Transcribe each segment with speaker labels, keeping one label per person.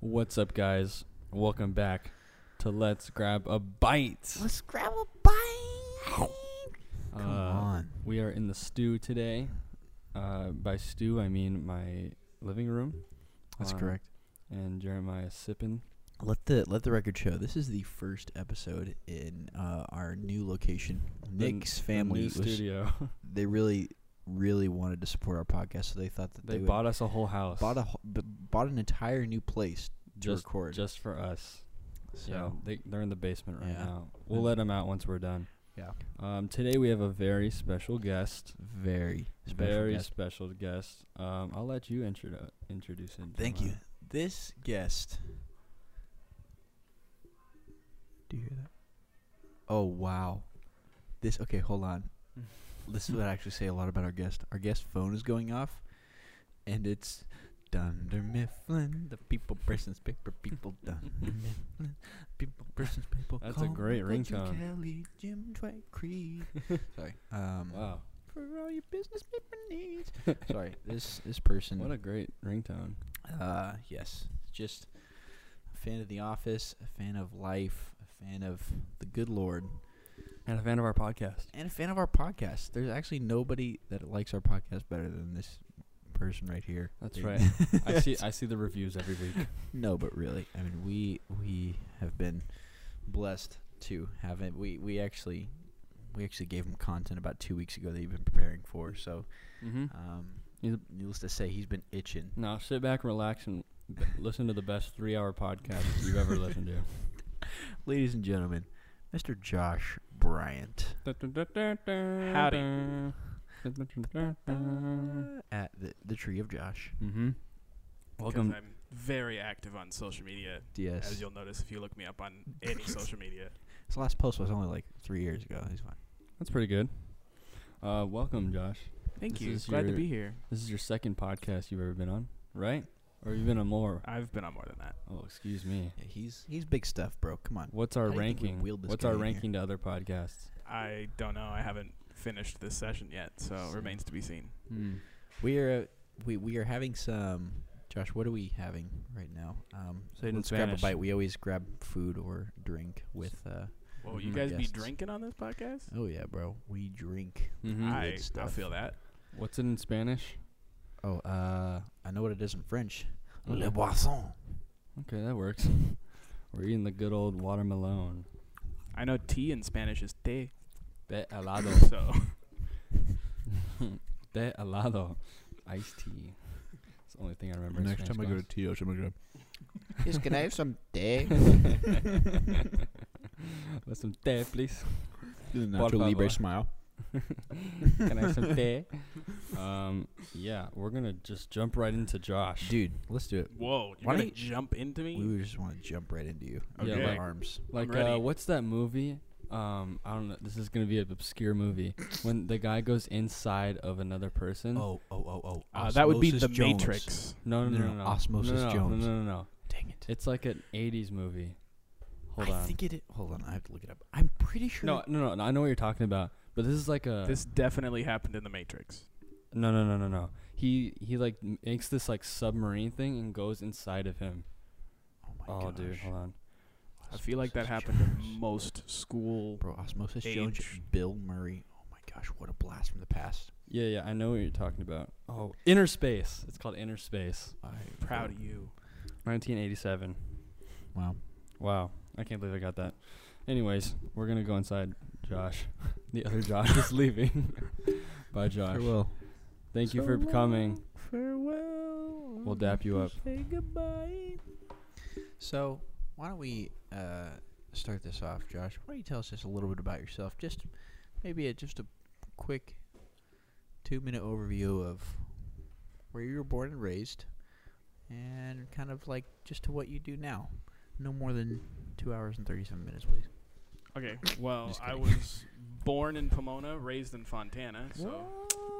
Speaker 1: What's up, guys? Welcome back to Let's Grab a Bite.
Speaker 2: Let's grab a bite. Come
Speaker 1: Uh,
Speaker 2: on.
Speaker 1: We are in the stew today. Uh, by stew, I mean my living room.
Speaker 2: That's
Speaker 1: Um,
Speaker 2: correct.
Speaker 1: And Jeremiah sipping.
Speaker 2: Let the let the record show. This is the first episode in uh, our new location.
Speaker 1: the n-
Speaker 2: Nick's
Speaker 1: the
Speaker 2: family
Speaker 1: new
Speaker 2: was,
Speaker 1: studio.
Speaker 2: they really really wanted to support our podcast, so they thought that
Speaker 1: they
Speaker 2: they, would-
Speaker 1: bought us a whole house.
Speaker 2: bought a wh- b- bought an entire new place to
Speaker 1: just,
Speaker 2: record.
Speaker 1: just for us. Yeah,
Speaker 2: so
Speaker 1: they, they're in the basement right
Speaker 2: Yeah.
Speaker 1: now. We'll let them out once we're done.
Speaker 2: yeah,
Speaker 1: Um, today we have a very special guest.
Speaker 2: very special
Speaker 1: very
Speaker 2: guest.
Speaker 1: special guest. Um, I'll let you introdu- introduce him.
Speaker 2: Thank you.
Speaker 1: Jeremiah.
Speaker 2: This guest. Do you hear that? Oh wow. This okay, hold on. this would actually say a lot about our guest. Our guest phone is going off and it's Dunder Mifflin, the people persons paper people Dunder Mifflin, people persons people.
Speaker 1: That's a great
Speaker 2: Michael J.
Speaker 1: ringtone.
Speaker 2: Kelly, Jim Dwight Creed. Sorry. Um
Speaker 1: Wow.
Speaker 2: for all your business paper needs. Sorry. This this person
Speaker 1: What a great ringtone.
Speaker 2: uh, yes, just a fan of The Office, a fan of life, a fan of the good Lord,
Speaker 1: And a fan of our podcast.
Speaker 2: and a fan of our podcast. There's actually nobody that likes our podcast better than this person right here.
Speaker 1: That's
Speaker 2: They-
Speaker 1: right. I see I see the reviews every week.
Speaker 2: no, but really, I mean, we we have been blessed to have it. We we actually we actually gave him content about two weeks ago that he'd been preparing for. So,
Speaker 1: Mm-hmm.
Speaker 2: um,
Speaker 1: He's-
Speaker 2: needless to say, he's been itching.
Speaker 1: Now sit back, relax, and b- listen to the best three hour podcast you've ever listened
Speaker 2: Ladies and gentlemen, Mr. Josh Bryant.
Speaker 1: to.
Speaker 2: Howdy.
Speaker 1: Uh,
Speaker 2: at the, the tree of Josh.
Speaker 1: Mm-hmm.
Speaker 3: 'Cause
Speaker 1: Welcome.
Speaker 3: I'm very active on social media,
Speaker 2: Yes.
Speaker 3: as you'll notice if you look me up on any social media.
Speaker 2: His last post was only like three years ago. He's fine.
Speaker 1: That's pretty good. Uh, welcome, Josh.
Speaker 3: Thank
Speaker 1: This
Speaker 3: you.
Speaker 1: is
Speaker 3: Glad to
Speaker 1: your-
Speaker 3: be here.
Speaker 1: This is your second podcast you've ever been on, right? Or you've been on more?
Speaker 3: I've been on more than that.
Speaker 1: Oh, excuse me.
Speaker 2: Yeah, he's he's big stuff, bro. Come on.
Speaker 1: What's our
Speaker 2: How do you think we
Speaker 1: ranking?
Speaker 2: wheeled this
Speaker 1: What's
Speaker 2: guy
Speaker 1: our
Speaker 2: in here?
Speaker 1: ranking to other podcasts?
Speaker 3: I don't know. I haven't finished this session yet, so it remains to be seen.
Speaker 1: Hmm.
Speaker 2: We are uh, we we are having some. Josh, what are we having right now? Um,
Speaker 1: Say it in
Speaker 2: let's grab
Speaker 1: Spanish.
Speaker 2: a bite. We always grab food or drink with. Uh,
Speaker 3: Well, you
Speaker 1: Mhm.
Speaker 3: guys be
Speaker 2: Guests.
Speaker 3: drinking on this podcast?
Speaker 2: oh yeah, bro. We drink.
Speaker 1: Mhm.
Speaker 3: I, I
Speaker 2: Mm-hmm. stuff.
Speaker 3: feel that.
Speaker 1: What's it in Spanish?
Speaker 2: Oh, uh, I know what it is in French.
Speaker 1: Okay.
Speaker 2: Le boisson.
Speaker 1: Okay, that works. We're eating the good old watermelon.
Speaker 3: I know tea in Spanish is té,
Speaker 1: De helado.
Speaker 3: so
Speaker 1: De helado. Iced tea. It's the only thing I remember. in Spanish class.
Speaker 2: Tioch, I'm gonna. Yes, can I have some tea?
Speaker 1: With some tea, please.
Speaker 2: Nacho Libre
Speaker 1: favor.
Speaker 2: smile.
Speaker 1: Can I have some tea? um, yeah, we're gonna just jump right into Josh.
Speaker 2: Dude, let's do it.
Speaker 3: whoa, you're
Speaker 2: Why
Speaker 3: gonna
Speaker 2: don't
Speaker 3: jump into me?
Speaker 2: We would just want to jump right into you.
Speaker 1: Yeah,
Speaker 2: With our
Speaker 1: like-
Speaker 2: arms.
Speaker 1: like,
Speaker 3: ready.
Speaker 1: uh, what's that movie? Um, I don't know. This is gonna be an obscure movie. when the guy goes inside of another person.
Speaker 2: Oh, oh, oh, oh.
Speaker 3: Mm. Uh, that would be
Speaker 2: Osmosis
Speaker 3: the
Speaker 2: Jones.
Speaker 3: Matrix.
Speaker 1: No, no,
Speaker 2: No,
Speaker 1: no,
Speaker 2: no,
Speaker 1: no, no.
Speaker 2: Osmosis
Speaker 1: no, no, no,
Speaker 2: Jones.
Speaker 1: No, no, no, no.
Speaker 2: Dang it.
Speaker 1: It's like an '80s movie. Hold
Speaker 2: I
Speaker 1: on.
Speaker 2: think it. i- Hold on. I have to look it up. I'm pretty sure.
Speaker 1: No, no, no, no. I know what you're talking about, but this is like
Speaker 2: Uh.
Speaker 1: a
Speaker 3: This definitely happened in the Matrix.
Speaker 1: No, no, no, no, no. He he like m- makes this like submarine thing and goes inside of him.
Speaker 2: Oh my
Speaker 1: oh,
Speaker 2: gosh.
Speaker 1: dude, hold on.
Speaker 3: I feel like that
Speaker 2: Osmosis
Speaker 3: happened
Speaker 2: Jones.
Speaker 3: in most school.
Speaker 2: Bro, Osmosis Jones,
Speaker 3: Age.
Speaker 2: Bill Murray. Oh my gosh, what a blast from the past.
Speaker 1: Yeah, yeah, I know what you're talking about. Oh, Inner Space. It's called Inner Space.
Speaker 2: I
Speaker 3: Proud of you.
Speaker 1: 1987.
Speaker 2: Wow.
Speaker 1: Wow, I can't believe I got that. Anyways, we're gonna go inside. Josh, the other Josh is leaving. Bye, Josh.
Speaker 2: Farewell.
Speaker 1: Thank you for coming.
Speaker 2: Farewell.
Speaker 1: We'll dap you up.
Speaker 2: Say goodbye. So, why don't we uh, start this off, Josh? Why don't you tell us just a little bit about yourself? Just maybe a, just a quick two-minute overview of where you were born and raised, and kind of like just to what you do now. No more than two hours and thirty-seven minutes, please.
Speaker 3: Okay. Well,
Speaker 2: Just
Speaker 3: I
Speaker 2: kidding.
Speaker 3: was born in Pomona, raised in Fontana, so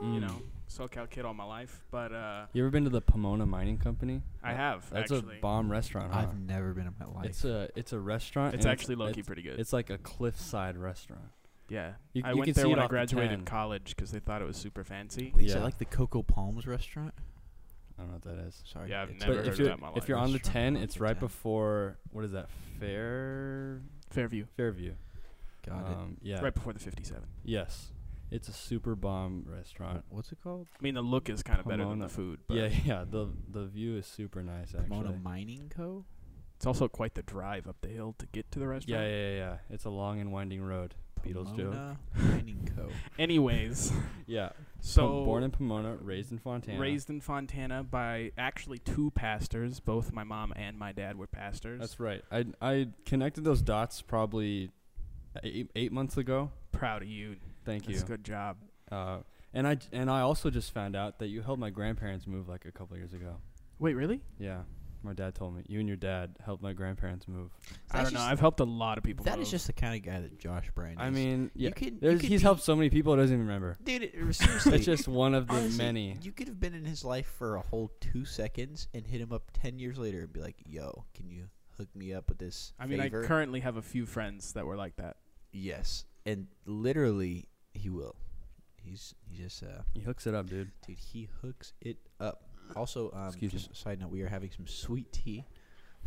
Speaker 3: you
Speaker 1: Mm.
Speaker 3: know, SoCal kid all my life. But uh,
Speaker 1: You ever been to the Pomona Mining Company?
Speaker 3: I have
Speaker 1: That's
Speaker 3: actually.
Speaker 1: a bomb restaurant. Huh?
Speaker 2: I've never been in my life.
Speaker 1: It's a it's a restaurant.
Speaker 3: it's
Speaker 1: and
Speaker 3: actually low key
Speaker 1: it's-
Speaker 3: pretty good.
Speaker 1: It's like a cliffside restaurant.
Speaker 3: yeah,
Speaker 1: You,
Speaker 3: I
Speaker 1: you
Speaker 3: went
Speaker 1: can
Speaker 3: there
Speaker 1: see
Speaker 3: when
Speaker 1: it
Speaker 3: I
Speaker 1: off the
Speaker 3: graduated
Speaker 1: 10.
Speaker 3: college because they thought it was super fancy.
Speaker 2: Wait, is it
Speaker 1: yeah.
Speaker 2: like the Coco Palms restaurant?
Speaker 1: I don't know what that is.
Speaker 2: Sorry.
Speaker 3: Yeah, I've
Speaker 2: it's-
Speaker 3: never
Speaker 1: but if
Speaker 3: heard
Speaker 1: you're
Speaker 3: that in my
Speaker 1: if you're
Speaker 3: life.
Speaker 1: on the
Speaker 2: Strong
Speaker 1: ten,
Speaker 2: on
Speaker 1: it's
Speaker 2: the
Speaker 1: right
Speaker 2: 10.
Speaker 1: before what is that? Fair
Speaker 3: Fairview,
Speaker 1: Fairview.
Speaker 2: Got it.
Speaker 1: um, Yeah.
Speaker 3: right before the 57.
Speaker 1: Yes. It's a super bomb restaurant.
Speaker 2: What's it called?
Speaker 3: I mean, the look is kind of better than
Speaker 1: Pomona.
Speaker 3: the food, but
Speaker 1: yeah, yeah. The the view is super nice actually.
Speaker 2: Pomona Mining Co.
Speaker 3: it's also quite the drive up the hill to get to the
Speaker 1: Yeah,
Speaker 3: restaurant.
Speaker 1: yeah, yeah, yeah. It's a long and winding road. Beatles joke.
Speaker 2: Pomona Mining Co.
Speaker 3: Anyways,
Speaker 1: Yeah.
Speaker 3: so
Speaker 1: born in Pomona, raised in Fontana.
Speaker 3: raised in Fontana by actually two pastors. Both my mom and my dad were pastors.
Speaker 1: That's right. I I connected those dots probably eight, eight months ago.
Speaker 3: proud of you.
Speaker 1: Thank
Speaker 3: That's
Speaker 1: you.
Speaker 3: a good job.
Speaker 1: Uh, and I j- and I also just found out that you helped my grandparents move like a couple years ago.
Speaker 3: Wait, really?
Speaker 1: Yeah, my dad told me you and your dad helped my grandparents move.
Speaker 3: I
Speaker 2: That's
Speaker 3: don't know.
Speaker 2: just-
Speaker 3: I've helped a lot of people.
Speaker 2: That
Speaker 3: move.
Speaker 2: is just the kind of guy that Josh Brand is.
Speaker 1: I mean, yeah,
Speaker 2: you could, you
Speaker 1: there's,
Speaker 2: could
Speaker 1: he's
Speaker 2: be-
Speaker 1: helped so many people. I doesn't even remember.
Speaker 2: Dude, it- seriously.
Speaker 1: That's just one of the
Speaker 2: honestly,
Speaker 1: many.
Speaker 2: You could have been in his life for a whole two seconds and hit him up ten years later and be like, "Yo, can you hook me up with this?"
Speaker 3: I mean,
Speaker 2: favor?"
Speaker 3: I currently have a few friends that were like that.
Speaker 2: yes, and literally, he will. He's he just uh,
Speaker 1: He hooks it up, dude.
Speaker 2: dude, he hooks it up. Also, um,
Speaker 1: Excuse me.
Speaker 2: just a side note, we are having some sweet tea,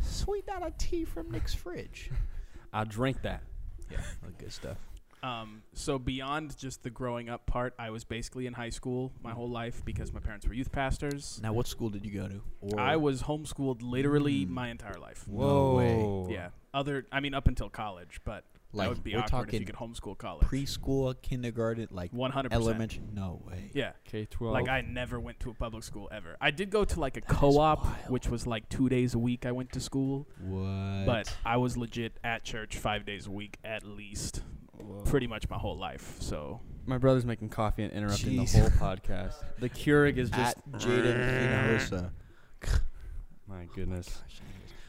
Speaker 2: sweet not a tea from Nick's fridge.
Speaker 1: I drank that.
Speaker 2: Yeah, all the good stuff.
Speaker 3: Um, so beyond just the growing up part, I was basically in high school my whole life because my parents were youth pastors.
Speaker 2: Now, what school did you go to? Or
Speaker 3: I was homeschooled literally
Speaker 2: Mm.
Speaker 3: my entire life.
Speaker 2: No way.
Speaker 1: Whoa.
Speaker 3: Yeah. Other, I mean, up until college, but
Speaker 2: like
Speaker 3: that would be
Speaker 2: we're
Speaker 3: awkward if
Speaker 2: talking
Speaker 3: you could homeschool college.
Speaker 2: preschool, kindergarten, like
Speaker 3: One hundred percent.
Speaker 2: elementary. No way.
Speaker 3: Yeah.
Speaker 1: K twelve.
Speaker 3: Like I never went to a public school ever. I did go to like a
Speaker 2: That is
Speaker 3: co-op,
Speaker 2: wild.
Speaker 3: which was like two days a week. I went to school,
Speaker 2: What?
Speaker 3: but I was legit at church five days a week at least, pretty much my whole life. So
Speaker 1: my brother's making coffee and interrupting
Speaker 2: Jeez.
Speaker 1: the whole podcast. The Keurig is just.
Speaker 2: at Jaden Hinojosa.
Speaker 1: my goodness.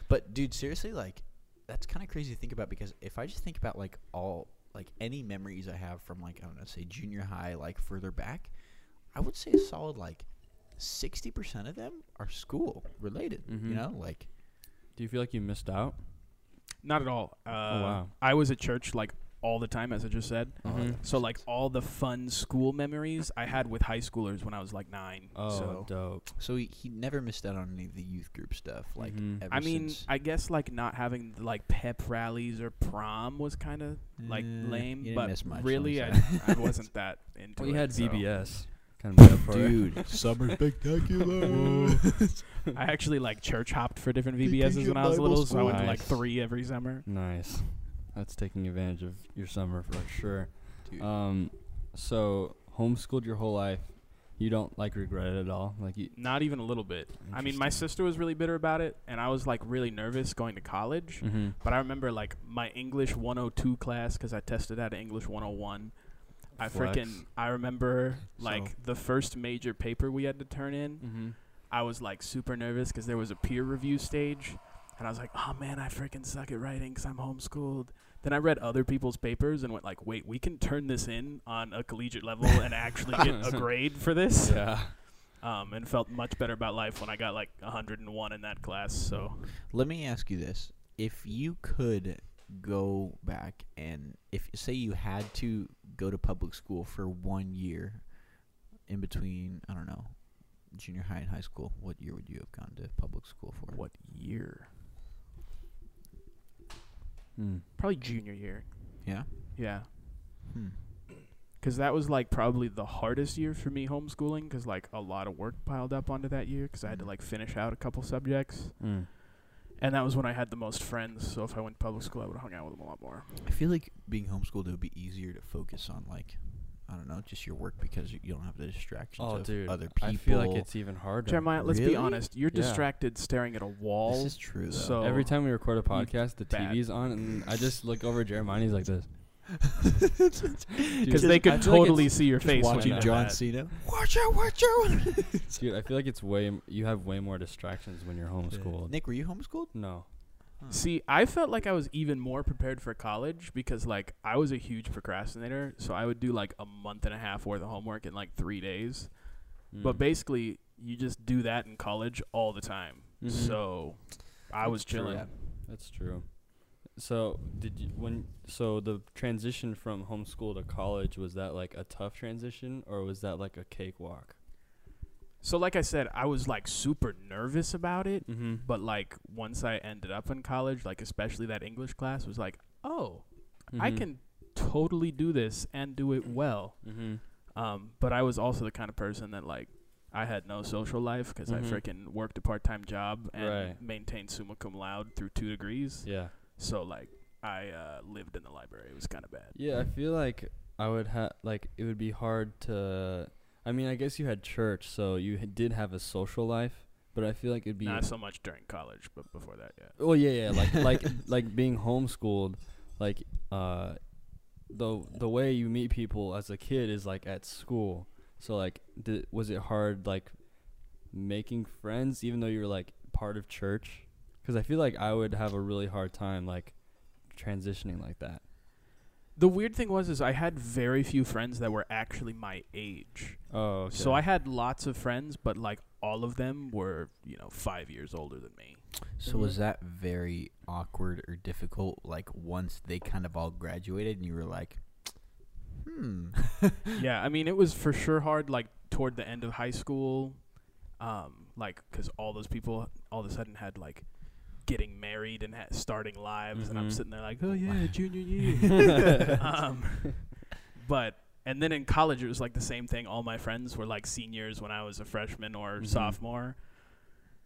Speaker 2: But dude, seriously, like that's kind of crazy to think about because if I just think about like all like any memories I have from like I don't know, say junior high, like further back, I would say a solid like sixty percent of them are school related.
Speaker 1: Mhm.
Speaker 3: Mm-hmm.
Speaker 2: You know, like
Speaker 1: Do you feel like you missed out?
Speaker 3: not at all.
Speaker 2: Oh,
Speaker 3: Uh,
Speaker 1: wow.
Speaker 3: I was at church like all the time, as I just said.
Speaker 2: oh,
Speaker 1: Mhm.
Speaker 2: that
Speaker 3: Mm-hmm. So like all the fun school memories I had with high schoolers when I was like nine.
Speaker 1: Oh,
Speaker 3: so.
Speaker 1: dope.
Speaker 2: so he, he never missed out on any of the youth group stuff. Like
Speaker 1: Mhm.
Speaker 2: ever
Speaker 3: Mm-hmm. I mean,
Speaker 2: since.
Speaker 3: I guess like not having like pep rallies or prom was kind of like
Speaker 2: Eh,
Speaker 3: lame,
Speaker 2: you didn't
Speaker 3: but
Speaker 2: miss much, let me
Speaker 3: really
Speaker 2: say.
Speaker 3: I, I wasn't that into
Speaker 1: We
Speaker 3: it.
Speaker 1: had
Speaker 3: so.
Speaker 1: VBS. Kind of made up for it.
Speaker 2: dude, summer spectacular.
Speaker 3: I actually like church hopped for different
Speaker 2: Did you
Speaker 3: VBSs
Speaker 2: get
Speaker 3: when I was
Speaker 2: Bible
Speaker 3: little, so I went to like
Speaker 1: Nice.
Speaker 3: three every summer.
Speaker 1: Nice. That's taking advantage of your summer for sure.
Speaker 2: Dude.
Speaker 1: Um, so homeschooled your whole life. You don't like regret it at all. Like you.
Speaker 3: Not even a little bit. I mean, my sister was really bitter about it, and I was like really nervous going to college.
Speaker 1: Mm-hmm.
Speaker 3: But I remember like my English 102 class because I tested out of English 101. I
Speaker 1: Flex.
Speaker 3: freaking I remember like
Speaker 2: So-
Speaker 3: the first major paper we had to turn in.
Speaker 1: Mm-hmm.
Speaker 3: I was like super nervous because there was a peer review stage, and I was like, oh man, I freaking suck at writing because I'm homeschooled. Then I read other people's papers and went like, wait, we can turn this in on a collegiate level and actually get a grade for this.
Speaker 1: Yeah.
Speaker 3: Um, and felt much better about life when I got like 101 in that class. So
Speaker 2: Let me ask you this: If you could go back and if say you had to go to public school for one year in between, I don't know, junior high and high school, what year would you have gone to public school for?
Speaker 3: what year?
Speaker 1: Mm.
Speaker 3: Probably junior year.
Speaker 2: Yeah.
Speaker 3: Yeah.
Speaker 2: Hmm.
Speaker 3: because that was like probably the hardest year for me homeschooling because like a lot of work piled up onto that year because I had to
Speaker 2: Mhm.
Speaker 3: like finish out a couple subjects
Speaker 1: Mm.
Speaker 3: and that was when I had the most friends so if I went to public school I would have hung out with them a lot more
Speaker 2: I feel like being homeschooled it would be easier to focus on like I don't know, just your work because you don't have the distractions
Speaker 1: Oh,
Speaker 2: of
Speaker 1: dude.
Speaker 2: other people.
Speaker 1: I feel like it's even harder.
Speaker 3: Jeremiah let's
Speaker 2: Really?
Speaker 3: be honest you're
Speaker 1: Yeah.
Speaker 3: distracted staring at a
Speaker 2: this
Speaker 3: wall
Speaker 2: is true though.
Speaker 3: so
Speaker 1: Every time we record a podcast, the
Speaker 3: oh, bad.
Speaker 1: TV's on, and I just look over at Jeremiah. and He's like this.
Speaker 3: because
Speaker 1: Dude,
Speaker 3: they
Speaker 1: I
Speaker 3: could
Speaker 1: feel like
Speaker 3: totally
Speaker 1: it's-
Speaker 3: see your face when
Speaker 1: watching
Speaker 3: you did
Speaker 1: John
Speaker 3: that.
Speaker 2: Cena. Watch out! Watch out!
Speaker 1: Dude, I feel like it's way. m- You have way more distractions when you're homeschooled.
Speaker 2: Nick, were you homeschooled?
Speaker 1: No.
Speaker 3: See, I felt like I was even more prepared for college because like I was a huge procrastinator, so I would do like a month and a half worth of homework in like 3 days. But
Speaker 1: Mm.
Speaker 3: basically, you just do that in college all the time.
Speaker 1: Mhm.
Speaker 3: So I was
Speaker 1: true.
Speaker 3: chilling.
Speaker 1: That's true. So did you when so the transition from homeschool to college was that like a tough transition or was that like a cakewalk?
Speaker 3: So like I said, I was like super nervous about it,
Speaker 1: Mm-hmm.
Speaker 3: but like once I ended up in college, like especially that English class was like, "Oh, I can totally do this and do it well."
Speaker 1: Mm-hmm.
Speaker 3: Um, but I was also the kind of person that like I had no social life because
Speaker 1: Mhm.
Speaker 3: I freaking worked a part-time job and
Speaker 1: Right.
Speaker 3: maintained summa cum laude through two degrees.
Speaker 1: Yeah.
Speaker 3: So like I uh, lived in the library. It was kind of bad.
Speaker 1: Yeah, I feel like I would have like it would be hard to. I mean, I guess you had church, so you h- did have a social life, but I feel like it'd be
Speaker 3: Not so much during college, but before that, yeah.
Speaker 1: well, yeah, yeah, like like like being homeschooled, like uh, the the way you meet people as a kid is like at school. So like, di was it hard like making friends even though you were like part of church? Because I feel like I would have a really hard time like transitioning like that.
Speaker 3: The weird thing was is I had very few friends that were actually my age.
Speaker 1: Oh, okay.
Speaker 3: So I had lots of friends, but like all of them were, you know, 5 years older than me.
Speaker 2: So
Speaker 1: Mm-hmm.
Speaker 2: was that very awkward or difficult? Like once they kind of all graduated, and you were like, "Hmm,
Speaker 3: yeah, I mean it was for sure hard like toward the end of high school um like cuz all those people all of a sudden had like getting married and ha- starting lives and I'm
Speaker 1: Mhm.
Speaker 3: sitting there like, "Oh yeah, junior year." um but and then in college it was like the same thing. All my friends were like seniors when I was a freshman or
Speaker 1: Mhm.
Speaker 3: sophomore.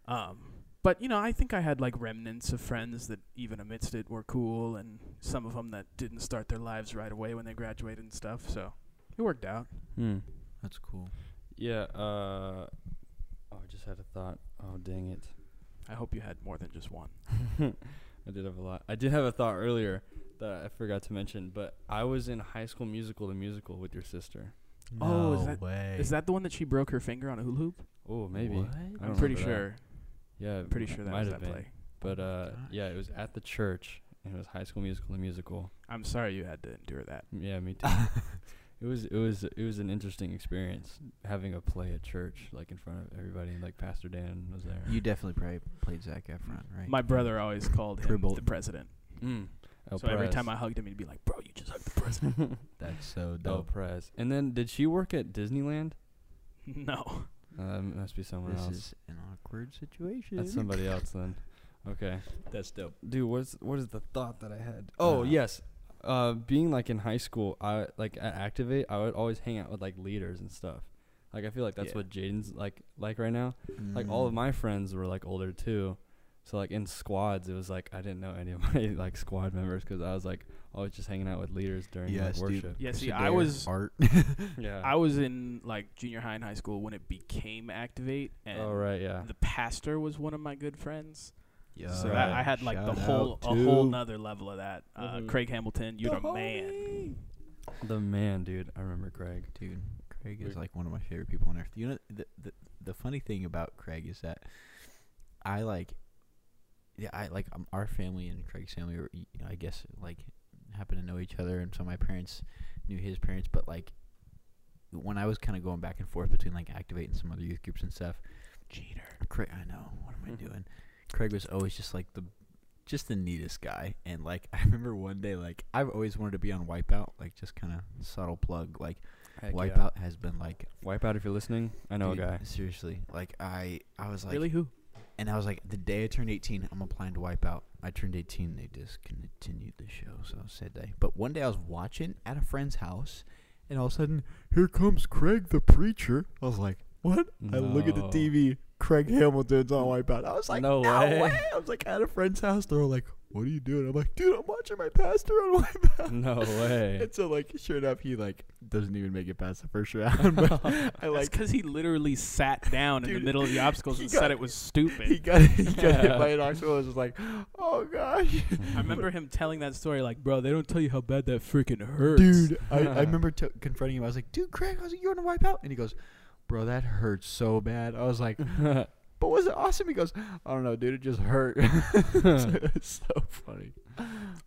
Speaker 3: Um but you know, I think I had like remnants of friends that even amidst it were cool and some of them that didn't start their lives right away when they graduated and stuff. So it worked out.
Speaker 1: Hmm.
Speaker 2: that's cool."
Speaker 1: Yeah. Uh, oh, I just had a thought. Oh, dang it.
Speaker 3: I hope you had more than just one.
Speaker 1: I did have a lot. I did have a thought earlier that I forgot to mention, but I was in High School Musical, the musical with your sister.
Speaker 3: Oh, is
Speaker 2: No
Speaker 3: that-
Speaker 2: way.
Speaker 3: Is that the one that she broke her finger on a hula hoop?
Speaker 1: Oh, maybe.
Speaker 2: What?
Speaker 1: I
Speaker 3: I'm
Speaker 1: don't remember
Speaker 3: pretty
Speaker 1: that.
Speaker 3: sure.
Speaker 1: Yeah,
Speaker 3: I'm pretty
Speaker 1: m-
Speaker 3: sure that
Speaker 1: might
Speaker 3: was
Speaker 1: have
Speaker 3: that
Speaker 1: been.
Speaker 3: play.
Speaker 1: But uh,
Speaker 2: gosh.
Speaker 1: yeah, it was at the church, and it was High School Musical, the musical.
Speaker 3: I'm sorry you had to endure that.
Speaker 1: M- Yeah, me too. it was it was it was an interesting experience having a play at church, like in front of everybody, and like Pastor Dan was there.
Speaker 2: You definitely probably played Zac Efron, right?
Speaker 3: My brother always called him
Speaker 2: Tribble.
Speaker 3: the president.
Speaker 1: Mm. El
Speaker 3: so every
Speaker 1: Pres.
Speaker 3: time I hugged him, he'd be like, "Bro, you just hugged the president."
Speaker 2: That's so
Speaker 1: El
Speaker 2: dope.
Speaker 1: Pres. And then did she work at Disneyland?
Speaker 3: no,
Speaker 1: Uh, that must be someone
Speaker 2: This
Speaker 1: else.
Speaker 2: is an awkward situation.
Speaker 1: That's somebody else then. Okay.
Speaker 2: That's dope.
Speaker 1: Dude, what's what is the thought that I had? Oh
Speaker 2: Uh,
Speaker 1: yes. Uh, being like in high school, I like at Activate, I would always hang out with like leaders and stuff. Like I feel like that's
Speaker 3: Yeah.
Speaker 1: what Jaden's like like right now. Like all
Speaker 2: Mm.
Speaker 1: of my friends were like older too. So like in squads, it was like I didn't know any of my like squad members because I was like always just hanging out with leaders during
Speaker 2: Yes,
Speaker 1: like,
Speaker 2: dude.
Speaker 1: worship.
Speaker 3: yeah. See, I was
Speaker 2: art.
Speaker 1: Yeah.
Speaker 3: I was in like junior high and high school when it became Activate, and
Speaker 1: oh right, yeah.
Speaker 3: the pastor was one of my good friends.
Speaker 2: Yeah.
Speaker 3: so that I had like the
Speaker 2: Shout
Speaker 3: whole
Speaker 2: out
Speaker 3: a whole
Speaker 2: to-
Speaker 3: nother level of that. Uh,
Speaker 1: Mhm.
Speaker 3: Craig Hamilton, you're the man.
Speaker 1: The man, dude. I remember Craig.
Speaker 2: Dude, Craig is
Speaker 1: Weird.
Speaker 2: like one of my favorite people on earth. You know, the, the the funny thing about Craig is that I like, yeah, I like um, our family and Craig's family. Were, y- I guess like happen to know each other, and so my parents knew his parents. But like, when I was kind of going back and forth between like Activate and some other youth groups and stuff,
Speaker 3: Cheater.
Speaker 2: Craig, I know. What am I doing? Craig was always just like the, just the neatest guy. And like, I remember one day, like, I've always wanted to be on Wipeout. Like, just kind of subtle plug. Like,
Speaker 1: Heck yeah.
Speaker 2: Wipeout has been like,
Speaker 1: Wipeout. If you're listening, I know
Speaker 2: dude,
Speaker 1: a guy.
Speaker 2: Seriously, like I, I was like,
Speaker 3: really? Who?
Speaker 2: and I was like, the day I turned 18, I'm applying to Wipeout. I turned 18, they discontinued the show, so sad day. But one day I was watching at a friend's house, and all of a sudden, here comes Craig the preacher. I was like, what? I look at the
Speaker 1: No.
Speaker 2: TV, Craig Hamilton's on Wipeout. I was like,
Speaker 1: No
Speaker 2: no,
Speaker 1: way."
Speaker 2: way. I was like at a friend's house, they're all like, what are you doing? I'm like, dude, I'm watching my pastor on Wipeout.
Speaker 1: No way.
Speaker 2: And so, like, sure enough, he like doesn't even make it past the first round. But I
Speaker 3: That's
Speaker 2: like
Speaker 3: because he literally sat down in the
Speaker 2: Dude,
Speaker 3: middle of the obstacles
Speaker 2: he
Speaker 3: and
Speaker 2: got-
Speaker 3: said it was stupid.
Speaker 2: he got he got hit by an oxbow. I was just like, oh gosh,
Speaker 3: I remember him telling that story like, bro, they don't tell you how bad that freaking hurts.
Speaker 2: dude. I, I remember t- confronting him. I was like, dude, Craig, I was like, you want to wipe out? And he goes, bro, that hurts so bad. I was like, but was it awesome? He goes, I don't know, dude, it just hurt. it's so funny.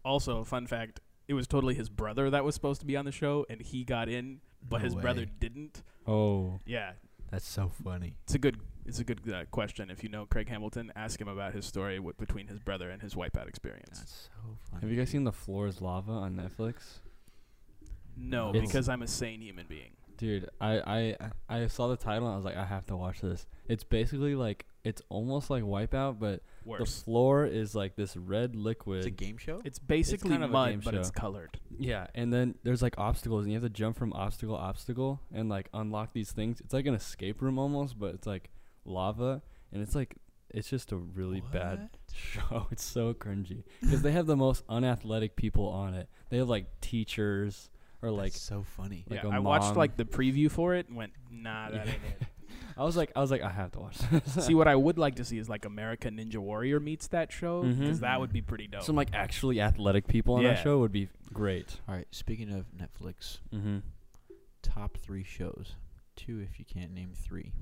Speaker 3: Also, fun fact, it was totally his brother that was supposed to be on the show and he got in, but
Speaker 2: No
Speaker 3: his
Speaker 2: way.
Speaker 3: brother didn't.
Speaker 1: oh.
Speaker 3: Yeah.
Speaker 2: That's so funny.
Speaker 3: It's a good it's a good uh, question. If you know Craig Hamilton, ask him about his story w- between his brother and his wipeout experience.
Speaker 2: That's so funny.
Speaker 1: Have you guys seen The Floor is Lava on Netflix?
Speaker 3: No,
Speaker 1: It's-
Speaker 3: because I'm a sane human being.
Speaker 1: Dude, I, I I saw the title and I was like, I have to watch this. It's basically like it's almost like Wipeout, but the
Speaker 3: Worse.
Speaker 1: floor is like this red
Speaker 2: It's a
Speaker 1: liquid.
Speaker 2: game show.
Speaker 3: it's basically
Speaker 1: kind of a game
Speaker 3: mud, but
Speaker 1: show.
Speaker 3: it's colored.
Speaker 1: yeah, and then there's like obstacles, and you have to jump from obstacle to obstacle and like unlock these things. It's like an escape room almost, but it's like lava, and it's like it's just a really bad
Speaker 2: What?
Speaker 1: show. It's so cringy because they have the most unathletic people on it. They have like teachers or like
Speaker 2: That's so funny.
Speaker 1: Like
Speaker 3: yeah,
Speaker 1: a
Speaker 3: I watched
Speaker 1: mom.
Speaker 3: like the preview for it and went, nah, that
Speaker 1: Yeah.
Speaker 3: ain't it.
Speaker 1: I was like I was like I have to watch this.
Speaker 3: See, what I would like to see is like America Ninja Warrior meets that show because
Speaker 1: Mhm.
Speaker 3: that would be pretty dope.
Speaker 1: Some like actually athletic people on
Speaker 3: Yeah.
Speaker 1: that show would be great.
Speaker 2: All right. Speaking of Netflix,
Speaker 1: Mm-hmm.
Speaker 2: top three shows. Two, if you can't name three.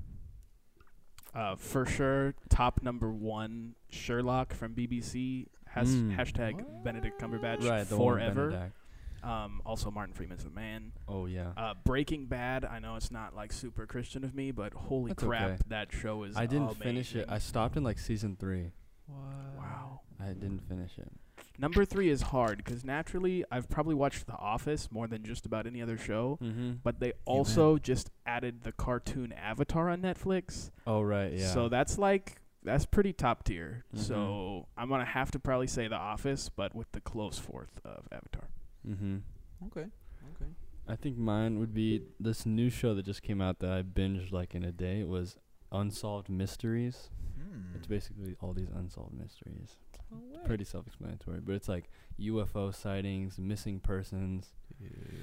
Speaker 3: uh, for sure, top number one, Sherlock from BBC has
Speaker 1: Mm.
Speaker 3: hashtag Benedict Cumberbatch
Speaker 1: Right, the one with
Speaker 3: forever.
Speaker 1: Benedict.
Speaker 3: Um, also, Martin Freeman's the man.
Speaker 1: Oh yeah.
Speaker 3: Uh, Breaking Bad. I know it's not like super Christian of me, but holy
Speaker 1: That's
Speaker 3: crap,
Speaker 1: okay.
Speaker 3: that show is.
Speaker 1: I didn't finish it. I
Speaker 3: amazing.
Speaker 1: stopped in like season three.
Speaker 3: wow.
Speaker 1: I didn't finish it.
Speaker 3: Number three is hard because naturally I've probably watched The Office more than just about any other show.
Speaker 1: Mm-hmm.
Speaker 3: But they also just added the cartoon Avatar on Netflix.
Speaker 1: Oh right, yeah.
Speaker 3: So that's like that's pretty top tier.
Speaker 1: Mhm.
Speaker 3: So I'm gonna have to probably say The Office, but with the close fourth of Avatar.
Speaker 1: mm-hmm.
Speaker 2: Okay. Okay.
Speaker 1: I think mine would be this new show that just came out that I binged like in a day. It was Unsolved Mysteries.
Speaker 2: Hmm.
Speaker 1: It's basically all these unsolved mysteries. Pretty self-explanatory, but it's like UFO sightings, missing persons.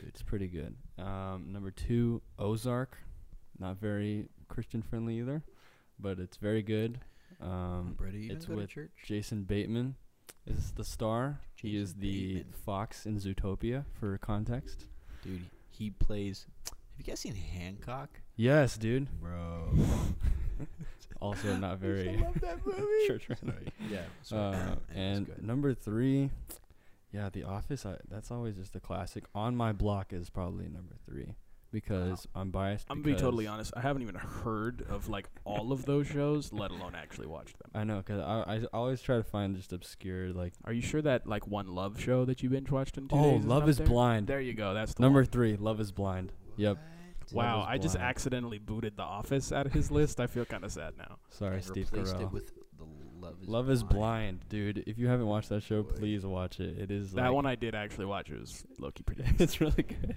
Speaker 1: It's pretty good. Um, number two, Ozark. Not very Christian friendly either, but it's very good. Um, it's
Speaker 2: go to
Speaker 1: with
Speaker 2: church.
Speaker 1: Jason Bateman is the star. he is
Speaker 2: Jason
Speaker 1: the
Speaker 2: Bateman.
Speaker 1: fox in Zootopia for context.
Speaker 2: Dude, he plays. Have you guys seen Hancock?
Speaker 1: Yes, dude.
Speaker 2: Bro.
Speaker 1: Also not
Speaker 2: I
Speaker 1: very
Speaker 2: love that movie.
Speaker 1: church friendly.
Speaker 2: Yeah.
Speaker 1: Uh, and
Speaker 2: good.
Speaker 1: number three, yeah, The Office. I, that's always just a classic. On My Block is probably number three because I'm biased.
Speaker 3: I'm gonna be totally
Speaker 1: because-
Speaker 3: honest. I haven't even heard of like all of those shows, let alone actually watched them.
Speaker 1: I know because I, I always try to find just obscure like.
Speaker 3: Are you sure that like one love show that you binge watched in two
Speaker 1: oh,
Speaker 3: days?
Speaker 1: Love
Speaker 3: not
Speaker 1: is
Speaker 3: there?
Speaker 1: Blind.
Speaker 3: There you go. That's the
Speaker 1: number
Speaker 3: one.
Speaker 1: three, Love is Blind. Yep.
Speaker 3: Wow,
Speaker 1: Love is
Speaker 3: I just
Speaker 1: Blind.
Speaker 3: accidentally booted The Office out of his list. I feel kind of sad now.
Speaker 1: Sorry,
Speaker 2: And
Speaker 1: Steve
Speaker 2: replaced
Speaker 1: Carell.
Speaker 2: it with the Love is
Speaker 1: Love
Speaker 2: blind.
Speaker 1: is Blind, dude. If you haven't watched that show,
Speaker 2: Boy.
Speaker 1: please watch it. It is
Speaker 3: that
Speaker 1: like,
Speaker 3: one I did actually watch. It was Loki pretty.
Speaker 1: it's really good.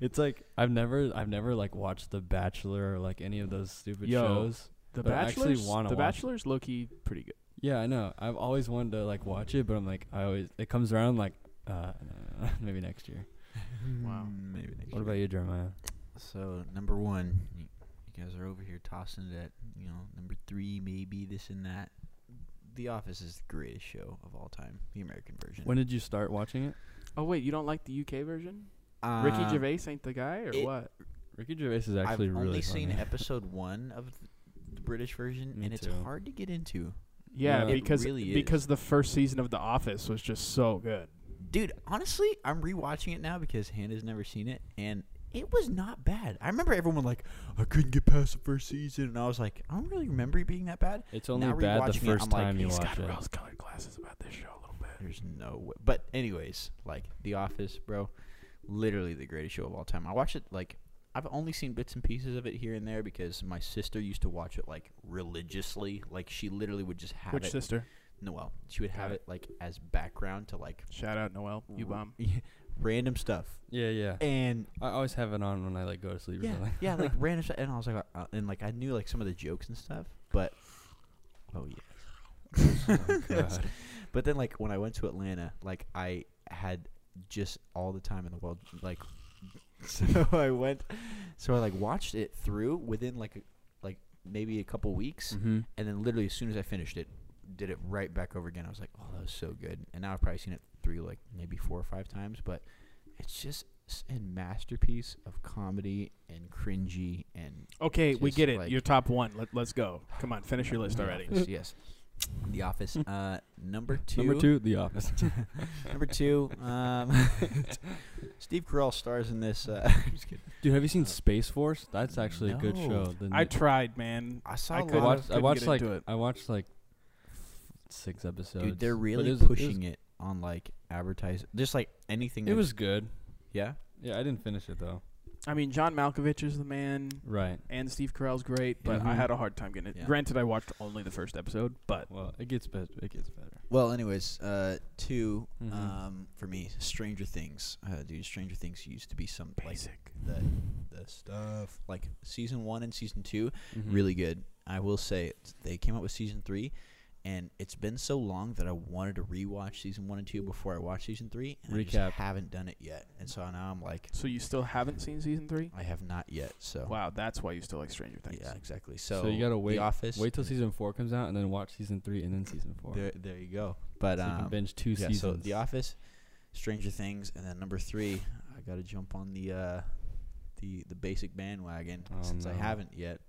Speaker 1: It's like I've never, I've never like watched The Bachelor or like any of those stupid
Speaker 3: Yo.
Speaker 1: shows.
Speaker 3: The
Speaker 1: But I actually
Speaker 3: Bachelor's.
Speaker 1: wanna
Speaker 3: The
Speaker 1: watch it.
Speaker 3: Bachelor's Loki pretty good.
Speaker 1: Yeah, I know. I've always wanted to like watch it, but I'm like, I always it comes around like, uh, no, maybe next year.
Speaker 3: Wow.
Speaker 2: Hmm, Maybe next
Speaker 1: What about you, Jeremiah?
Speaker 2: So number one, you, you guys are over here tossing it at you know number three, maybe this and that. The Office is the greatest show of all time, the American version.
Speaker 1: When did you start watching it?
Speaker 3: Oh wait, you don't like the UK version? Ricky
Speaker 2: Um,
Speaker 3: Gervais ain't the guy, or
Speaker 2: it-
Speaker 3: what?
Speaker 1: Ricky Gervais is
Speaker 2: I've
Speaker 1: actually really
Speaker 2: only seen
Speaker 1: funny.
Speaker 2: episode one of th- the British version,
Speaker 1: Me
Speaker 2: and it's
Speaker 1: too.
Speaker 2: hard to get into.
Speaker 3: Yeah,
Speaker 1: Yeah. It
Speaker 3: because
Speaker 2: really is.
Speaker 3: because the first season of The Office was just so good.
Speaker 2: Dude, honestly, I'm rewatching it now because Hannah's never seen it, and it was not bad. I remember everyone like, I couldn't get past the first season, and I was like, I don't really remember it being that bad.
Speaker 1: It's only
Speaker 2: now
Speaker 1: bad the
Speaker 2: rewatching it,
Speaker 1: first
Speaker 2: I'm like,
Speaker 1: time you
Speaker 3: He's
Speaker 1: watch
Speaker 3: got
Speaker 1: it.
Speaker 3: rose-colored glasses about this show a little bit.
Speaker 2: There's no way. But anyways, like The Office, bro, literally the greatest show of all time. I watch it like I've only seen bits and pieces of it here and there because my sister used to watch it like religiously. Like she literally would just have
Speaker 3: Which
Speaker 2: it.
Speaker 3: sister?
Speaker 2: Noel, she would have
Speaker 3: Got
Speaker 2: it like as background to like
Speaker 3: Shout out Noel, you
Speaker 2: r-
Speaker 3: bomb.
Speaker 2: random stuff.
Speaker 1: Yeah, yeah.
Speaker 2: And
Speaker 1: I always have it on when I like go to sleep. or
Speaker 2: yeah,
Speaker 1: something.
Speaker 2: yeah, like random stuff. And I was like, uh, and like I knew like some of the jokes and stuff, but oh yeah.
Speaker 1: Oh, God.
Speaker 2: But then, like when I went to Atlanta, like I had just all the time in the world. Like, so I went, so I like watched it through within like a, like maybe a couple weeks,
Speaker 3: Mm.
Speaker 1: Mhm.
Speaker 2: and then literally as soon as I finished it, did it right back over again. I was like, oh, that was so good. And now I've probably seen it through like maybe four or five times, but it's just s- a masterpiece of comedy and cringy and
Speaker 3: Okay, we
Speaker 2: Just
Speaker 3: get it.
Speaker 2: like-
Speaker 3: You're top one. Let, let's go. Come on, finish your list
Speaker 2: The
Speaker 3: already.
Speaker 2: Office, yes, The Office. Uh, number two.
Speaker 1: Number two, The Office.
Speaker 2: Number two, um, Steve Carell stars in this. Uh,
Speaker 1: Dude, have you seen Space Force? That's actually a good
Speaker 2: Oh. No.
Speaker 1: show. The
Speaker 3: I
Speaker 1: new-
Speaker 3: tried, man.
Speaker 2: I saw
Speaker 3: I
Speaker 2: a
Speaker 3: could
Speaker 1: I
Speaker 2: lot
Speaker 3: watch-
Speaker 2: of
Speaker 1: watched. I
Speaker 3: couldn't
Speaker 1: watched
Speaker 3: get
Speaker 1: like.
Speaker 3: into it.
Speaker 1: I watched like six episodes.
Speaker 2: dude. They're
Speaker 1: but
Speaker 2: really
Speaker 1: it was- it was-
Speaker 2: pushing it, on like advertise, just like anything.
Speaker 1: It
Speaker 2: that's-
Speaker 1: was good.
Speaker 2: yeah.
Speaker 1: Yeah, I didn't finish it though.
Speaker 3: I mean, John Malkovich is the man,
Speaker 1: Right.
Speaker 3: and Steve Carell's great, but I
Speaker 1: Mhm.
Speaker 3: had a hard time getting it.
Speaker 2: Yeah.
Speaker 3: Granted, I watched only the first episode, but
Speaker 1: Well, it gets better. It gets better.
Speaker 2: Well, anyways, uh, 2
Speaker 1: Mhm.
Speaker 2: um, for me, Stranger Things. Uh, dude, Stranger Things used to be some like
Speaker 3: basic.
Speaker 2: the the stuff. Like season one and season 2
Speaker 1: Mhm.
Speaker 2: really good. I will say it's- they came out with season three, and it's been so long that I wanted to rewatch season one and two before I watched season three. And I just
Speaker 1: Recap.
Speaker 2: haven't done it yet, and so now I'm like,
Speaker 3: So you still haven't seen season three?
Speaker 2: I have not yet. So
Speaker 3: Wow, that's why you still like Stranger Things.
Speaker 2: yeah, exactly. So,
Speaker 1: So you gotta wait-
Speaker 2: The Office.
Speaker 1: Wait till
Speaker 2: is-
Speaker 1: season four comes out, and then watch season three, and then season four.
Speaker 2: There, there you go. But
Speaker 1: so you can
Speaker 2: um,
Speaker 1: binge two
Speaker 2: yeah,
Speaker 1: seasons.
Speaker 2: so The Office, Stranger Things, and then number three, I gotta jump on the uh, the the basic bandwagon
Speaker 1: Oh,
Speaker 2: since I
Speaker 1: no.
Speaker 2: haven't yet.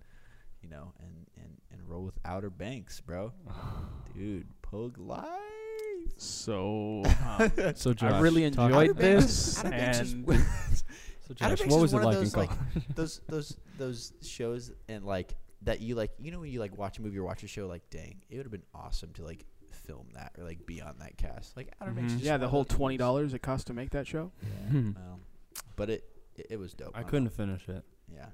Speaker 2: You know, and and and roll with Outer Banks, bro. Dude, Pug Life.
Speaker 3: So um,
Speaker 1: so Josh,
Speaker 3: I really
Speaker 1: talk-
Speaker 3: enjoyed
Speaker 2: Outer Banks is-
Speaker 3: this,
Speaker 2: Outer Banks is-
Speaker 3: and
Speaker 1: So
Speaker 2: Outer
Speaker 1: Josh,
Speaker 2: Banks
Speaker 1: what
Speaker 2: is
Speaker 1: was it
Speaker 2: one of
Speaker 1: like in
Speaker 2: those, like,
Speaker 1: college?
Speaker 2: those those those shows and like that you like you know when you like watch a movie or watch a show like dang it would have been awesome to like film that or like be on that cast like Outer Banks
Speaker 1: Mhm.
Speaker 2: is just
Speaker 3: Mm-hmm. yeah,
Speaker 2: one
Speaker 3: the
Speaker 2: of
Speaker 3: whole
Speaker 2: those
Speaker 3: twenty
Speaker 2: things.
Speaker 3: dollars it cost to make that show.
Speaker 1: Hmm.
Speaker 2: Well, but it, it it was dope.
Speaker 1: I
Speaker 2: don't know.
Speaker 1: couldn't finish it.
Speaker 2: Yeah,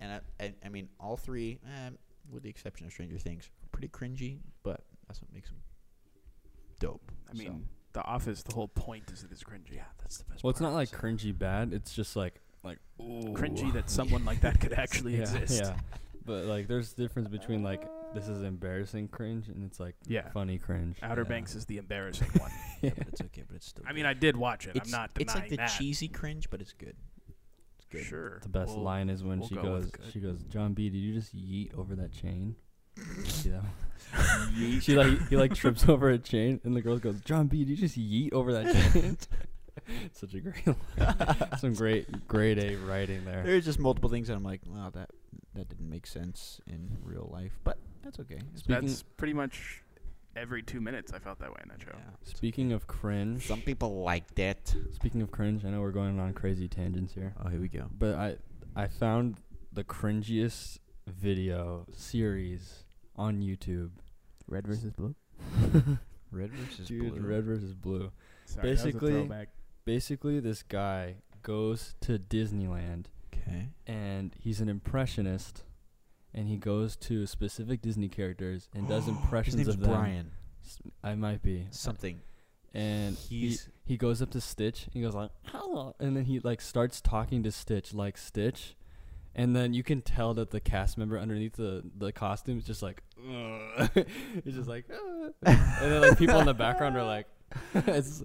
Speaker 2: and I, I, I mean all three, eh, with the exception of Stranger Things, are pretty cringy, but that's what makes them dope.
Speaker 3: I mean, The Office. The whole point is that it's cringy. Yeah, that's the best.
Speaker 1: Well, it's not like cringy bad. It's just like like ooh.
Speaker 3: cringy that someone like that could actually
Speaker 1: yeah,
Speaker 3: exist.
Speaker 1: Yeah, but like there's difference between like
Speaker 3: uh,
Speaker 1: this is embarrassing cringe and it's like
Speaker 3: Yeah.
Speaker 1: funny cringe.
Speaker 3: Outer
Speaker 2: Yeah.
Speaker 3: Banks is the embarrassing one.
Speaker 2: yeah, but it's okay, but it's still.
Speaker 3: I mean,
Speaker 2: good.
Speaker 3: I did watch it.
Speaker 2: it's,
Speaker 3: I'm not
Speaker 2: It's
Speaker 3: denying
Speaker 2: like the
Speaker 3: that.
Speaker 2: cheesy cringe, but it's good. It's good.
Speaker 3: Sure.
Speaker 1: The best
Speaker 3: Well,
Speaker 1: line is when
Speaker 3: we'll
Speaker 1: she
Speaker 3: go
Speaker 1: goes,
Speaker 3: with good.
Speaker 1: she goes, John B, did you just yeet over that chain? See that one? she like he like trips over a chain, and the girl goes, John B, did you just yeet over that chain? Such a great, line. some great grade A writing there.
Speaker 2: There's just multiple things that I'm like, wow, that that didn't make sense in real life, but that's okay. It's
Speaker 1: Speaking-
Speaker 3: That's pretty much every two minutes. I felt that way in that show.
Speaker 2: yeah.
Speaker 1: Speaking of cringe,
Speaker 2: Some people like that.
Speaker 1: speaking of cringe, I know we're going on crazy tangents here,
Speaker 2: Oh, here we go.
Speaker 1: but I I found the cringiest video series on YouTube.
Speaker 3: Red versus blue.
Speaker 2: Red versus
Speaker 1: Dude,
Speaker 2: blue.
Speaker 1: red versus blue.
Speaker 3: Sorry, that was a
Speaker 1: Basically-
Speaker 3: throwback.
Speaker 1: basically this guy goes to Disneyland
Speaker 2: Okay.
Speaker 1: and he's an impressionist and he goes to specific Disney characters and does impressions
Speaker 2: His name's
Speaker 1: of them.
Speaker 2: Brian.
Speaker 1: S- I might be.
Speaker 2: Something.
Speaker 1: And he
Speaker 2: He's-
Speaker 1: he goes up to Stitch and he goes like hello and then he like starts talking to Stitch like Stitch and then you can tell that the cast member underneath the, the costume is just like "Ugh." it's just like "Ugh." and then like people in the background are like it's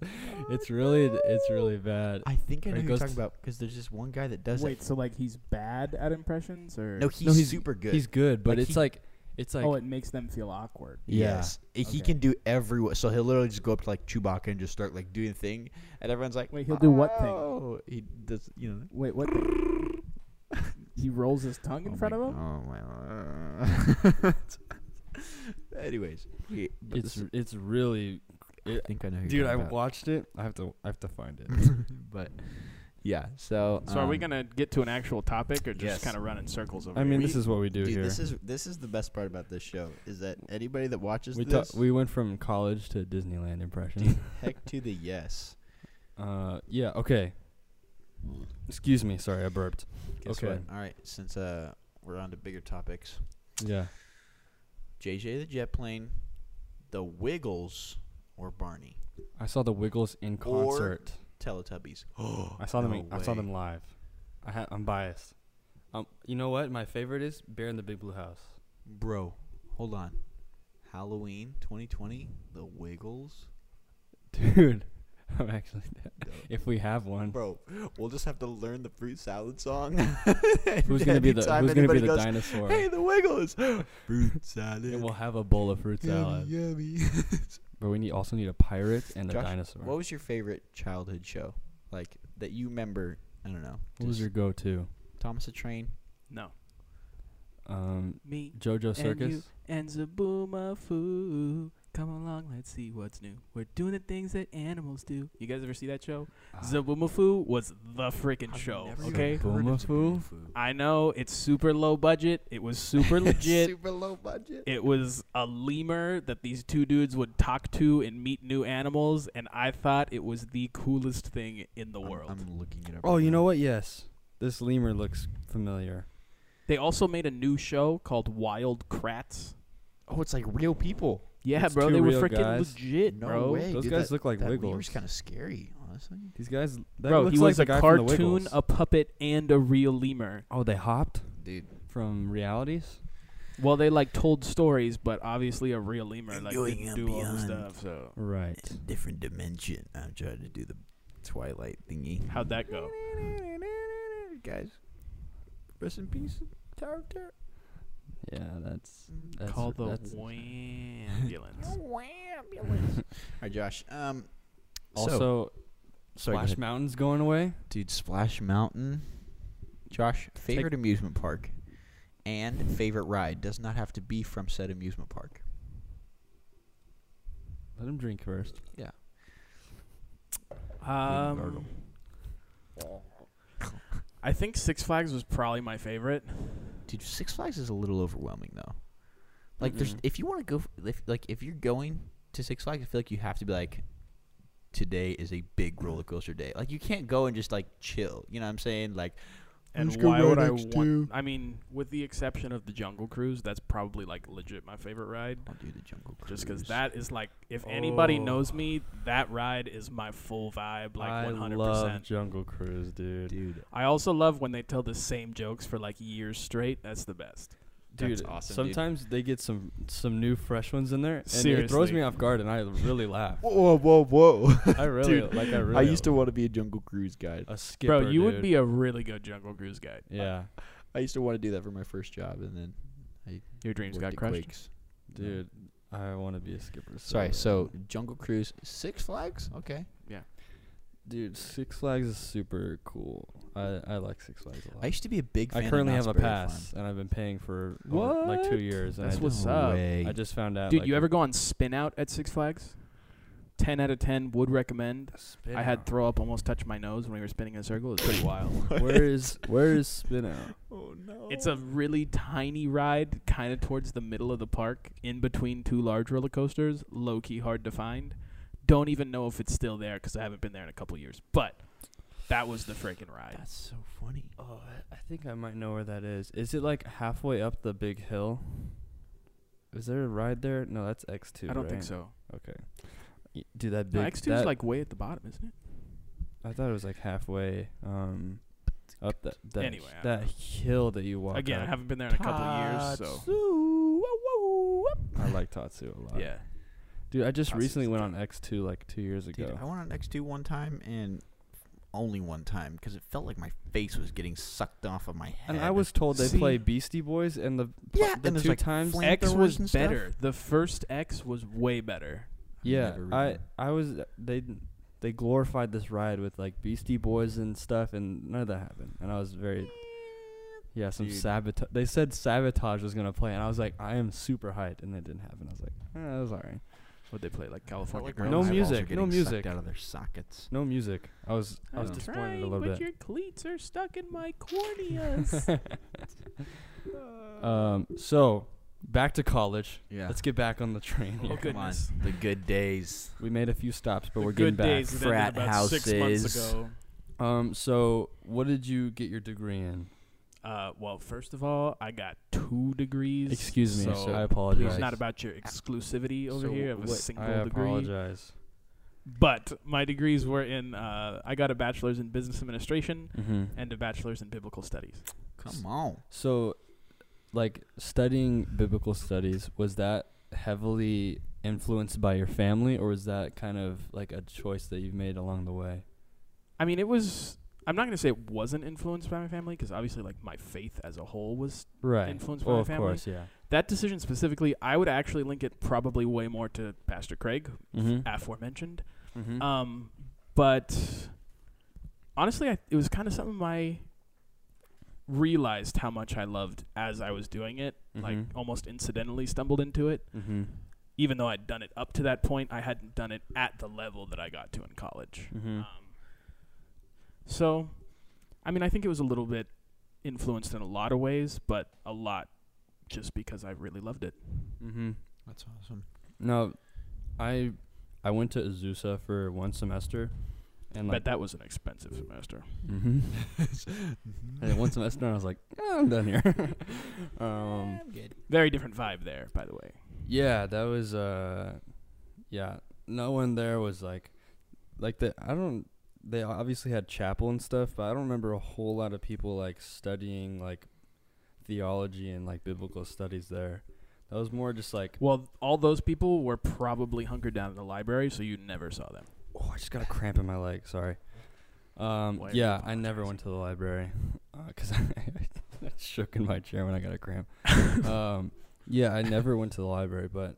Speaker 1: it's really it's really bad.
Speaker 2: I think I
Speaker 1: Or
Speaker 2: know
Speaker 1: he
Speaker 2: who you're
Speaker 1: goes
Speaker 2: talking
Speaker 1: to-
Speaker 2: about because there's this one guy that does
Speaker 3: Wait,
Speaker 2: it.
Speaker 3: so like he's bad at impressions, or
Speaker 2: No, he's, super good.
Speaker 1: He's good, but
Speaker 2: Like,
Speaker 1: it's
Speaker 2: he-
Speaker 1: like it's like
Speaker 3: oh, it makes them feel awkward.
Speaker 1: yeah.
Speaker 2: yes, I- he
Speaker 3: Okay.
Speaker 2: can do every. wo- So he'll literally just go up to like Chewbacca and just start like doing a thing, and everyone's like,
Speaker 3: Wait, he'll do what thing?
Speaker 2: "Oh," He does, you know.
Speaker 3: Wait, what? The? he rolls his tongue in
Speaker 2: oh
Speaker 3: front
Speaker 2: my-
Speaker 3: of
Speaker 2: Oh
Speaker 3: him.
Speaker 2: my. Anyways, he, but
Speaker 1: it's
Speaker 2: this-
Speaker 1: it's really
Speaker 2: I think I know. Who
Speaker 1: dude.
Speaker 2: you're
Speaker 1: I
Speaker 2: talking about.
Speaker 1: watched it. I have to I have to find it.
Speaker 2: but yeah. So.
Speaker 3: So are we
Speaker 2: um,
Speaker 3: gonna get to an actual topic, or just
Speaker 2: yes.
Speaker 3: kind of run in circles over?
Speaker 1: I mean,
Speaker 2: We-
Speaker 1: this is what we do
Speaker 2: Dude,
Speaker 1: here.
Speaker 2: this is this is the best part about this show is that anybody that watches
Speaker 1: we ta-
Speaker 2: this,
Speaker 1: we went from college to Disneyland impression.
Speaker 2: heck to the yes.
Speaker 1: uh, yeah. Okay. Excuse me. Sorry, I burped.
Speaker 2: Guess
Speaker 1: Okay.
Speaker 2: what? All right, since uh, we're on to bigger topics,
Speaker 1: Yeah.
Speaker 2: JJ the Jet Plane, The Wiggles, or Barney
Speaker 1: I saw the Wiggles in concert.
Speaker 2: Teletubbies.
Speaker 1: I saw them.
Speaker 2: no
Speaker 1: in- I saw
Speaker 2: way.
Speaker 1: them live. I ha- I'm biased. Um, you know what? My favorite is Bear in the Big Blue House.
Speaker 2: Bro, hold on. Halloween 2020, The Wiggles.
Speaker 1: Dude, I'm actually.
Speaker 2: Dope.
Speaker 1: If we have one,
Speaker 2: Bro, we'll just have to learn the fruit salad song.
Speaker 1: who's gonna be the
Speaker 2: Anytime
Speaker 1: who's gonna be
Speaker 2: anybody
Speaker 1: the
Speaker 2: goes,
Speaker 1: dinosaur?
Speaker 2: Hey, The Wiggles. fruit salad.
Speaker 1: And we'll have a bowl of fruit
Speaker 2: yummy,
Speaker 1: salad.
Speaker 2: yummy.
Speaker 1: But we need also need a pirate and a
Speaker 2: Josh,
Speaker 1: dinosaur.
Speaker 2: what was your favorite childhood show? Like that you remember? I don't know.
Speaker 1: What was
Speaker 2: just
Speaker 1: your go-to?
Speaker 2: Thomas the Train?
Speaker 3: no,
Speaker 1: Um,
Speaker 3: me
Speaker 1: JoJo
Speaker 3: And you-
Speaker 1: Circus.
Speaker 3: and Zabuma Foo. Come along, let's see what's new. We're doing the things that animals do. You guys ever see that show?
Speaker 1: Ah,
Speaker 3: Zabuma Foo was the freaking
Speaker 2: Uh, I've
Speaker 3: show.
Speaker 2: never even
Speaker 3: Okay,
Speaker 2: heard of
Speaker 1: Boomafoo?
Speaker 2: Boomafoo.
Speaker 3: I know it's super low budget. It was super legit.
Speaker 2: Super low budget.
Speaker 3: It was a lemur that these two dudes would talk to and meet new animals, and I thought it was the coolest thing in the world.
Speaker 2: I'm, looking it up.
Speaker 1: oh, you know what? Yes, This lemur looks familiar.
Speaker 3: They also made a new show called Wild Kratts.
Speaker 2: Oh, it's like real people.
Speaker 3: Yeah,
Speaker 1: It's
Speaker 3: bro,
Speaker 1: two
Speaker 3: they were
Speaker 1: real
Speaker 3: freaking
Speaker 1: guys.
Speaker 3: legit,
Speaker 2: No
Speaker 3: bro.
Speaker 2: way. Hey,
Speaker 1: Those
Speaker 2: dude,
Speaker 1: guys
Speaker 2: that-
Speaker 1: look like
Speaker 2: that
Speaker 1: Wiggles.
Speaker 2: lemur's kind of scary, honestly.
Speaker 1: These guys. That
Speaker 3: Bro,
Speaker 1: looks
Speaker 3: he
Speaker 1: like
Speaker 3: was
Speaker 1: the
Speaker 3: a
Speaker 1: guy From the
Speaker 3: cartoon,
Speaker 1: Wiggles.
Speaker 3: a puppet, and a real lemur.
Speaker 1: oh, they hopped
Speaker 2: Dude,
Speaker 1: from realities.
Speaker 3: Well, they like told stories, but obviously a real lemur like
Speaker 2: Going
Speaker 3: didn't
Speaker 2: up
Speaker 3: do all the
Speaker 2: beyond.
Speaker 3: stuff. So
Speaker 1: Right.
Speaker 2: it's a different dimension. I'm trying to do the Twilight thingy.
Speaker 3: how'd that go?
Speaker 2: Guys, rest in peace, Tower of Terror.
Speaker 1: Yeah, that's. that's
Speaker 3: Call the
Speaker 1: that's-
Speaker 3: ambulance.
Speaker 2: All right, Josh. Um, so,
Speaker 1: Also,
Speaker 2: sorry, go
Speaker 1: Splash
Speaker 2: ahead.
Speaker 1: Mountain's going away.
Speaker 2: dude, Splash Mountain. Josh, favorite amusement park and favorite ride does not have to be from said amusement park.
Speaker 1: Let him drink first.
Speaker 2: Yeah.
Speaker 3: Um, I think Six Flags was probably my favorite.
Speaker 2: Dude, Six Flags is a little overwhelming though. Like, there's
Speaker 1: Mm-mm.
Speaker 2: if you want to go, f- if, like if you're going to Six Flags, I feel like you have to be like, today is a big roller coaster day. Like, you can't go and just like chill. You know what I'm saying? Like,
Speaker 3: And
Speaker 2: Let's go
Speaker 3: why would
Speaker 2: right
Speaker 3: I
Speaker 2: next
Speaker 3: want? I mean, with the exception of the Jungle Cruise, that's probably like legit my favorite ride.
Speaker 2: I'll do the Jungle Cruise.
Speaker 3: Just because that is like, if anybody
Speaker 1: Oh.
Speaker 3: knows me, that ride is my full vibe, like
Speaker 1: I
Speaker 3: 100%.
Speaker 1: love Jungle Cruise, dude.
Speaker 2: dude.
Speaker 3: I also love when they tell the same jokes for like years straight. That's the best.
Speaker 1: Dude,
Speaker 2: That's awesome, dude.
Speaker 1: sometimes they get some some new fresh ones in there, and it throws
Speaker 3: Seriously.
Speaker 1: me off guard, and I really laugh.
Speaker 2: Whoa, whoa, whoa!
Speaker 1: I really
Speaker 2: Dude,
Speaker 1: like. I really.
Speaker 2: want to be a Jungle Cruise guy.
Speaker 1: a skipper.
Speaker 3: Bro, you would
Speaker 1: dude.
Speaker 3: be a really good Jungle Cruise guide.
Speaker 1: Yeah,
Speaker 2: I used to want to do that for my first job, and then
Speaker 3: Your dreams
Speaker 2: worked
Speaker 3: got
Speaker 2: at
Speaker 3: crushed.
Speaker 2: Quakes.
Speaker 1: dude. I want to be a skipper. so
Speaker 2: Sorry,
Speaker 1: bad.
Speaker 2: so Jungle Cruise, Six Flags. Okay,
Speaker 1: dude, Six Flags is super cool. I I like Six Flags a lot.
Speaker 2: I used to be a big.
Speaker 1: I
Speaker 2: fan of
Speaker 1: currently have
Speaker 2: Knott's
Speaker 1: a
Speaker 2: Berry
Speaker 1: pass,
Speaker 2: Farm.
Speaker 1: and I've been paying for all- like two
Speaker 3: What?
Speaker 1: years. And
Speaker 3: That's
Speaker 1: I,
Speaker 3: what's
Speaker 1: just,
Speaker 3: up.
Speaker 2: way.
Speaker 1: I just found out.
Speaker 3: Dude,
Speaker 1: like,
Speaker 3: you ever go on spin out at Six Flags? 10 out of 10 would recommend. I had throw up almost touch my nose when we were spinning in a circle. It's pretty wild.
Speaker 1: Where is where is spin out?
Speaker 2: Oh no!
Speaker 3: It's a really tiny ride, kind of towards the middle of the park, in between two large roller coasters. Low key hard to find. Don't even know if it's still there because I haven't been there in a couple years. But that was the freaking ride.
Speaker 2: That's so funny.
Speaker 1: Oh, I think I might know where that is. Is it like halfway up the big hill? Is there a ride there? No, that's X two.
Speaker 3: I don't think so.
Speaker 1: Y- Dude, that big.
Speaker 3: No, X two is
Speaker 1: that-
Speaker 3: like way at the bottom, isn't it?
Speaker 1: I thought it was like halfway um up that that,
Speaker 3: Anyway, I
Speaker 1: that
Speaker 3: don't know.
Speaker 1: hill that you walk.
Speaker 3: Again, I
Speaker 1: up.
Speaker 3: haven't been there in a couple years, so
Speaker 1: I like Tatsu a lot.
Speaker 3: yeah.
Speaker 1: dude, I just
Speaker 3: Tatsu's
Speaker 1: recently went
Speaker 3: dope.
Speaker 1: on X two like two years ago.
Speaker 2: Dude, I went on X2 one time and only one time because it felt like my face was getting sucked off of my head.
Speaker 1: and I was told they
Speaker 3: See-
Speaker 1: play Beastie Boys, and the
Speaker 2: Yeah,
Speaker 1: the
Speaker 2: and there's,
Speaker 1: two
Speaker 2: like,
Speaker 1: times
Speaker 2: flan-
Speaker 3: X
Speaker 2: flamethrowers
Speaker 3: was
Speaker 2: and stuff?
Speaker 3: better. The first X was way better.
Speaker 1: yeah,
Speaker 2: Never
Speaker 1: I
Speaker 2: remember.
Speaker 1: I was uh, they they glorified this ride with like Beastie Boys and stuff, and none of that happened, and I was very. Yeah, some
Speaker 2: Dude.
Speaker 1: sabotage. They said sabotage was gonna play, and I was like, I am super hyped, and it didn't happen. I was like, eh, that was alright.
Speaker 3: What they play like
Speaker 2: Felt
Speaker 3: California
Speaker 2: like
Speaker 3: Girls.
Speaker 2: my
Speaker 1: No
Speaker 2: eyeballs were
Speaker 1: music, no
Speaker 2: getting sucked
Speaker 1: music.
Speaker 2: out of their sockets.
Speaker 1: No music. I was I was
Speaker 2: was
Speaker 1: disappointed a little
Speaker 3: but
Speaker 1: bit.
Speaker 3: your cleats are stuck in my corneas.
Speaker 1: Um, so back to college.
Speaker 2: Yeah.
Speaker 1: Let's get back on the train.
Speaker 3: Oh,
Speaker 1: here.
Speaker 2: Come on,
Speaker 3: goodness.
Speaker 2: the good days.
Speaker 1: We made a few stops, but
Speaker 3: The
Speaker 1: we're
Speaker 3: good
Speaker 1: getting back.
Speaker 3: days that ended
Speaker 2: Frat
Speaker 3: about Six months
Speaker 2: houses.
Speaker 3: ago.
Speaker 1: Um, so what did you get your degree in?
Speaker 3: Uh, well, first of all, I got two degrees.
Speaker 1: Excuse me,
Speaker 3: so
Speaker 1: sir. I
Speaker 3: Please,
Speaker 1: apologize.
Speaker 3: not about your exclusivity over
Speaker 2: So
Speaker 3: here of a
Speaker 2: what-
Speaker 3: single
Speaker 1: I
Speaker 3: degree.
Speaker 1: apologize.
Speaker 3: But my degrees were in. Uh, I got a bachelor's in business administration
Speaker 1: Mm-hmm.
Speaker 3: and a bachelor's in biblical studies.
Speaker 2: Come on.
Speaker 1: So, like studying biblical studies was that heavily influenced by your family, or was that kind of like a choice that you've made along the way?
Speaker 3: I mean, it was. I'm not gonna say it wasn't influenced by my family because obviously, like my faith as a whole was
Speaker 1: Right.
Speaker 3: Influenced by
Speaker 1: well,
Speaker 3: my
Speaker 1: of
Speaker 3: family?
Speaker 1: course, yeah.
Speaker 3: that decision specifically. I would actually link it probably way more to Pastor Craig,
Speaker 1: Mm-hmm.
Speaker 3: aforementioned.
Speaker 1: mm-hmm.
Speaker 3: Uh, Um, but honestly, I, it was kind of something I realized how much I loved as I was doing it. Like
Speaker 1: Mhm.
Speaker 3: almost incidentally stumbled into it,
Speaker 1: mm-hmm.
Speaker 3: even though I'd done it up to that point. I hadn't done it at the level that I got to in college.
Speaker 1: Mm-hmm.
Speaker 3: Um, so, I mean, I think it was a little bit influenced in a lot of ways, but a lot just because I really loved it.
Speaker 1: Mm-hmm.
Speaker 2: That's awesome.
Speaker 1: No, I I went to Azusa for one semester, and
Speaker 3: Bet
Speaker 1: like
Speaker 3: that was an expensive semester.
Speaker 1: hmm and one semester, and I was like, "Ah, I'm done here. um,
Speaker 2: I'm good.
Speaker 3: Very different vibe there, by the way.
Speaker 1: yeah, that was uh, yeah. No one there was like, like the I don't. They obviously had chapel and stuff, but I don't remember a whole lot of people like studying like theology and like biblical studies there. That was more just like,
Speaker 3: Well, all those people were probably hunkered down in the library, so you never saw them.
Speaker 1: oh, I just got a cramp in my leg. Sorry. Um,
Speaker 3: Why are you
Speaker 1: yeah, I never
Speaker 3: apologizing?
Speaker 1: went to the library because I, I shook in my chair when I got a cramp. um, yeah, I never went to the library, but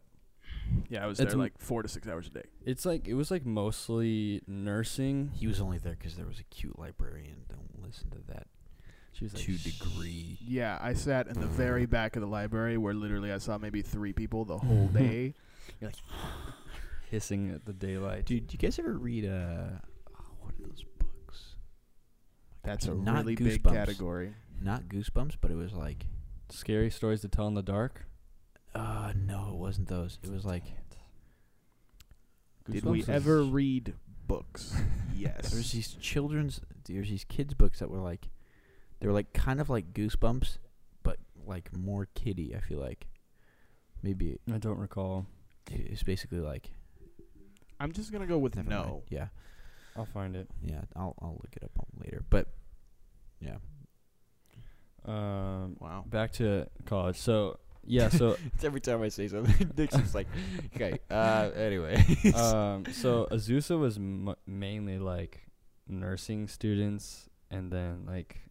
Speaker 3: Yeah, I was
Speaker 1: It's
Speaker 3: there
Speaker 1: m-
Speaker 3: like four to six hours a day.
Speaker 1: it's like it was like mostly nursing.
Speaker 2: He was only there 'cause there was a cute librarian. Don't listen to that
Speaker 1: She was like,
Speaker 2: two
Speaker 1: "Shh."
Speaker 2: degree.
Speaker 3: Yeah, I sat in the very back of the library where literally I saw maybe three people the whole day.
Speaker 1: hissing at the daylight.
Speaker 2: Dude, do you guys ever read uh, oh, what are those books?
Speaker 3: That's a
Speaker 2: Not
Speaker 3: really big
Speaker 2: Goosebumps.
Speaker 3: category.
Speaker 2: Not Goosebumps, but it was like,
Speaker 1: Scary stories to tell in the dark.
Speaker 2: uh, no, it wasn't those. It was like,
Speaker 3: Did
Speaker 1: Goosebumps
Speaker 3: we
Speaker 1: is-
Speaker 3: ever read books?
Speaker 2: there was
Speaker 3: yes.
Speaker 2: these children's, there was these kids books that were like, they were like kind of like Goosebumps, but like more kiddie. I feel like, maybe
Speaker 1: I don't recall.
Speaker 2: it- it's basically like
Speaker 3: I'm just gonna go with
Speaker 2: never mind.
Speaker 3: no.
Speaker 2: Yeah,
Speaker 1: I'll find it.
Speaker 2: yeah. I'll I'll look it up on later, but yeah.
Speaker 1: Um,
Speaker 3: Wow.
Speaker 1: back to college. So yeah, so
Speaker 2: Every time I say something, Nick's just like, okay. Uh, anyway.
Speaker 1: um, so Azusa was m- mainly like nursing students and then like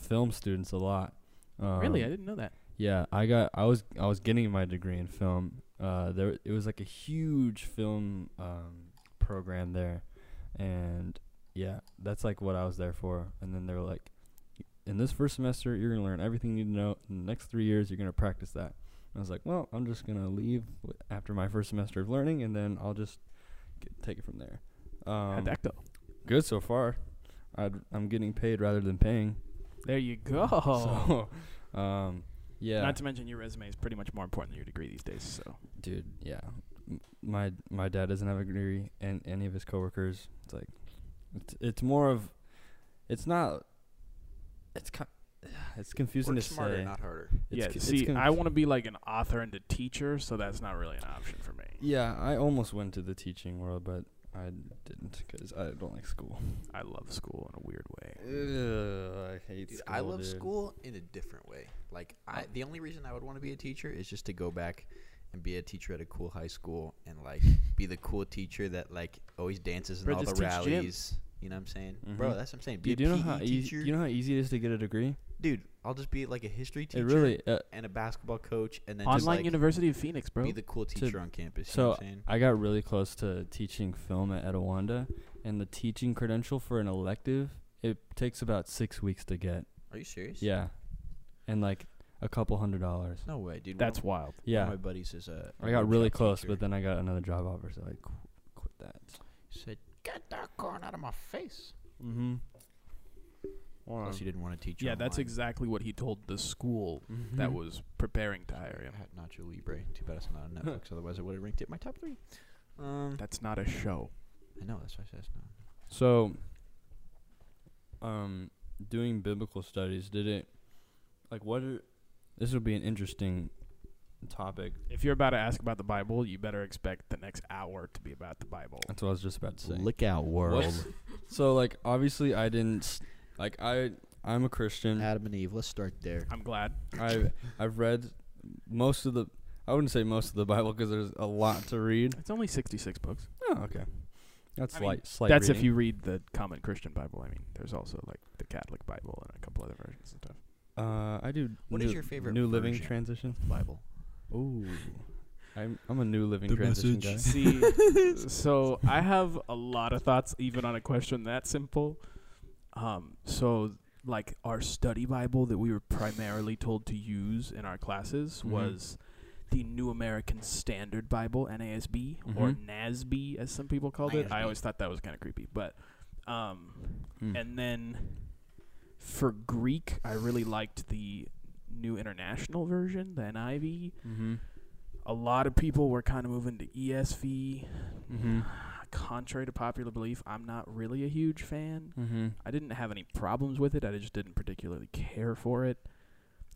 Speaker 1: film students a lot. Um,
Speaker 3: really, I didn't know that.
Speaker 1: Yeah, I got I was I was getting my degree in film. Uh, there it was like a huge film um, program there, and yeah, that's like what I was there for. And then they were like, in this first semester, you're gonna learn everything you need to know. In the next three years, you're gonna practice that. And I was like, well, I'm just gonna leave w- after my first semester of learning, and then I'll just get, take it from there.
Speaker 3: How'd
Speaker 1: Um,
Speaker 3: that go?
Speaker 1: good so far. I'd, I'm getting paid rather than paying.
Speaker 3: There you go.
Speaker 1: So, um, yeah.
Speaker 3: Oh. Not to mention your resume is pretty much more important than your degree these days. So
Speaker 1: dude yeah M- my my dad doesn't have a degree and any of his coworkers it's like it's, it's more of it's not it's ki it's confusing to say
Speaker 2: harder.
Speaker 1: It's
Speaker 3: yeah,
Speaker 1: c- it's
Speaker 3: see, I
Speaker 1: conf-
Speaker 3: want to be like an author and a teacher, so that's not really an option for me.
Speaker 1: yeah i almost went to the teaching world but i didn't because i don't like school
Speaker 3: I love school in a weird way.
Speaker 1: Ugh, i hate
Speaker 2: Dude,
Speaker 1: school
Speaker 2: I love
Speaker 1: dude.
Speaker 2: school in a different way. Like I, the only reason I would want to be a teacher is just to go back and be a teacher at a cool high school and like be the cool teacher that like always dances in
Speaker 3: Bro,
Speaker 2: all the
Speaker 3: just teach gym.
Speaker 2: rallies. You know what I'm saying, bro?
Speaker 1: Mhm.
Speaker 2: That's what I'm saying. Be
Speaker 1: you,
Speaker 2: a
Speaker 1: do you know
Speaker 2: PE
Speaker 1: how easy
Speaker 2: teacher,
Speaker 1: you know how easy it is to get a degree
Speaker 2: dude. I'll just be like a history teacher
Speaker 1: it really uh,
Speaker 2: and a basketball coach, and then just
Speaker 3: Online
Speaker 2: like
Speaker 3: University of Phoenix, bro.
Speaker 2: be the cool teacher on campus. you
Speaker 1: So
Speaker 2: know what I'm saying?
Speaker 1: I got really close to teaching film at Etowanda, and the teaching credential for an elective it takes about six weeks to get.
Speaker 2: Are you serious?
Speaker 1: Yeah, and like a couple hundred dollars.
Speaker 2: No way, dude.
Speaker 3: that's
Speaker 2: one
Speaker 3: wild.
Speaker 2: of,
Speaker 1: Yeah,
Speaker 2: One of my buddies is a. a
Speaker 1: I got really
Speaker 2: workshop
Speaker 1: close,
Speaker 2: teacher.
Speaker 1: but then I got another job offer, so I qu- quit that.
Speaker 2: He said, "Get that corn out of my face."
Speaker 1: Mm-hmm. Um,
Speaker 2: Plus, he didn't want to teach.
Speaker 3: Yeah, that's
Speaker 2: online.
Speaker 3: exactly what he told the school that was preparing to hire him.
Speaker 2: I had Nacho Libre. Too bad it's not on Netflix. Otherwise, I would have ranked it in my top three. Um,
Speaker 3: That's not a show.
Speaker 2: I know that's why I said it's not.
Speaker 1: So, um, doing biblical studies did it? Like, what? Are, this would be an interesting topic.
Speaker 3: If you're about to ask about the Bible, you better expect the next hour to be about the Bible.
Speaker 1: That's what I was just about to say.
Speaker 2: Look out, world!
Speaker 1: What's- So like obviously I didn't s- like I I'm a Christian.
Speaker 2: Adam and Eve. Let's start there.
Speaker 3: I'm glad.
Speaker 1: I I've read most of the I wouldn't say most of the Bible because there's a lot to read.
Speaker 3: It's only 66 books.
Speaker 1: Oh, okay. That's
Speaker 3: I mean,
Speaker 1: slight slight
Speaker 3: That's if
Speaker 1: reading.
Speaker 3: you read the common Christian Bible. I mean, there's also like the Catholic Bible and a couple other versions and stuff.
Speaker 1: uh I do
Speaker 2: What
Speaker 1: new,
Speaker 2: is your favorite
Speaker 1: New Living
Speaker 2: version?
Speaker 1: transition?
Speaker 2: Bible.
Speaker 1: Ooh. I'm I'm a New Living transition guy.
Speaker 3: See, so I have a lot of thoughts even on a question that simple. Um, so like our study Bible that we were primarily told to use in our classes
Speaker 1: Mhm.
Speaker 3: was the New American Standard Bible (NASB) or
Speaker 1: Mhm.
Speaker 3: NASB as some people called it. I
Speaker 2: NASB.
Speaker 3: always thought that was kind of creepy, but um,
Speaker 1: Mm.
Speaker 3: and then for Greek, I really liked the New International Version, the NIV
Speaker 1: Mhm.
Speaker 3: E a lot of people were kind of moving to ESV.
Speaker 1: Mhm.
Speaker 3: contrary to popular belief, I'm not really a huge fan.
Speaker 1: Mm-hmm.
Speaker 3: I didn't have any problems with it. I just didn't particularly care for it.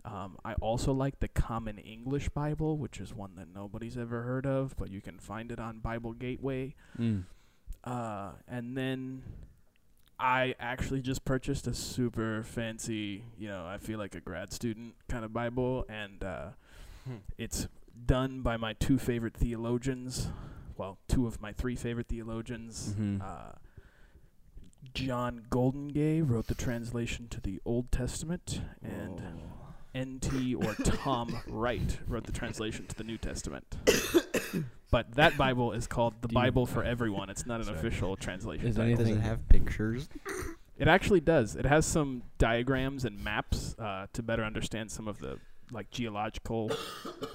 Speaker 3: Um, I also like the Common English Bible, which is one that nobody's ever heard of, but you can find it on Bible Gateway.
Speaker 1: Mm.
Speaker 3: Uh, and then I actually just purchased a super fancy, you know, I feel like a grad student kind of Bible, and uh,
Speaker 1: Hmm.
Speaker 3: it's done by my two favorite theologians. Well, two of my three favorite theologians.
Speaker 1: Mhm.
Speaker 3: Uh, John Goldengay wrote the translation to the Old Testament, and
Speaker 1: Oh.
Speaker 3: N.T. or Tom Wright wrote the translation to the New Testament. but that Bible is called the
Speaker 1: Do you-
Speaker 3: Bible for Everyone. It's not an
Speaker 1: Sorry.
Speaker 3: official translation.
Speaker 1: Is there
Speaker 3: title.
Speaker 2: Does it
Speaker 1: anything-
Speaker 2: have pictures?
Speaker 3: It actually does. It has some diagrams and maps uh, to better understand some of the like geological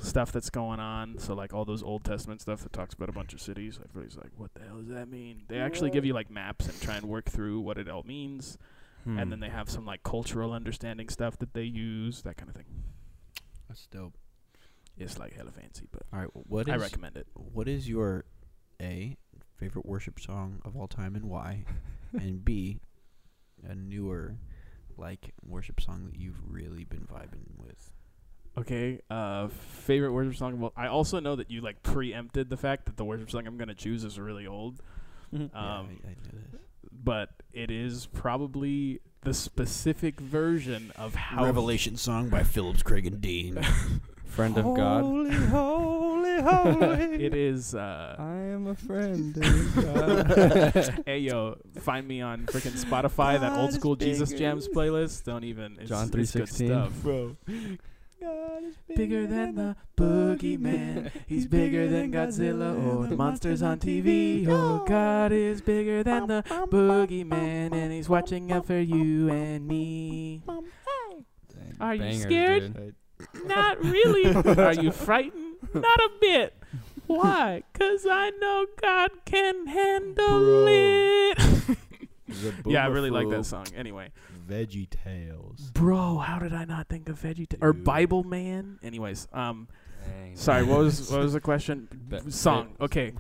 Speaker 3: stuff that's going on. So like all those Old Testament stuff that talks about a bunch of cities. Everybody's like, "What the hell does that mean?" They actually give you like maps and try and work through what it all means,
Speaker 2: Hmm.
Speaker 3: and then they have some like cultural understanding stuff that they use, that kind of thing.
Speaker 2: That's dope.
Speaker 3: It's like hella fancy, but
Speaker 2: All right. wh- What
Speaker 3: I
Speaker 2: is
Speaker 3: recommend it.
Speaker 2: what is your a favorite worship song of all time and why, and b a newer like worship song that you've really been vibing with?
Speaker 3: Okay, uh, favorite worship song. Well, I also know that you like preempted the fact that the worship song I'm gonna choose is really old.
Speaker 1: Mhm.
Speaker 2: Yeah,
Speaker 3: Um,
Speaker 2: I, I know this.
Speaker 3: but it is probably the specific version of how
Speaker 2: Revelation song by Phillips Craig and Dean.
Speaker 1: friend of God.
Speaker 4: Holy, holy, holy.
Speaker 3: it is. Uh,
Speaker 1: I am a friend of God.
Speaker 3: hey yo, find me on freaking Spotify that old school Jesus jams playlist. Don't even. It's,
Speaker 1: John
Speaker 3: it's good
Speaker 1: 3:16.
Speaker 3: stuff.
Speaker 4: Bro.
Speaker 3: Bigger than the boogeyman. He's bigger than Godzilla or the monsters on TV. Oh, God is bigger than the boogeyman, and he's watching out for you and me. Are you scared? Not really. Are you frightened? Not a bit. Why? Because I know God can handle
Speaker 4: Bro.
Speaker 3: it. yeah, I really like that song. Anyway,
Speaker 4: Veggie Tales.
Speaker 3: bro, how did I not think of Veggie or
Speaker 4: Dude.
Speaker 3: Bible Man? Anyways, um, Sorry, what was what was the question?
Speaker 1: Ba-
Speaker 3: Song. Okay.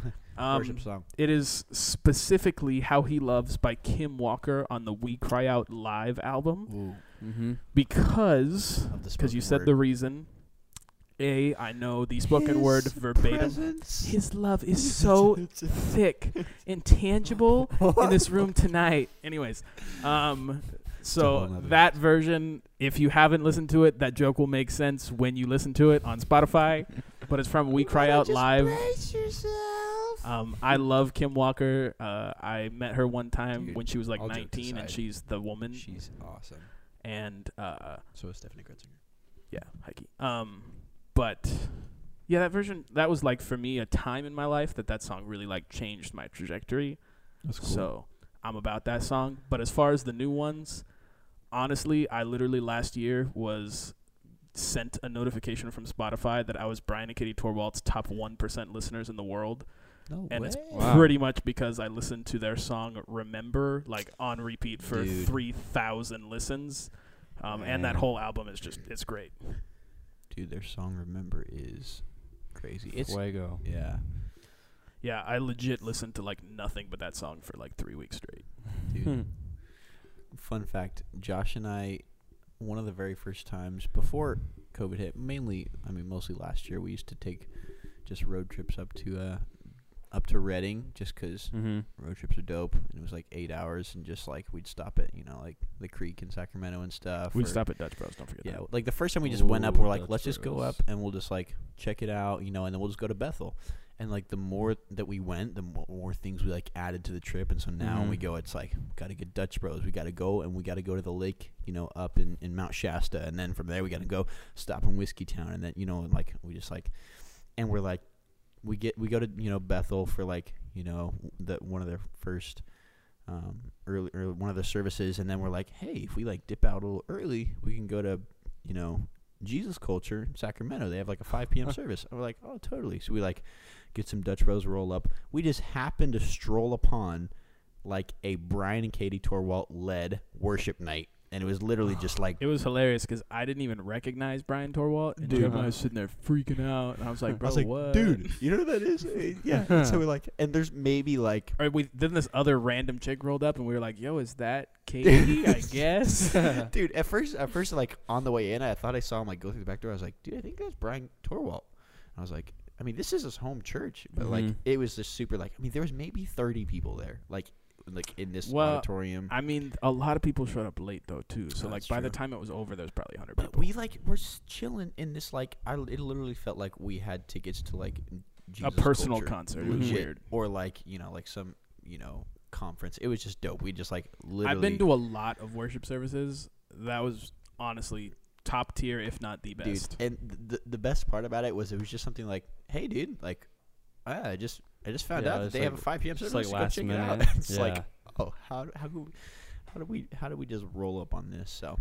Speaker 3: Um,
Speaker 2: worship song.
Speaker 3: it is specifically "How He Loves" by Kim Walker on the We Cry Out live album
Speaker 2: Ooh,
Speaker 1: Mm-hmm.
Speaker 3: because
Speaker 2: of the
Speaker 3: because
Speaker 2: spoken
Speaker 3: you said
Speaker 2: word.
Speaker 3: the reason. A, I know the spoken word verbatim. His love is so thick, intangible in this room tonight. Anyways, um,
Speaker 2: It's a whole
Speaker 3: so
Speaker 2: nother-
Speaker 3: that version, if you haven't listened to it, that joke will make sense when you listen to it on Spotify. But it's from We Cry Out Live. Um, I love Kim Walker. Uh, I met her one time
Speaker 2: Dude,
Speaker 3: when she was like
Speaker 2: all jokes
Speaker 3: 19, and
Speaker 2: aside,
Speaker 3: she's the woman.
Speaker 2: She's awesome.
Speaker 3: and uh,
Speaker 2: So is Stephanie Kretzinger.
Speaker 3: yeah, Heike. Um, but yeah, that version that was like for me a time in my life that that song really like changed my trajectory.
Speaker 2: That's
Speaker 3: So I'm about that song. But as far as the new ones, honestly, I literally last year was sent a notification from Spotify that I was Brian and Katie Torwald's top one percent listeners in the world,
Speaker 2: no
Speaker 3: and it's
Speaker 1: Wow.
Speaker 3: pretty much because I listened to their song "Remember" like on repeat for
Speaker 2: Dude.
Speaker 3: three thousand listens. Um, and that
Speaker 1: Man.
Speaker 3: whole album is just it's great.
Speaker 2: Dude, their song "Remember" is crazy. It's
Speaker 1: Fuego.
Speaker 2: yeah,
Speaker 3: Yeah, I legit listened to like nothing but that song for like three weeks straight.
Speaker 2: dude.
Speaker 1: Hmm.
Speaker 2: Fun fact: Josh and I, one of the very first times before COVID hit, mainly, I mean, mostly last year, we used to take just road trips up to uh up to Reading just 'cause
Speaker 1: Mhm.
Speaker 2: road trips are dope, and it was like eight hours, and just like we'd stop at you know like the creek in Sacramento and stuff.
Speaker 3: We
Speaker 2: or-
Speaker 3: stop at Dutch Bros. Don't forget
Speaker 2: Yeah,
Speaker 3: that.
Speaker 2: like the first time we just went up,
Speaker 1: Ooh,
Speaker 2: we're like,
Speaker 1: that's
Speaker 2: let's just go
Speaker 1: gross.
Speaker 2: up and we'll just like check it out, you know, and then we'll just go to Bethel. And like the more that we went, the mo- more things we like added to the trip. And so now when we
Speaker 1: Mhm.
Speaker 2: go, it's like, gotta get Dutch Bros. We gotta go and we gotta go to the lake, you know, up in, in Mount Shasta. And then from there, we gotta go stop in Whiskey Town. And then, you know, and like we just like, and we're like, we get, we go to, you know, Bethel for like, you know, the, one of their first um, early or one of the services, and then we're like, hey, if we like dip out a little early, we can go to you know Jesus Culture in Sacramento. They have like a 5 p.m. service. And we're like, oh, totally. So we like get some Dutch Bros roll up. We just happen to stroll upon like a Brian and Katie Torwalt led worship night and it was literally just like
Speaker 3: It was hilarious because I didn't even recognize Brian Torwalt. And
Speaker 5: Dude.
Speaker 3: Dude, I was sitting there freaking out, and I was like,
Speaker 2: I
Speaker 3: "Bro,
Speaker 2: was like,
Speaker 3: what,
Speaker 2: dude, you know who that is? Uh, yeah. And so we're like, and there's maybe like
Speaker 3: Or we then this other random chick rolled up, and we were like, "Yo, is that Katie? I guess."
Speaker 2: dude, at first, at first, like on the way in, I thought I saw him like go through the back door. I was like, dude, I think that's Brian Torwalt. And I was like, I mean, this is his home church, but like
Speaker 3: Mm-hmm.
Speaker 1: Mhm.
Speaker 2: it was just super. Like, I mean, there was maybe thirty people there, like, like in this
Speaker 3: Well,
Speaker 2: auditorium.
Speaker 3: I mean, a lot of people showed up late though too. So
Speaker 2: Oh,
Speaker 3: like
Speaker 2: that's
Speaker 3: by the
Speaker 2: true.
Speaker 3: time it was over, there was probably 100
Speaker 2: but
Speaker 3: people.
Speaker 2: we like were s- chilling in this like I it literally felt like we had tickets to like Jesus
Speaker 3: a personal
Speaker 2: culture.
Speaker 3: concert. It was
Speaker 2: Legit.
Speaker 3: weird.
Speaker 2: or like you know like some you know conference. It was just dope. We just like literally.
Speaker 3: I've been to a lot of worship services. That was honestly top tier, if not the
Speaker 2: dude.
Speaker 3: best.
Speaker 2: And th- the the best part about it was it was just something like, hey, dude, like, ah, I just I just found
Speaker 1: Yeah,
Speaker 2: out that
Speaker 1: it's
Speaker 2: they have a
Speaker 1: like-
Speaker 2: five p.m. service.
Speaker 1: Just like
Speaker 2: so
Speaker 1: last
Speaker 2: go check
Speaker 1: minute.
Speaker 2: it out. it's
Speaker 1: yeah.
Speaker 2: like, oh, how do- how do we, how do we how do we just roll up on this? So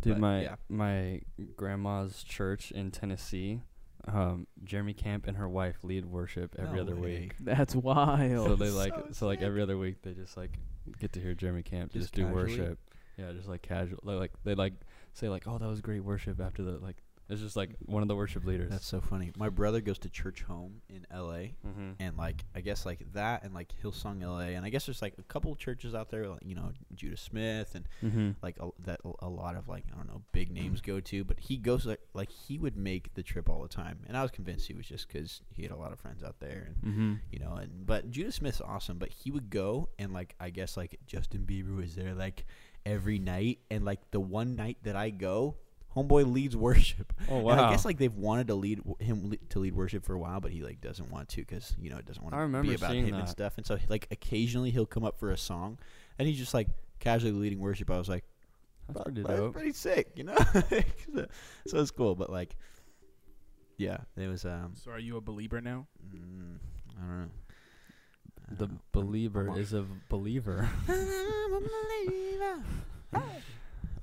Speaker 1: Dude,
Speaker 2: But,
Speaker 1: my
Speaker 2: yeah.
Speaker 1: my grandma's church in Tennessee, um, Jeremy Camp and her wife lead worship every
Speaker 2: no
Speaker 1: other
Speaker 2: way.
Speaker 1: week.
Speaker 3: That's
Speaker 1: So
Speaker 3: wild.
Speaker 1: they
Speaker 2: So
Speaker 1: like so, like
Speaker 2: sick.
Speaker 1: every other week they just like get to hear Jeremy Camp
Speaker 2: Just
Speaker 1: just, do
Speaker 2: casually?
Speaker 1: worship. Yeah, just like casual. They like they like say like, oh, that was great worship after the like. It's just like one of the worship leaders.
Speaker 2: That's so funny. My brother goes to church home in L.A.
Speaker 1: mm-hmm.
Speaker 2: and like I guess like that and like Hillsong LA and I guess there's like a couple churches out there like you know Judah Smith and
Speaker 1: Mm-hmm.
Speaker 2: like a, that a lot of like I don't know big names
Speaker 1: Mm.
Speaker 2: go to but he goes like like he would make the trip all the time and I was convinced he was just because he had a lot of friends out there and
Speaker 1: Mm-hmm.
Speaker 2: you know and but Judah Smith's awesome but he would go and like I guess like Justin Bieber was there like every night and like the one night that I go homeboy leads worship
Speaker 1: Oh
Speaker 2: and I
Speaker 1: wow.
Speaker 2: guess like they've wanted to lead him le- to lead worship for a while, but he like doesn't want to because you know it doesn't want
Speaker 1: I
Speaker 2: to be
Speaker 1: remember
Speaker 2: about
Speaker 1: seeing
Speaker 2: him and
Speaker 1: that.
Speaker 2: stuff. And so like occasionally he'll come up for a song, and he's just like casually leading worship. I was like,
Speaker 1: That's
Speaker 2: "Wow,
Speaker 1: pretty
Speaker 2: that's
Speaker 1: dope.
Speaker 2: pretty sick, you know. so, so it's cool, but like, yeah, it was um,
Speaker 3: So are you a believer now?
Speaker 2: mm, I don't know. I don't
Speaker 1: Uh, The
Speaker 2: know. I'm-
Speaker 1: believer
Speaker 2: I'm a-
Speaker 1: is a believer.
Speaker 2: I'm a believer. Hey,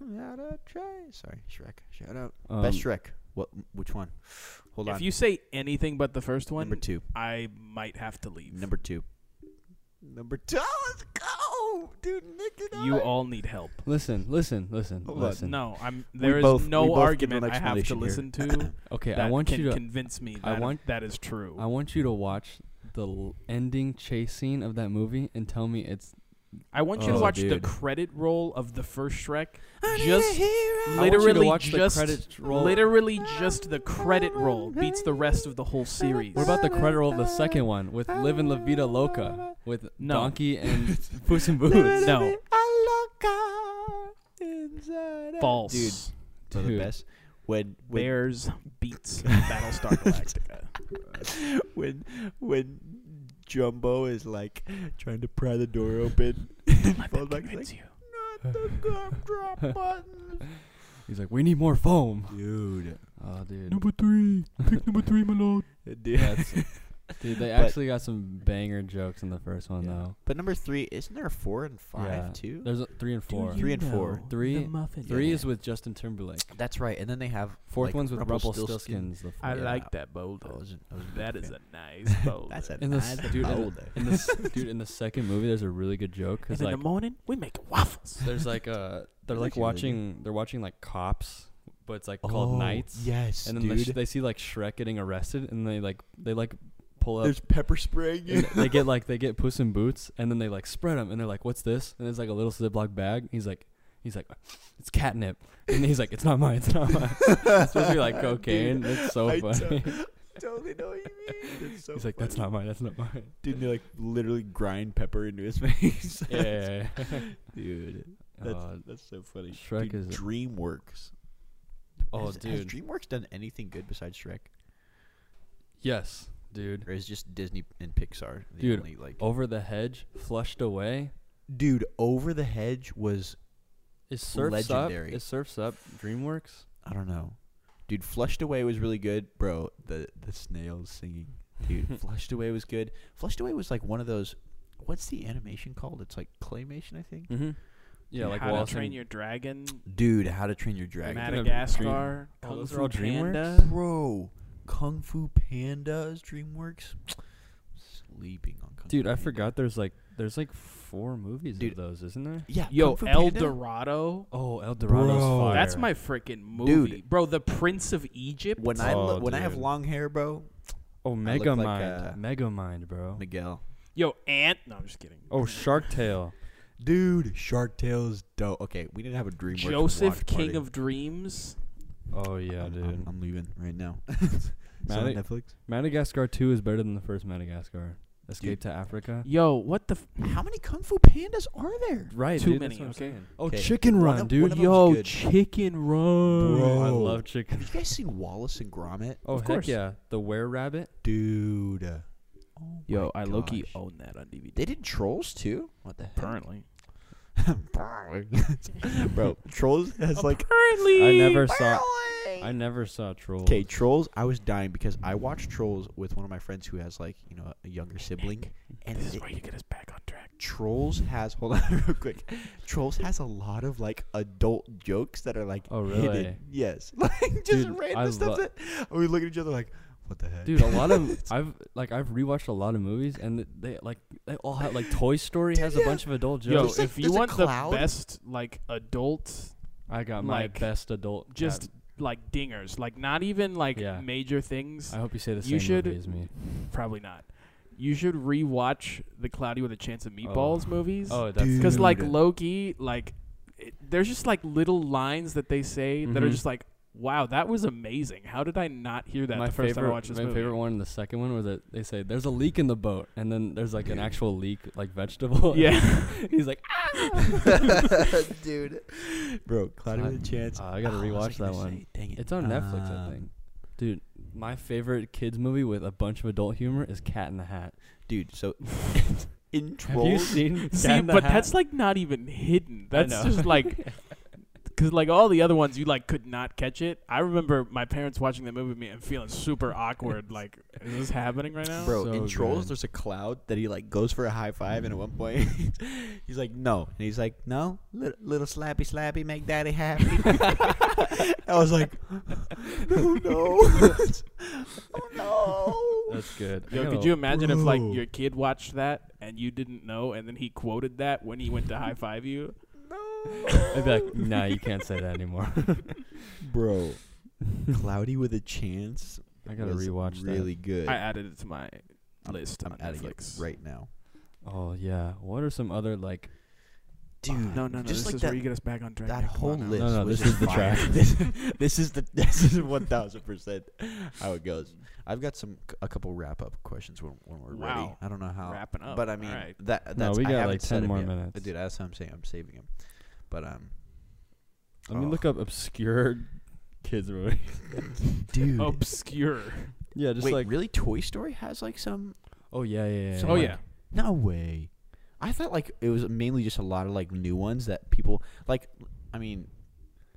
Speaker 2: I'm out of try. Sorry, Shrek. Shout out.
Speaker 1: Um,
Speaker 2: Best Shrek. What? Which one? Hold
Speaker 3: if
Speaker 2: on.
Speaker 3: you say anything but the first one,
Speaker 2: Number two.
Speaker 3: I might have to leave.
Speaker 2: Number two. Number two. Let's go, dude. Nick and
Speaker 3: you
Speaker 2: I.
Speaker 3: all need help.
Speaker 1: Listen, listen, listen,
Speaker 2: Hold on.
Speaker 1: listen.
Speaker 3: No, I'm. There is
Speaker 2: both- we
Speaker 3: no
Speaker 2: both give
Speaker 3: argument
Speaker 2: an
Speaker 3: I have to
Speaker 2: explanation here.
Speaker 3: listen to
Speaker 1: Okay,
Speaker 3: that
Speaker 1: I want
Speaker 3: can
Speaker 1: you to
Speaker 3: convince me that
Speaker 1: I want-
Speaker 3: that is true.
Speaker 1: I want you to watch the l- ending chase scene of that movie and tell me it's
Speaker 3: I want you to
Speaker 1: Oh,
Speaker 3: watch the
Speaker 1: dude.
Speaker 3: credit roll of the first Shrek.
Speaker 2: need a
Speaker 3: Just
Speaker 1: I want you to
Speaker 3: literally
Speaker 1: watch the
Speaker 3: just
Speaker 1: credits roll.
Speaker 3: literally just the credit roll beats the rest of the whole series.
Speaker 1: What about the credit roll of the second one with Livin' La Vida Loca with
Speaker 3: No.
Speaker 1: Donkey and Puss in Boots?
Speaker 3: No, false.
Speaker 2: Dude, So the
Speaker 1: Dude.
Speaker 2: best when when
Speaker 3: Bears beats Battlestar Galactica.
Speaker 2: when when Jumbo is like trying to pry the door open.
Speaker 3: Let
Speaker 2: Well,
Speaker 3: that
Speaker 2: like-
Speaker 3: convince
Speaker 2: like-
Speaker 3: you.
Speaker 2: Not the gum drop button.
Speaker 1: He's like, we need more foam.
Speaker 2: Dude.
Speaker 1: Oh, dude.
Speaker 5: Number three. Pick number three, my lord.
Speaker 2: Dude.
Speaker 1: That's, dude, they actually got some banger jokes in the first one,
Speaker 2: Yeah.
Speaker 1: though.
Speaker 2: But number three, isn't there a four and five
Speaker 1: Yeah.
Speaker 2: too?
Speaker 1: There's a, three and four.
Speaker 2: you Three and four.
Speaker 3: know
Speaker 1: Three-
Speaker 3: the muffin
Speaker 1: Three
Speaker 3: man?
Speaker 1: is with Justin Timberlake.
Speaker 2: That's right. And then they have
Speaker 1: Fourth
Speaker 2: like,
Speaker 1: one's with
Speaker 2: Rumpelstiltskin.
Speaker 1: Rumpelstiltskins. The
Speaker 3: I
Speaker 1: fourth.
Speaker 2: Yeah.
Speaker 3: like that
Speaker 2: I
Speaker 3: boulder.
Speaker 2: wasn't- I wasn't
Speaker 3: That
Speaker 2: big
Speaker 3: is
Speaker 2: fan.
Speaker 3: a nice boulder.
Speaker 2: That's a
Speaker 1: In the
Speaker 2: nice
Speaker 1: s- dude, in the-
Speaker 2: boulder.
Speaker 1: In the, s- dude, in the second movie, there's a really good joke
Speaker 3: And
Speaker 1: because
Speaker 3: in
Speaker 1: like
Speaker 3: the morning, we make waffles.
Speaker 1: there's like uh they're
Speaker 2: That's
Speaker 1: like
Speaker 2: actually really good.
Speaker 1: watching they're watching like cops, but it's like called Knights.
Speaker 2: Oh, Yes,
Speaker 1: and then
Speaker 2: dude.
Speaker 1: they, sh- they see like Shrek getting arrested, and they like they like pull up.
Speaker 2: There's pepper
Speaker 1: and
Speaker 2: spraying you.
Speaker 1: they get like they get Puss in Boots, and then they like spread them, and they're like, "What's this?" And it's like a little Ziploc bag. He's like, he's like, "It's catnip," and he's like, "It's not mine. It's not mine." it's supposed to be like cocaine. it's so
Speaker 2: I
Speaker 1: funny.
Speaker 2: totally know what you mean. It's so
Speaker 1: he's like, "That's
Speaker 2: funny.
Speaker 1: not mine. That's not mine."
Speaker 2: Dude, they like literally grind pepper into his face.
Speaker 1: Yeah, yeah, yeah.
Speaker 2: dude, that's
Speaker 1: Uh,
Speaker 2: that's so funny.
Speaker 1: Shrek
Speaker 2: Dude,
Speaker 1: is-
Speaker 2: DreamWorks.
Speaker 1: oh,
Speaker 2: has, has
Speaker 1: dude.
Speaker 2: DreamWorks done anything good besides Shrek,
Speaker 1: yes, dude.
Speaker 2: or is just Disney and Pixar the
Speaker 1: Dude,
Speaker 2: only like?
Speaker 1: Over the hedge, flushed away.
Speaker 2: Dude, Over the Hedge was
Speaker 1: Is Surfs
Speaker 2: Legendary.
Speaker 1: up? Is Surfs up? DreamWorks.
Speaker 2: I don't know. Dude, Flushed Away was really good, bro. The the snails singing. Dude, Flushed Away was good. Flushed Away was like one of those. What's the animation called? It's like claymation, I think.
Speaker 1: Mm-hmm. Yeah, like
Speaker 3: How
Speaker 1: Wall
Speaker 3: to Train
Speaker 1: Street.
Speaker 3: Your Dragon,
Speaker 2: Dude, How to Train Your Dragon,
Speaker 1: Madam-
Speaker 3: Madagascar,
Speaker 1: Oh,
Speaker 3: Kung
Speaker 1: those are
Speaker 3: Fu
Speaker 1: all DreamWorks?
Speaker 3: Panda.
Speaker 2: bro. Kung Fu Panda is DreamWorks. sleeping on Kung
Speaker 1: Dude,
Speaker 2: Fu
Speaker 1: I
Speaker 2: Panda.
Speaker 1: forgot there's like there's like four movies
Speaker 2: Dude.
Speaker 1: of those, isn't there?
Speaker 2: Yeah,
Speaker 3: Yo,
Speaker 2: Kung Fu
Speaker 3: El
Speaker 2: Panda?
Speaker 3: Dorado.
Speaker 1: Oh, El Dorado's
Speaker 2: Bro.
Speaker 1: fire.
Speaker 3: That's my freaking movie, bro. The Prince of Egypt.
Speaker 2: When I
Speaker 1: Oh,
Speaker 2: lo- when I have
Speaker 1: dude.
Speaker 2: long hair, bro,
Speaker 1: Oh,
Speaker 2: look
Speaker 1: Mega
Speaker 2: like,
Speaker 1: Mind.
Speaker 2: uh,
Speaker 1: Mega Mind, bro.
Speaker 2: Miguel.
Speaker 3: Yo, Ant. No, I'm just kidding.
Speaker 1: oh, Shark Tale.
Speaker 2: Dude, Shark Tale's dope. Okay, we didn't have a dream.
Speaker 3: Joseph, King of Dreams.
Speaker 1: Oh yeah,
Speaker 2: I'm,
Speaker 1: dude.
Speaker 2: I'm, I'm leaving right now. It's on
Speaker 1: Maddie-
Speaker 2: Netflix.
Speaker 1: Madagascar 2 is better than the first Madagascar. Escape to Africa.
Speaker 3: Yo, what the? F-
Speaker 2: How many Kung Fu Pandas are there?
Speaker 1: Right,
Speaker 3: Too
Speaker 1: dude,
Speaker 3: many,
Speaker 1: that's what I'm
Speaker 3: okay.
Speaker 1: saying. Oh,
Speaker 2: 'Kay.
Speaker 1: Chicken
Speaker 2: One
Speaker 1: Run,
Speaker 2: of-
Speaker 1: dude.
Speaker 2: one of 'em's
Speaker 3: Yo,
Speaker 2: good.
Speaker 3: Chicken Run.
Speaker 2: Bro.
Speaker 1: I love Chicken.
Speaker 2: Have you guys seen Wallace and Gromit?
Speaker 1: Oh
Speaker 3: Of
Speaker 1: heck
Speaker 3: course.
Speaker 1: yeah, the Were Rabbit.
Speaker 2: Dude. Oh my
Speaker 3: Yo, I Loki
Speaker 2: gosh.
Speaker 3: own that on DVD.
Speaker 2: They did Trolls too? What the heck?
Speaker 3: Apparently,
Speaker 2: Bro, Trolls has like
Speaker 3: apparently,
Speaker 1: I never saw. I never saw Trolls.
Speaker 2: Okay, Trolls, I was dying because I watched Trolls with one of my friends who has like, you know, a younger sibling. And
Speaker 3: This is
Speaker 2: it-
Speaker 3: where you get us back on track.
Speaker 2: Trolls has hold on real quick. Trolls has a lot of like adult jokes that are like
Speaker 1: Oh, really?
Speaker 2: hidden. Yes. Like just
Speaker 1: Dude,
Speaker 2: random
Speaker 1: I lo-
Speaker 2: stuff that we look at each other like, what the heck?
Speaker 1: Dude, a lot of I've like I've rewatched a lot of movies and th- they like they all have like Toy Story
Speaker 2: Dude,
Speaker 1: has
Speaker 2: yeah.
Speaker 1: a bunch of adult
Speaker 3: Yo,
Speaker 1: jokes.
Speaker 2: There's, like,
Speaker 3: if you
Speaker 2: there's a
Speaker 3: want the
Speaker 2: cloud.
Speaker 3: best like adult,
Speaker 1: I got my
Speaker 3: like,
Speaker 1: best adult.
Speaker 3: just
Speaker 1: God,
Speaker 3: like dingers, like not even like
Speaker 1: Yeah.
Speaker 3: major things.
Speaker 1: I hope you say the
Speaker 3: you
Speaker 1: same
Speaker 3: should-
Speaker 1: movie as me.
Speaker 3: Probably not. You should rewatch the Cloudy with a Chance of Meatballs movies.
Speaker 1: Oh, that's
Speaker 2: Dude.
Speaker 3: Because like
Speaker 2: Dude.
Speaker 3: Loki, like it, there's just like little lines that they say that are
Speaker 1: Mhm.
Speaker 3: just like, "Wow, that was amazing! How did I not hear that
Speaker 1: my
Speaker 3: the first
Speaker 1: favorite.
Speaker 3: time I watched this
Speaker 1: my
Speaker 3: movie?"
Speaker 1: favorite one, the second one, was that they say there's a leak in the boat, and then there's like an actual leak, like vegetable.
Speaker 3: Yeah,
Speaker 1: he's like,
Speaker 2: Dude. Bro, Cloudy with a chance.
Speaker 1: "Ah, I gotta
Speaker 2: Oh, what was I
Speaker 1: rewatch that
Speaker 2: gonna
Speaker 1: one.
Speaker 2: say? Dang it.
Speaker 1: It's on Netflix, I
Speaker 2: Um,
Speaker 1: think. Dude, my favorite kids movie with a bunch of adult humor is Cat in the Hat.
Speaker 2: Dude, so in
Speaker 1: Have you
Speaker 2: Trolls,
Speaker 1: seen? Cat
Speaker 3: see,
Speaker 1: in the
Speaker 3: but
Speaker 1: Hat?
Speaker 3: that's like not even hidden.
Speaker 1: I
Speaker 3: That's
Speaker 1: know.
Speaker 3: just like. Cause like all the other ones, you like could not catch it. I remember my parents watching that movie with me and feeling super awkward. Like, is this happening right now?
Speaker 2: bro, in
Speaker 1: so
Speaker 2: Trolls,
Speaker 1: good.
Speaker 2: there's a cloud that he like goes for a high five, and at one point he's like, "No," and he's like, "No, little, little slappy slappy, make daddy happy." I was like, "Oh no, oh no!"
Speaker 1: That's good. I
Speaker 3: Yo,
Speaker 1: gotta-
Speaker 3: could you imagine if like
Speaker 2: bro.
Speaker 3: your kid watched that and you didn't know, and then he quoted that when he went to high five you?
Speaker 1: I'd be like, nah, you can't say that anymore.
Speaker 2: bro. Cloudy with a chance.
Speaker 1: I gotta
Speaker 2: was
Speaker 1: rewatch that.
Speaker 2: Really good.
Speaker 3: I added it to my
Speaker 2: I'm-
Speaker 3: list
Speaker 2: I'm
Speaker 3: on
Speaker 2: adding
Speaker 3: Netflix.
Speaker 2: it right now,
Speaker 1: Oh yeah. What are some other like?
Speaker 2: dude.
Speaker 3: no, no, no.
Speaker 2: Just
Speaker 3: this
Speaker 2: like
Speaker 3: is
Speaker 2: that,
Speaker 3: where you get us back on track.
Speaker 2: that
Speaker 3: Nick, come
Speaker 2: whole
Speaker 3: on now.
Speaker 2: list.
Speaker 1: No, no,
Speaker 2: was
Speaker 1: this is
Speaker 2: just
Speaker 1: the
Speaker 2: fire.
Speaker 1: track.
Speaker 2: this, this is the this is one thousand percent how it goes. I've got some a couple wrap up questions when, when we're ready.
Speaker 3: Wow.
Speaker 2: I don't know how,
Speaker 3: Wrapping up.
Speaker 2: but I mean
Speaker 3: Alright.
Speaker 2: that that's
Speaker 1: no, we
Speaker 2: I
Speaker 1: got
Speaker 2: haven't
Speaker 1: like
Speaker 2: said
Speaker 1: ten
Speaker 2: it
Speaker 1: more
Speaker 2: yet.
Speaker 1: minutes.
Speaker 2: dude. That's what I'm saying. I'm saving him, but um,
Speaker 1: Let me
Speaker 2: Oh.
Speaker 1: look up obscure kids movie.
Speaker 2: dude,
Speaker 3: Oh, obscure.
Speaker 1: yeah, just
Speaker 2: wait,
Speaker 1: like.
Speaker 2: really? Toy Story has like some?
Speaker 1: Oh yeah, yeah, yeah.
Speaker 2: So,
Speaker 3: oh
Speaker 2: like,
Speaker 3: yeah.
Speaker 2: No way. I thought like it was mainly just a lot of like new ones that people like. I mean,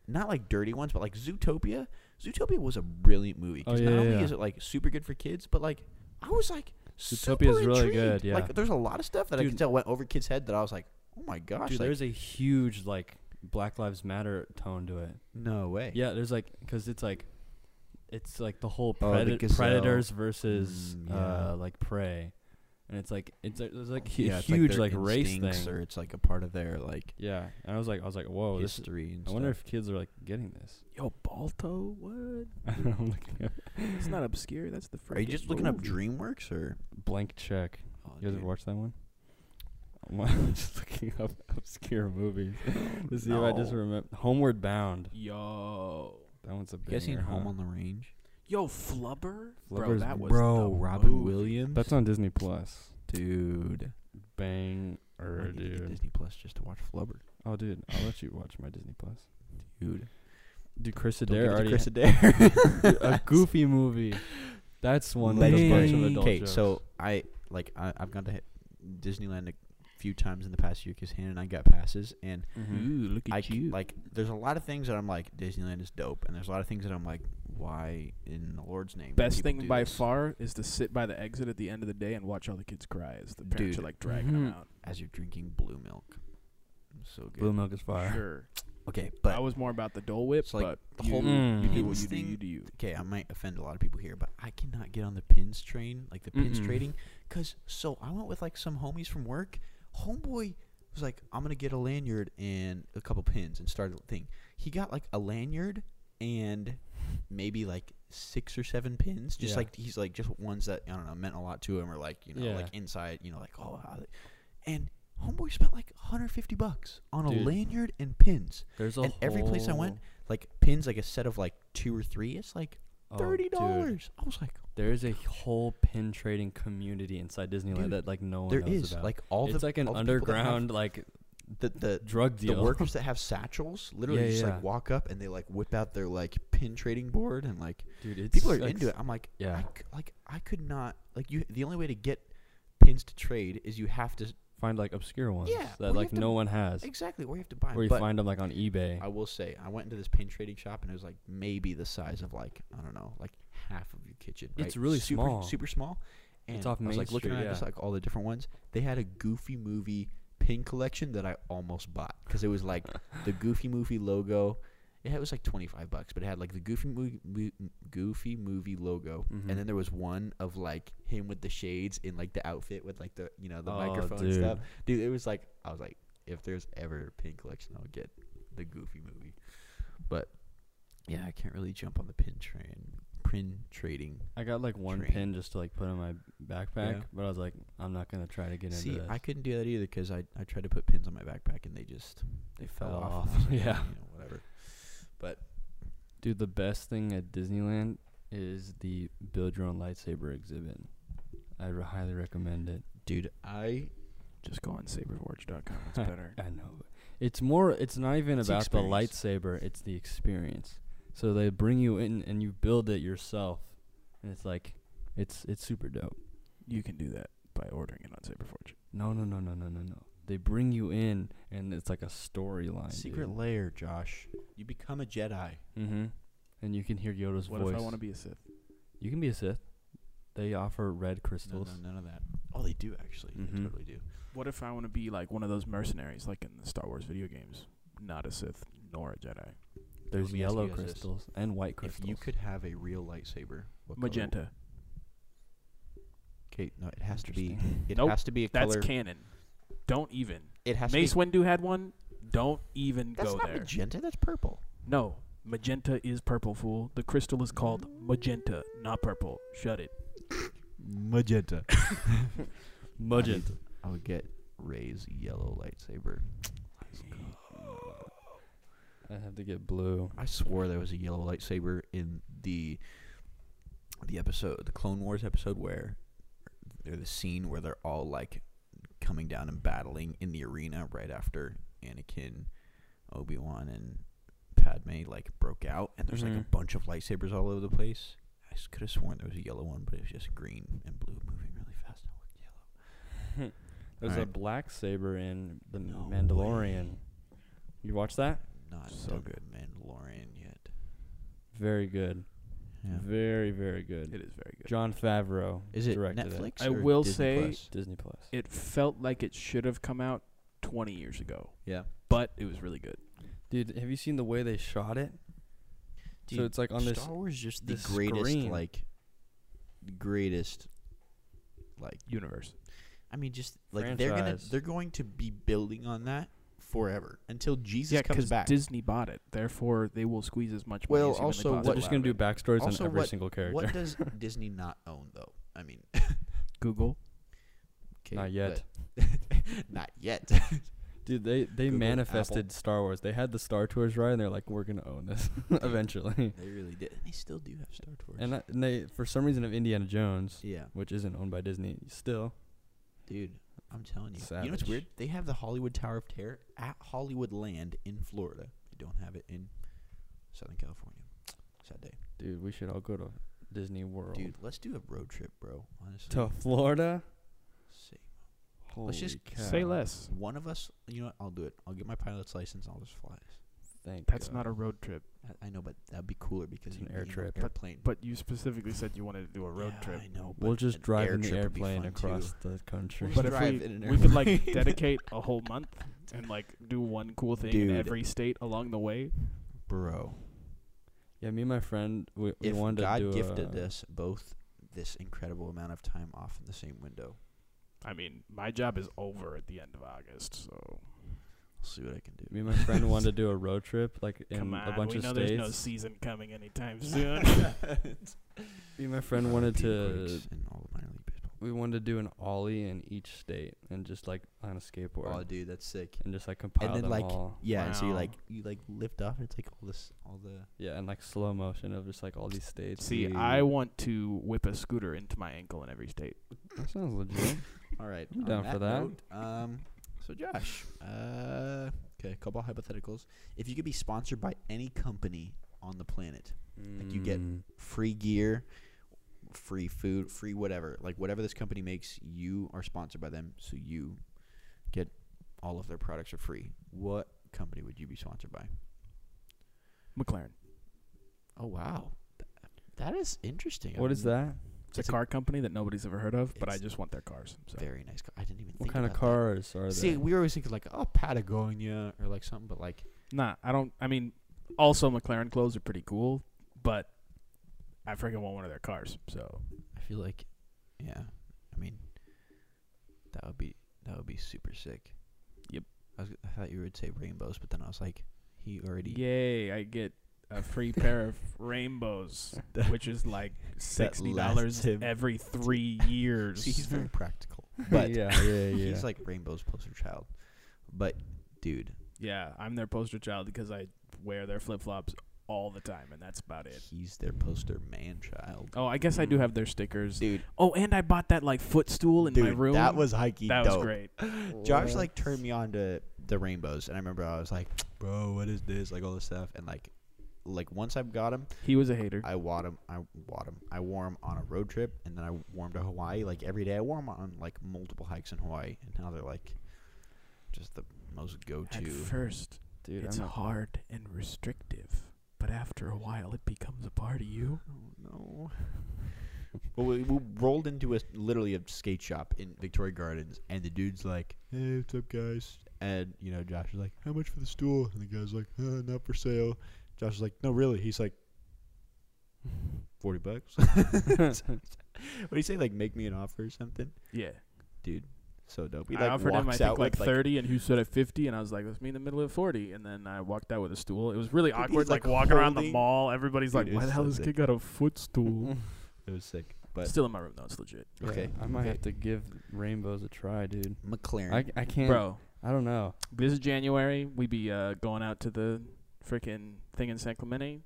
Speaker 2: not like dirty ones, but like Zootopia. Zootopia was a brilliant movie
Speaker 1: Oh,
Speaker 2: because
Speaker 1: yeah,
Speaker 2: not
Speaker 1: yeah,
Speaker 2: only
Speaker 1: yeah.
Speaker 2: is it like super good for kids, but like I was like super
Speaker 1: Zootopia's really
Speaker 2: intrigued.
Speaker 1: good, yeah.
Speaker 2: like there's a lot of stuff that I
Speaker 1: Dude.
Speaker 2: could tell went over kids' head that I was like, oh my gosh,
Speaker 1: Dude,
Speaker 2: like,
Speaker 1: there's a huge like Black Lives Matter tone to it.
Speaker 2: no way.
Speaker 1: Yeah, there's like because it's like it's like the whole
Speaker 2: Oh, the
Speaker 1: preda-
Speaker 2: gazelle.
Speaker 1: predators versus
Speaker 2: Mm, yeah.
Speaker 1: uh, like prey, and it's like it's like, there's like hu-
Speaker 2: Yeah, it's,
Speaker 1: huge
Speaker 2: their
Speaker 1: like, race
Speaker 2: instincts
Speaker 1: thing.
Speaker 2: or it's like a part of their like
Speaker 1: yeah, and I was like I was like whoa, this. Is,
Speaker 2: history. and
Speaker 1: I wonder
Speaker 2: stuff.
Speaker 1: if kids are like getting this.
Speaker 3: Yo, Balto. What?
Speaker 1: I'm looking at
Speaker 3: It's not obscure. That's the.
Speaker 2: are you
Speaker 3: freaking
Speaker 2: just looking up
Speaker 3: movie.
Speaker 2: DreamWorks or
Speaker 1: blank check.
Speaker 2: oh,
Speaker 1: You guys
Speaker 2: dude.
Speaker 1: ever watch that one? I'm just looking up obscure movies to see if I just
Speaker 2: No.
Speaker 1: remember. Homeward Bound.
Speaker 3: Yo.
Speaker 1: That one's a
Speaker 2: You
Speaker 1: big.
Speaker 2: guys seen Home on the Range?
Speaker 3: Yo, Flubber. bro,
Speaker 1: Flubber's
Speaker 3: that was.
Speaker 2: Bro,
Speaker 3: the
Speaker 2: Robin
Speaker 3: movie.
Speaker 2: Williams.
Speaker 1: That's on Disney Plus.
Speaker 2: dude.
Speaker 1: Bang
Speaker 2: I
Speaker 1: or
Speaker 2: need to get
Speaker 1: dude.
Speaker 2: Disney Plus just to watch Flubber.
Speaker 1: Oh, dude, I'll let you watch my Disney Plus.
Speaker 2: Dude.
Speaker 1: Dude, Chris
Speaker 2: Don't give
Speaker 1: Adair
Speaker 2: it to
Speaker 1: already
Speaker 2: Chris
Speaker 1: ha-
Speaker 2: Adair.
Speaker 1: Dude, a goofy movie. That's one with a bunch of
Speaker 2: Legendary.
Speaker 1: adult jokes.
Speaker 2: so I like I, I've gone to he- Disneyland a few times in the past year because Hannah and I got passes, and
Speaker 1: Mhm.
Speaker 3: Ooh, look at
Speaker 2: I c-
Speaker 3: you.
Speaker 2: like there's a lot of things that I'm like Disneyland is dope, and there's a lot of things that I'm like, why in the Lord's name? do
Speaker 3: Best
Speaker 2: people
Speaker 3: thing
Speaker 2: do
Speaker 3: by
Speaker 2: this?
Speaker 3: far is to sit by the exit at the end of the day and watch all the kids cry as the parents
Speaker 2: Dude.
Speaker 3: are like dragging them
Speaker 1: Mhm.
Speaker 3: out.
Speaker 2: as you're drinking blue milk. So good.
Speaker 1: Blue Milk is fire.
Speaker 3: Sure.
Speaker 2: Okay,
Speaker 3: I
Speaker 2: but
Speaker 3: was more about the Dole Whip,
Speaker 2: It's like
Speaker 3: but
Speaker 2: the
Speaker 3: you,
Speaker 2: whole
Speaker 3: you do
Speaker 2: Mm.
Speaker 3: what you do.
Speaker 2: thing-
Speaker 3: You do you.
Speaker 2: okay, I might offend a lot of people here, but I cannot get on the pins train, like the pins
Speaker 1: Mm-mm.
Speaker 2: trading, because so I went with like some homies from work. Homeboy was like, I'm gonna get a lanyard and a couple pins and start a thing. He got like a lanyard and maybe like six or seven pins, just
Speaker 1: Yeah.
Speaker 2: like he's like just ones that I don't know meant a lot to him or like you know
Speaker 1: Yeah.
Speaker 2: like inside you know like oh how they-" and homeboy spent like 150 bucks on a
Speaker 1: Dude.
Speaker 2: lanyard and pins
Speaker 1: There's a
Speaker 2: and every place I went,
Speaker 1: whole-
Speaker 2: like pins, like a set of like two or three, it's like
Speaker 1: oh,
Speaker 2: thirty
Speaker 1: dude.
Speaker 2: dollars. I was like,
Speaker 1: There is a whole pin trading community inside Disneyland
Speaker 2: Dude,
Speaker 1: that like no one
Speaker 2: there
Speaker 1: knows
Speaker 2: is
Speaker 1: about.
Speaker 2: like all
Speaker 1: it's
Speaker 2: the
Speaker 1: like an
Speaker 2: all the people that have
Speaker 1: underground like
Speaker 2: the the,
Speaker 1: drug
Speaker 2: the
Speaker 1: deal.
Speaker 2: workers that have satchels literally
Speaker 1: Yeah,
Speaker 2: just
Speaker 1: yeah.
Speaker 2: like walk up and they like whip out their like pin trading board and like
Speaker 1: dude, it's
Speaker 2: people are
Speaker 1: like,
Speaker 2: into it. I'm like,
Speaker 1: Yeah.
Speaker 2: I c- like I could not like you. The only way to get pins to trade is you have to
Speaker 1: Find like obscure ones
Speaker 2: Yeah, or
Speaker 1: that
Speaker 2: you
Speaker 1: like
Speaker 2: have to-
Speaker 1: no one has,
Speaker 2: exactly where you have to buy. 'em.
Speaker 1: or you
Speaker 2: but
Speaker 1: find them like on eBay.
Speaker 2: I will say, I went into this pin trading shop and it was like maybe the size of like I don't know, like half of your kitchen. Right?
Speaker 1: It's really
Speaker 2: super,
Speaker 1: small.
Speaker 2: super small. And
Speaker 1: off
Speaker 2: I was
Speaker 1: Main
Speaker 2: like looking
Speaker 1: Street,
Speaker 2: at just
Speaker 1: yeah.
Speaker 2: like all the different ones. They had a Goofy movie pin collection that I almost bought because it was like the Goofy movie logo. It had- it was like twenty five bucks, but it had like the Goofy movie, Goofy movie logo,
Speaker 1: Mhm.
Speaker 2: and then there was one of like him with the shades in like the outfit with like the you know the
Speaker 1: Oh,
Speaker 2: microphone and
Speaker 1: dude.
Speaker 2: stuff. Dude, it was like I was like, if there's ever a pin collection, I'll get the Goofy movie. But yeah, I can't really jump on the pin train. Pin trading.
Speaker 1: I got like one
Speaker 2: Train.
Speaker 1: pin just to like put in my backpack,
Speaker 2: Yeah.
Speaker 1: but I was like, I'm not gonna try to get
Speaker 2: See,
Speaker 1: into this.
Speaker 2: I couldn't do that either because I I tried to put pins on my backpack and they just they fell,
Speaker 1: Fell
Speaker 2: off.
Speaker 1: off,
Speaker 2: and I was like,
Speaker 1: yeah.
Speaker 2: you know, whatever. But
Speaker 1: Dude, the best thing at Disneyland is the build your own lightsaber exhibit. I re- highly recommend it.
Speaker 2: dude, I
Speaker 3: Just go on saberforge.com. It's better.
Speaker 1: I know. It's more. It's not even
Speaker 2: It's the
Speaker 1: about the
Speaker 2: experience.
Speaker 1: lightsaber. It's the experience. So they bring you in and you build it yourself, and it's like, it's it's super dope.
Speaker 3: You can do that by ordering it on Saberforge.
Speaker 1: No, no, no, no, no, no, no. They bring you in and it's like a storyline.
Speaker 2: secret lair, Josh. You become a Jedi.
Speaker 1: Mm-hmm. And you can hear Yoda's
Speaker 3: What
Speaker 1: voice.
Speaker 3: if I want to be a Sith?
Speaker 1: you can be a Sith. They offer red
Speaker 2: No,
Speaker 1: crystals.
Speaker 2: no, none of that. Oh, they do actually. They
Speaker 1: Mhm.
Speaker 2: totally do.
Speaker 3: What if I want to be like one of those mercenaries, like in the Star Wars video games? Not a Sith nor a Jedi.
Speaker 1: There's
Speaker 2: Let me ask you
Speaker 1: yellow
Speaker 2: guys this.
Speaker 1: crystals and white crystals.
Speaker 2: If you could have a real lightsaber, what color-
Speaker 3: Magenta.
Speaker 2: Okay, no, it has to be.
Speaker 1: Interesting.
Speaker 2: It
Speaker 3: Nope,
Speaker 2: has to be a
Speaker 3: That's
Speaker 2: color.
Speaker 3: canon. Don't even.
Speaker 2: it has
Speaker 3: Mace
Speaker 2: to be.
Speaker 3: Windu had one. Don't even
Speaker 2: That's
Speaker 3: go
Speaker 2: not
Speaker 3: there.
Speaker 2: magenta. That's purple.
Speaker 3: no. Magenta is purple, fool. The crystal is called magenta, not purple. Shut it.
Speaker 2: Magenta.
Speaker 1: Mudgeon.
Speaker 2: I would get Ray's yellow lightsaber.
Speaker 1: I have to get blue.
Speaker 2: I swore there was a yellow lightsaber in the the episode, the Clone Wars episode, where or the scene where they're all like coming down and battling in the arena right after Anakin, Obi Wan, and Padme like broke out, and there's like a
Speaker 3: Mm-hmm.
Speaker 1: Mhm.
Speaker 2: bunch of lightsabers all over the place. I could have sworn there was a yellow one, but it was just green and blue moving really fast. I looked yellow.
Speaker 1: There's a
Speaker 2: Alright.
Speaker 1: black saber in the
Speaker 2: No
Speaker 1: Mandalorian.
Speaker 2: way.
Speaker 1: You watch that?
Speaker 2: Not
Speaker 3: So
Speaker 2: done
Speaker 3: good.
Speaker 2: Mandalorian yet.
Speaker 1: Very good.
Speaker 2: Yeah.
Speaker 1: Very very good.
Speaker 3: It is very good.
Speaker 1: John Favreau
Speaker 2: Is it
Speaker 1: directed
Speaker 2: Netflix?
Speaker 3: I
Speaker 2: or
Speaker 3: will
Speaker 2: Disney
Speaker 3: say-
Speaker 2: Plus?
Speaker 1: it. Disney Plus.
Speaker 3: It felt like it should have come out 20 years ago,
Speaker 2: yeah.
Speaker 3: but it was really good.
Speaker 1: Dude, have you seen the way they shot it? so
Speaker 2: Dude,
Speaker 1: it's like on this.
Speaker 2: Star Wars is just the
Speaker 1: this
Speaker 2: greatest
Speaker 1: screen.
Speaker 2: like greatest like
Speaker 3: Universe.
Speaker 2: I mean just like they're gonna
Speaker 1: Franchise.
Speaker 2: they're going to be building on that forever until Jesus
Speaker 3: Yeah,
Speaker 2: comes
Speaker 3: because
Speaker 2: back.
Speaker 3: Disney bought it. Therefore, they will squeeze as much
Speaker 2: Well,
Speaker 3: money as humanly
Speaker 2: also
Speaker 1: They're
Speaker 2: what-
Speaker 3: possible
Speaker 1: just gonna
Speaker 3: out
Speaker 1: do
Speaker 3: of it.
Speaker 1: backstories on
Speaker 2: Also,
Speaker 1: every
Speaker 2: what-
Speaker 1: single character.
Speaker 2: what does Disney not own though? I mean,
Speaker 3: Google.
Speaker 2: 'kay,
Speaker 1: Not yet.
Speaker 2: but- not yet.
Speaker 1: Dude, they they
Speaker 2: Google,
Speaker 1: manifested Star Wars. They had the Star Tours right, and they're like, we're gonna own this eventually.
Speaker 2: they really did. They still do have Star Wars.
Speaker 1: and, I, and they, for some reason, of Indiana Jones,
Speaker 2: yeah,
Speaker 1: which isn't owned by Disney still.
Speaker 2: dude, I'm telling you. You know what's
Speaker 1: Savage.
Speaker 2: weird? They have the Hollywood Tower of Terror at Hollywood Land in Florida. They don't have it in Southern California. Sad day.
Speaker 1: Dude, we should all go to Disney World.
Speaker 2: Dude, let's do a road trip, bro. Honestly,
Speaker 1: To Florida.
Speaker 2: See.
Speaker 1: Holy
Speaker 2: just
Speaker 1: cow.
Speaker 3: Say less.
Speaker 2: one of us. You know, what? I'll do it. I'll get my pilot's license. I'll just fly. us.
Speaker 1: Thank
Speaker 3: That's
Speaker 1: God.
Speaker 3: not a road trip.
Speaker 2: I, I know, but that'd be cooler because
Speaker 1: It's
Speaker 2: you
Speaker 1: an
Speaker 2: you
Speaker 1: air
Speaker 2: know,
Speaker 1: trip. But-
Speaker 2: airplane.
Speaker 3: But you specifically said you wanted to do a road
Speaker 2: Yeah,
Speaker 3: trip.
Speaker 2: I know.
Speaker 1: We'll
Speaker 2: but
Speaker 1: just
Speaker 2: an
Speaker 1: drive
Speaker 2: air
Speaker 1: in the
Speaker 2: trip would be
Speaker 1: airplane
Speaker 2: fun, too.
Speaker 1: across the country.
Speaker 2: We'll just
Speaker 3: But if
Speaker 2: drive
Speaker 3: we,
Speaker 2: in an
Speaker 3: we could like
Speaker 2: airplane.
Speaker 3: dedicate a whole month and like do one cool thing in
Speaker 2: Dude.
Speaker 3: every state along the way.
Speaker 2: bro.
Speaker 1: Yeah, me and my friend we, we
Speaker 4: If
Speaker 1: wanted
Speaker 2: God
Speaker 1: to do
Speaker 2: gifted
Speaker 1: a,
Speaker 2: us both this incredible amount of time off in the same window.
Speaker 3: I mean, my job is over at the end of August, so
Speaker 2: I'll see what I can do.
Speaker 1: Me and my friend wanted to do a road trip like in
Speaker 3: come on.
Speaker 1: a bunch
Speaker 3: we
Speaker 1: of
Speaker 3: know
Speaker 1: states.
Speaker 3: there's no season coming anytime soon.
Speaker 1: me and my friend wanted
Speaker 2: Team
Speaker 1: to
Speaker 2: breaks in all of minor league baseball.
Speaker 1: we wanted to do an ollie in each state and just like on a skateboard
Speaker 2: Oh, dude, that's sick.
Speaker 1: and just like compile
Speaker 2: then,
Speaker 1: them
Speaker 2: like,
Speaker 1: all.
Speaker 2: Yeah, and so you
Speaker 3: Wow.
Speaker 2: like you like lift off. and It's like all this, all the.
Speaker 1: Yeah, and like slow motion of just like all these states.
Speaker 3: See,
Speaker 1: Dude.
Speaker 3: I want to whip a scooter into my ankle in every state.
Speaker 1: that sounds legit.
Speaker 2: All right,
Speaker 1: I'm
Speaker 2: on
Speaker 1: down for that.
Speaker 2: note, um, so Josh, uh, okay, a couple hypotheticals. If you could be sponsored by any company on the planet, Like, you get-
Speaker 1: Mm.
Speaker 2: free gear, free food, free whatever, like whatever this company makes, you are sponsored by them, so you get all of their products are free. What company would you be sponsored by?
Speaker 3: McLaren.
Speaker 2: Oh wow, Th- that is interesting. I
Speaker 1: What is
Speaker 2: wouldn't-
Speaker 1: that?
Speaker 3: It's,
Speaker 2: It's
Speaker 3: a
Speaker 2: a-
Speaker 3: car company that nobody's ever heard of, but I
Speaker 2: It's
Speaker 3: just want their cars. So.
Speaker 2: Very nice. Car. I didn't even.
Speaker 1: What
Speaker 2: think
Speaker 1: kind of
Speaker 2: about that.
Speaker 1: cars are
Speaker 2: See,
Speaker 1: there?
Speaker 2: we always think of like oh Patagonia or like something, but like
Speaker 3: Nah, I don't. I mean, also McLaren clothes are pretty cool, but I freaking want one of their cars. So
Speaker 2: I feel like, yeah. I mean, that would be that would be super sick.
Speaker 3: Yep.
Speaker 2: I, was, I thought you would say rainbows, but then I was like, he already.
Speaker 3: yay, I get a free pair of rainbows, which is like sixty
Speaker 2: lasts
Speaker 3: dollars
Speaker 2: him.
Speaker 3: every three years.
Speaker 2: See, he's very practical, but
Speaker 1: yeah, yeah, yeah.
Speaker 2: he's like rainbows poster child. But dude,
Speaker 3: yeah, I'm their poster child because I wear their flip flops all the time, and that's about it.
Speaker 2: he's their poster man child.
Speaker 3: Oh, I guess I do have their stickers.
Speaker 2: Dude,
Speaker 3: Oh, and I bought that like footstool in my
Speaker 2: dude,
Speaker 3: room.
Speaker 2: that was hiking.
Speaker 3: that was
Speaker 2: dope.
Speaker 3: great.
Speaker 2: Josh like turned me on to the rainbows, and I remember I was like, "Bro, what is this?" Like all this stuff, and like, like once I've got him,
Speaker 3: He was a hater.
Speaker 2: I wore them. I wore them. I wore 'em on a road trip, and then I wore 'em to Hawaii. Like every day, I wore 'em on like multiple hikes in Hawaii, and now they're like just the most
Speaker 3: At
Speaker 2: go-to.
Speaker 3: first,
Speaker 1: dude,
Speaker 3: it's
Speaker 1: I'm a-
Speaker 3: hard and restrictive, but after a while, it becomes a part of you.
Speaker 2: Oh, no. well, we, we rolled into a literally a skate shop in Victoria Gardens, and the dude's like, "Hey, what's up, guys?" And you know, Josh is like, "How much for the stool?" And the guy's like, uh, "Not for sale." Josh is like, "No, really." He's like, 40 bucks. what do you say? Like, make me an offer or something?
Speaker 3: Yeah,
Speaker 2: dude. So dope. He
Speaker 3: I
Speaker 2: like
Speaker 3: offered
Speaker 2: walks
Speaker 3: him I
Speaker 2: out
Speaker 3: think like
Speaker 2: with like
Speaker 3: thirty, and he said at fifty, and I was like, "Let's meet in the middle at 40. And then I walked out with a stool. It was really
Speaker 2: Dude, he's,
Speaker 3: awkward, like,
Speaker 2: like,
Speaker 3: walking around the
Speaker 2: holding-
Speaker 3: mall. Everybody's
Speaker 2: Dude,
Speaker 3: like,
Speaker 2: it
Speaker 3: "Why
Speaker 2: was
Speaker 3: the hell
Speaker 2: so
Speaker 3: this kid
Speaker 2: sick.
Speaker 3: got a footstool?"
Speaker 2: it was sick. But
Speaker 3: Still in my room though. It's legit,
Speaker 1: Yeah,
Speaker 2: okay,
Speaker 1: I might
Speaker 2: okay.
Speaker 1: have to give rainbows a try, dude.
Speaker 2: McLaren.
Speaker 1: I, I can't.
Speaker 3: bro.
Speaker 1: I don't know.
Speaker 3: This January, we be uh, going out to the freaking thing in San Clemente.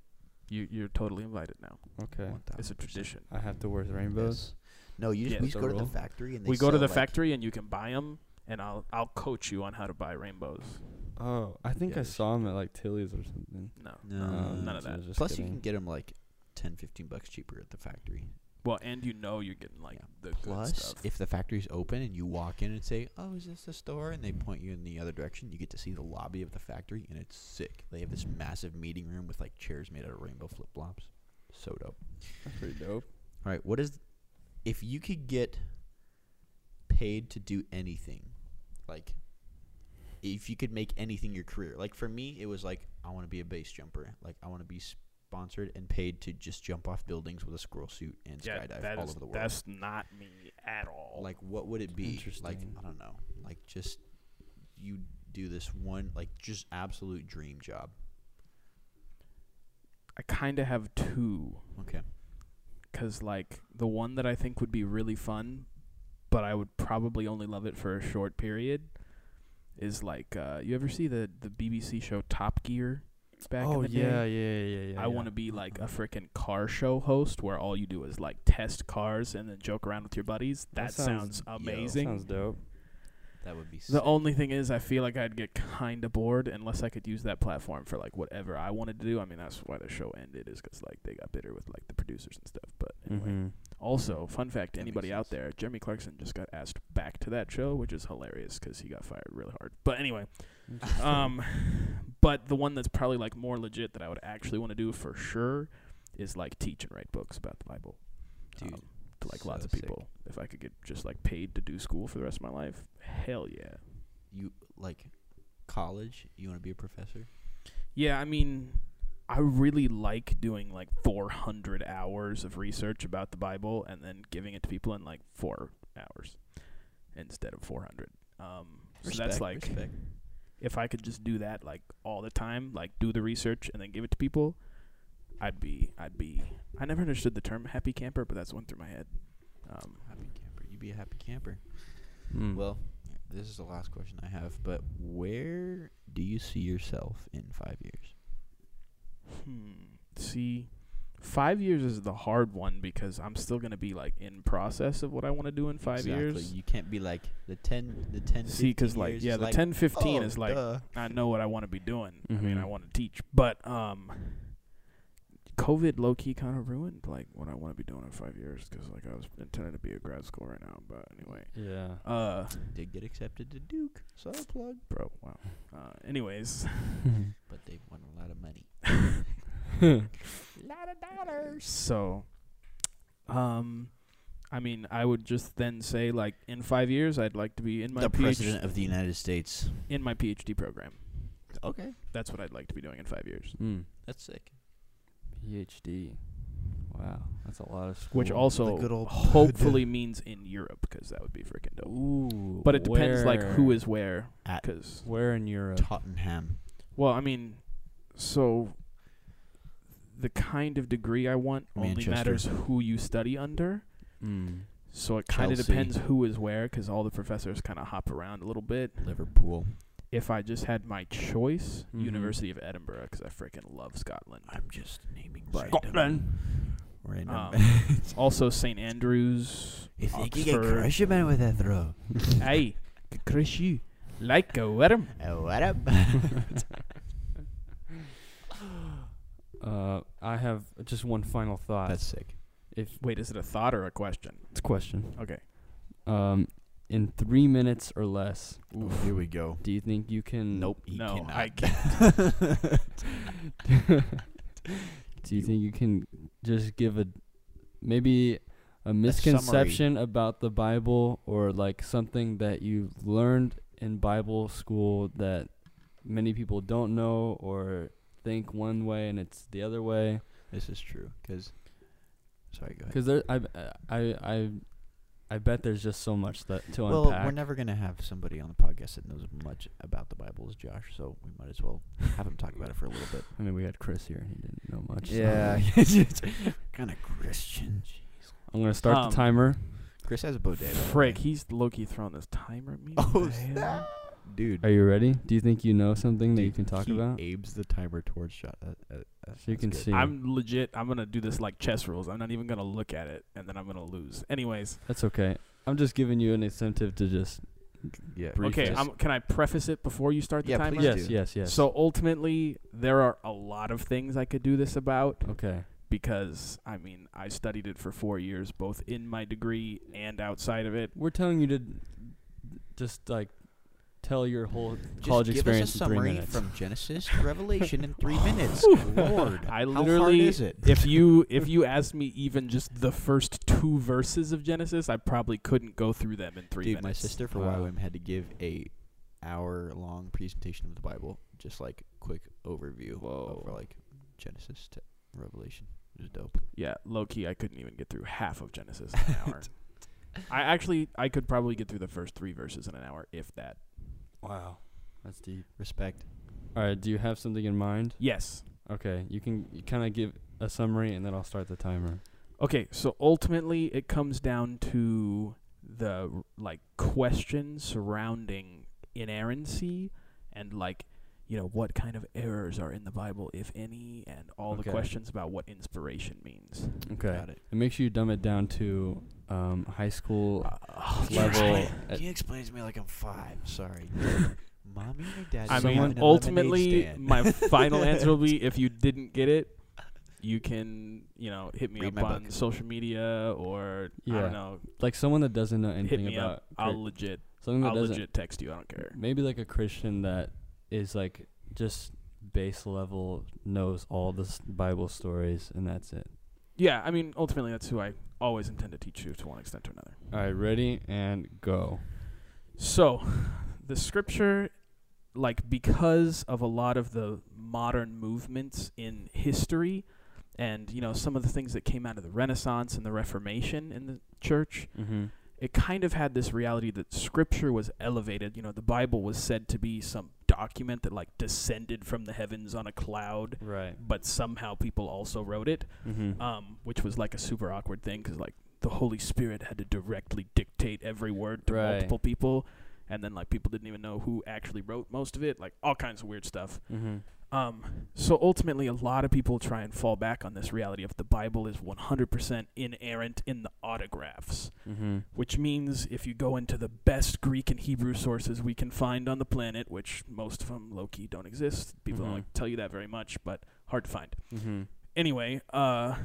Speaker 3: You you're totally invited now.
Speaker 1: Okay,
Speaker 3: It's a tradition.
Speaker 1: I have to wear the rainbows.
Speaker 2: No, you just,
Speaker 3: Yeah,
Speaker 2: we just
Speaker 1: the
Speaker 2: go to the
Speaker 1: rule.
Speaker 2: factory and they
Speaker 3: We go to
Speaker 2: sell,
Speaker 3: the
Speaker 2: like-
Speaker 3: factory and you can buy them, and I'll I'll coach you on how to buy rainbows.
Speaker 1: Oh, I think
Speaker 2: Yeah,
Speaker 1: I
Speaker 2: they
Speaker 1: saw him at like Tilly's or something.
Speaker 3: No, Uh,
Speaker 2: No,
Speaker 1: Oh,
Speaker 2: none
Speaker 3: of
Speaker 1: so
Speaker 3: that.
Speaker 1: just
Speaker 2: Plus, you
Speaker 1: kidding.
Speaker 2: can get them like 10, 15 bucks cheaper at the factory.
Speaker 3: Well, and you know you're getting like
Speaker 2: Yeah.
Speaker 3: the good
Speaker 2: Plus,
Speaker 3: stuff.
Speaker 2: if the factory's open and you walk in and say, "Oh, is this the store?" and they point you in the other direction, you get to see the lobby of the factory, and it's sick. They have this massive meeting room with like chairs made out of rainbow flip flops. So dope.
Speaker 1: That's pretty dope.
Speaker 2: All right, what is if you could get paid to do anything? Like if you could make anything your career. Like for me, it was like I want to be a base jumper. Like I want to be sponsored and paid to just jump off buildings with a squirrel suit and
Speaker 3: yeah,
Speaker 2: skydive
Speaker 3: that
Speaker 2: all
Speaker 3: is-
Speaker 2: over the world.
Speaker 3: that's not me at all.
Speaker 2: like what would it be? Like
Speaker 1: Interesting.
Speaker 2: I don't know. Like just you do this one like just absolute dream job.
Speaker 3: I kind of have two,
Speaker 2: Okay.
Speaker 3: cause like the one that I think would be really fun, but I would probably only love it for a short period, is like uh, you ever see the the BBC show Top Gear? Back in
Speaker 1: oh
Speaker 3: the
Speaker 1: yeah,
Speaker 3: day?
Speaker 1: yeah, yeah, yeah.
Speaker 3: I want to be like a freaking car show host where all you do is like test cars and then joke around with your buddies. That,
Speaker 1: That
Speaker 3: sounds,
Speaker 1: sounds-
Speaker 3: amazing.
Speaker 1: Sounds dope.
Speaker 2: That would be sick.
Speaker 3: The only thing is, I feel like I'd get kind of bored unless I could use that platform for like whatever I wanted to do. I mean, that's why the show ended, is because like they got bitter with like the producers and stuff. But anyway,
Speaker 1: hmm
Speaker 3: also fun fact: to
Speaker 2: That makes
Speaker 3: anybody out
Speaker 2: sense.
Speaker 3: there, Jeremy Clarkson just got asked back to that show, which is hilarious because he got fired really hard. But anyway, um, but the one that's probably like more legit that I would actually want to do for sure is like teach and write books about the Bible.
Speaker 2: Dude,
Speaker 3: um, to like lots
Speaker 2: so
Speaker 3: of
Speaker 2: sick.
Speaker 3: people. If I could get just like paid to do school for the rest of my life, hell yeah.
Speaker 2: you like college, you want to be a professor?
Speaker 3: Yeah, I mean, I really like doing like 400 hours of research about the Bible and then giving it to people in like four hours instead of 400. Um, so that's like
Speaker 2: respect.
Speaker 3: if I could just do that like all the time, like do the research and then give it to people, I'd be I'd be I never understood the term happy camper, but that's one through my head. Um,
Speaker 2: happy camper. You'd be a happy camper.
Speaker 1: Mm.
Speaker 2: Well, this is the last question I have, but where do you see yourself in five years?
Speaker 3: hmm. See, five years is the hard one because I'm still gonna be like in process of what I want to do in five
Speaker 2: exactly.
Speaker 3: years.
Speaker 2: You can't be like the ten, the ten.
Speaker 3: See,
Speaker 2: 'cause
Speaker 3: 'cause, like,
Speaker 2: years
Speaker 3: yeah,
Speaker 2: is
Speaker 3: the
Speaker 2: like,
Speaker 3: 10, 15
Speaker 2: oh,
Speaker 3: is like-
Speaker 2: duh.
Speaker 3: I know what I want to be doing. I mean,
Speaker 1: Mhm.
Speaker 3: I want to teach, but um, COVID low key kind of ruined like what I want to be doing in five years because like I was intending to be a grad school right now. But anyway,
Speaker 1: yeah.
Speaker 3: uh,
Speaker 2: did get accepted to Duke, so plug.
Speaker 3: bro, wow. Uh, anyways,
Speaker 2: But they won a lot of money.
Speaker 3: so, um, I mean, I would just then say like in five years I'd like to be in my
Speaker 2: the
Speaker 3: PhD,
Speaker 2: president of the United States.
Speaker 3: in my PhD program.
Speaker 2: Okay,
Speaker 3: That's what I'd like to be doing in five years.
Speaker 1: Mm.
Speaker 2: that's sick.
Speaker 1: PhD. Wow, that's a lot of school.
Speaker 3: Which also
Speaker 2: good old
Speaker 3: hopefully means in Europe because that would be freaking dope.
Speaker 1: Ooh.
Speaker 3: But it depends, like, who
Speaker 1: where-
Speaker 3: is where.
Speaker 2: At-
Speaker 3: Because,
Speaker 1: where in Europe.
Speaker 2: Tottenham.
Speaker 3: well, I mean, so the kind of degree I want
Speaker 2: Manchester.
Speaker 3: only matters who you study under.
Speaker 1: Mm.
Speaker 3: So it kind of
Speaker 2: Chelsea.
Speaker 3: depends who is where, because all the professors kind of hop around a little bit.
Speaker 2: Liverpool.
Speaker 3: If I just had my choice,
Speaker 2: Mm-hmm.
Speaker 1: Mhm.
Speaker 3: University of Edinburgh, because I freaking love Scotland.
Speaker 2: I'm just naming
Speaker 3: Right.
Speaker 2: random- Random.
Speaker 3: Um, also, St. Andrews.
Speaker 2: you think you can
Speaker 3: Oxford.
Speaker 2: crush a man with that throw?
Speaker 3: hey, could crush you like a worm.
Speaker 2: Oh, what up?
Speaker 1: Uh, I have just one final thought.
Speaker 2: That's sick.
Speaker 1: if
Speaker 3: Wait, is it a thought or a question?
Speaker 1: it's a question.
Speaker 3: Okay.
Speaker 1: Um, in three minutes or less,
Speaker 2: Ooh, Oh, here we go.
Speaker 1: do you think you can?
Speaker 2: Nope. You
Speaker 3: no,
Speaker 2: cannot.
Speaker 3: I can't.
Speaker 1: Do you think you can just give a maybe a misconception about the Bible or like something that you learned in Bible school that many people don't know or think one way and it's the other way?
Speaker 2: This is true. Cause, sorry, go ahead.
Speaker 1: Because there, I, I, I, I bet there's just so much that to
Speaker 2: well,
Speaker 1: unpack.
Speaker 2: we're never gonna have somebody on the podcast that knows as much about the Bible as Josh, so we might as well have him talk about it for a little bit.
Speaker 1: I mean, we had Chris here and he didn't know much. so-
Speaker 2: kind of Christian.
Speaker 1: I'm gonna start
Speaker 3: Um,
Speaker 1: the timer.
Speaker 2: Chris has a bodega.
Speaker 3: Frick, he's Loki throwing this timer at me. What
Speaker 2: Oh
Speaker 3: the hell?
Speaker 2: snap, dude.
Speaker 1: Are you ready? Do you think you know something that you
Speaker 2: Dude,
Speaker 1: can talk
Speaker 2: he
Speaker 1: about?
Speaker 2: Abe's the timer towards shot. Uh, uh, uh,
Speaker 1: So you
Speaker 2: that's
Speaker 1: can
Speaker 2: good.
Speaker 1: see.
Speaker 3: I'm legit. I'm gonna do this like chess rules. I'm not even gonna look at it, and then I'm gonna lose. Anyways,
Speaker 1: That's okay. I'm just giving you an incentive to just.
Speaker 2: Yeah.
Speaker 1: Brief
Speaker 3: okay.
Speaker 1: just-
Speaker 3: I'm, can I preface it before you start the
Speaker 2: Yeah,
Speaker 3: timer?
Speaker 2: Please
Speaker 1: yes,
Speaker 2: do.
Speaker 1: yes, yes.
Speaker 3: So ultimately, there are a lot of things I could do this about
Speaker 1: okay.
Speaker 3: because I mean I studied it for four years, both in my degree and outside of it.
Speaker 1: We're telling you to just like tell your whole
Speaker 2: Just
Speaker 1: college
Speaker 2: give
Speaker 1: experience
Speaker 2: us a
Speaker 1: in three
Speaker 2: summary
Speaker 1: minutes.
Speaker 2: from Genesis to Revelation in three minutes. Lord,
Speaker 3: I
Speaker 2: how hard
Speaker 3: literally,
Speaker 2: is it?
Speaker 3: if you if you asked me even just the first two verses of Genesis, I probably couldn't go through them in three
Speaker 2: Dude,
Speaker 3: minutes. Uh,
Speaker 2: my sister for
Speaker 1: Wow.
Speaker 2: YWAM had to give a hour long presentation of the Bible, just like quick overview
Speaker 3: Whoa.
Speaker 2: over like Genesis to Revelation. It was dope.
Speaker 3: Yeah, low key, I couldn't even get through half of Genesis in an hour. I actually, I could probably get through the first three verses in an hour, if that.
Speaker 1: wow, that's deep.
Speaker 2: Respect.
Speaker 1: All right. Do you have something in mind?
Speaker 3: Yes.
Speaker 1: Okay. You can you kind of give a summary and then I'll start the timer.
Speaker 3: Okay, so ultimately, it comes down to the r- like question surrounding inerrancy and like you know what kind of errors are in the Bible, if any, and all the
Speaker 1: Okay.
Speaker 3: questions about what inspiration means.
Speaker 1: Okay.
Speaker 2: Got it.
Speaker 1: And make sure you dumb it down to um, high school
Speaker 3: Uh,
Speaker 2: Can you
Speaker 1: level.
Speaker 2: explain-
Speaker 1: at-
Speaker 2: Can you explain to me like I'm five? Sorry. Mommy or daddy?
Speaker 3: I
Speaker 1: Someone-
Speaker 3: mean,
Speaker 2: having a lemonade
Speaker 3: ultimately,
Speaker 2: stand.
Speaker 3: my final answer will be if you didn't get it, you can, you know, hit me
Speaker 2: Read my
Speaker 3: up on
Speaker 2: book.
Speaker 3: social media or I
Speaker 1: Yeah.
Speaker 3: don't know,
Speaker 1: like someone that doesn't know
Speaker 3: hit
Speaker 1: anything
Speaker 3: me
Speaker 1: about
Speaker 3: up. I'll
Speaker 1: cri-
Speaker 3: legit,
Speaker 1: something that
Speaker 3: I'll
Speaker 1: doesn't
Speaker 3: legit text you. I don't care.
Speaker 1: maybe like a Christian that is like just base level knows all the s- Bible stories and that's it.
Speaker 3: Yeah, I mean, ultimately, that's who I always intend to teach you to one extent or another.
Speaker 1: All right, ready and go.
Speaker 3: So, the scripture like because of a lot of the modern movements in history and you know some of the things that came out of the renaissance and the reformation in the church
Speaker 1: Mm-hmm.
Speaker 3: it kind of had this reality that scripture was elevated you know the bible was said to be some document that like descended from the heavens on a cloud
Speaker 1: Right.
Speaker 3: but somehow people also wrote it
Speaker 1: Mm-hmm.
Speaker 3: um, which was like a super awkward thing because like the Holy Spirit had to directly dictate every word to
Speaker 1: Right.
Speaker 3: multiple people, and then like people didn't even know who actually wrote most of it, like all kinds of weird stuff.
Speaker 1: mm-hmm.
Speaker 3: Um, so ultimately, a lot of people try and fall back on this reality of the Bible is 100% inerrant in the autographs,
Speaker 1: Mm-hmm.
Speaker 3: which means if you go into the best Greek and Hebrew sources we can find on the planet, which most of them low key don't exist, people
Speaker 1: Mhm.
Speaker 3: don't like tell you that very much, but hard to find
Speaker 1: Mm-hmm.
Speaker 3: anyway, uh,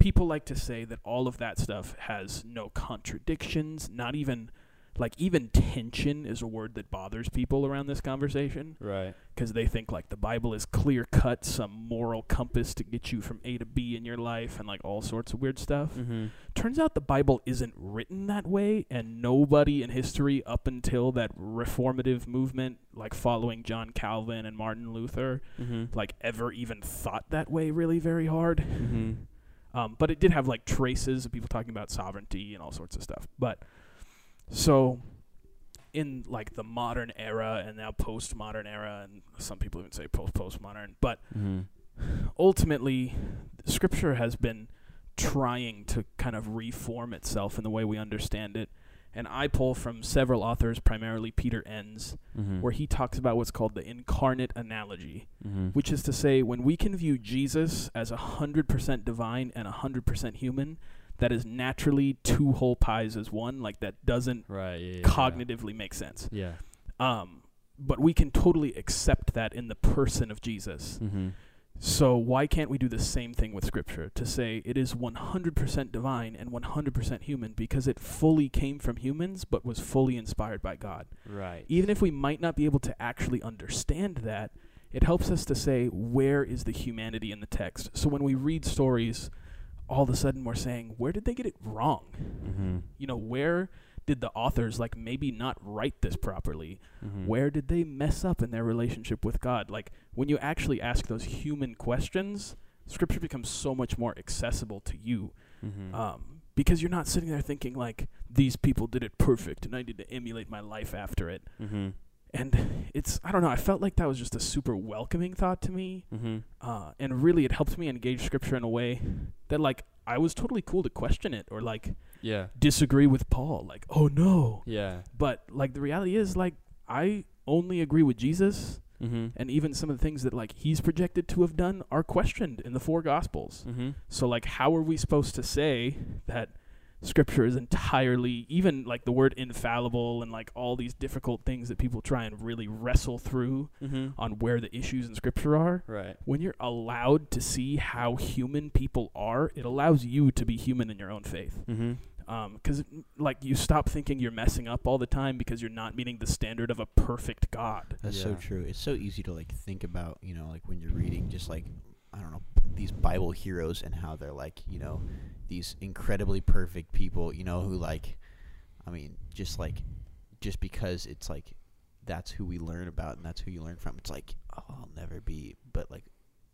Speaker 3: people like to say that all of that stuff has no contradictions, not even like even tension is a word that bothers people around this conversation
Speaker 1: Right.
Speaker 3: because they think like the Bible is clear cut, some moral compass to get you from A to B in your life, and like all sorts of weird stuff.
Speaker 1: Mm-hmm.
Speaker 3: Turns out the Bible isn't written that way, and nobody in history up until that reformative movement, like following John Calvin and Martin Luther,
Speaker 1: Mm-hmm.
Speaker 3: like ever even thought that way really very hard.
Speaker 1: Mm-hmm.
Speaker 3: Um, but it did have like traces of people talking about sovereignty and all sorts of stuff. But so in like the modern era and now postmodern era, and some people even say post postmodern, but
Speaker 1: Mm-hmm.
Speaker 3: ultimately, scripture has been trying to kind of reform itself in the way we understand it. And I pull from several authors, primarily Peter Enns,
Speaker 1: Mm-hmm.
Speaker 3: where he talks about what's called the incarnate analogy
Speaker 1: mm-hmm.
Speaker 3: which is to say, when we can view Jesus as 100% divine and 100% human, that is naturally two whole pies as one. Like, that doesn't
Speaker 1: right. Yeah, yeah, yeah.
Speaker 3: cognitively make sense.
Speaker 1: Yeah.
Speaker 3: Um, but we can totally accept that in the person of Jesus.
Speaker 1: Mm-hmm.
Speaker 3: So, why can't we do the same thing with Scripture to say it is 100% divine and 100% human because it fully came from humans but was fully inspired by God?
Speaker 1: Right.
Speaker 3: even if we might not be able to actually understand that, it helps us to say where is the humanity in the text. So when we read stories, all of a sudden we're saying, where did they get it wrong?
Speaker 1: Mm-hmm.
Speaker 3: You know, where did the authors like maybe not write this properly?
Speaker 1: Mm-hmm.
Speaker 3: Where did they mess up in their relationship with God? Like when you actually ask those human questions, scripture becomes so much more accessible to you
Speaker 1: Mm-hmm.
Speaker 3: um, because you're not sitting there thinking like these people did it perfect and I need to emulate my life after it
Speaker 1: mm-hmm.
Speaker 3: and it's i don't know i felt like that was just a super welcoming thought to me
Speaker 1: Mm-hmm.
Speaker 3: uh, and really it helped me engage scripture in a way that like i was totally cool to question it or like
Speaker 1: Yeah.
Speaker 3: disagree with paul like oh no
Speaker 1: Yeah.
Speaker 3: but like the reality is like i only agree with jesus
Speaker 1: Mm-hmm.
Speaker 3: and even some of the things that like he's projected to have done are questioned in the four gospels
Speaker 1: Mm-hmm.
Speaker 3: so like how are we supposed to say that scripture is entirely even like the word infallible and like all these difficult things that people try and really wrestle through
Speaker 1: Mm-hmm.
Speaker 3: on where the issues in scripture are
Speaker 1: Right.
Speaker 3: when you're allowed to see how human people are it allows you to be human in your own faith
Speaker 1: Mm-hmm.
Speaker 3: because like you stop thinking you're messing up all the time because you're not meeting the standard of a perfect god
Speaker 4: That's
Speaker 2: That's
Speaker 4: so
Speaker 2: so
Speaker 4: Yeah.
Speaker 2: true. It's so easy to like think about, you know, like when you're reading just like I don't know, these Bible heroes and how they're like, you know, these incredibly perfect people, you know, who like I mean, just like just because it's like that's who we learn about and that's who you learn from. It's like, oh, I'll never be but like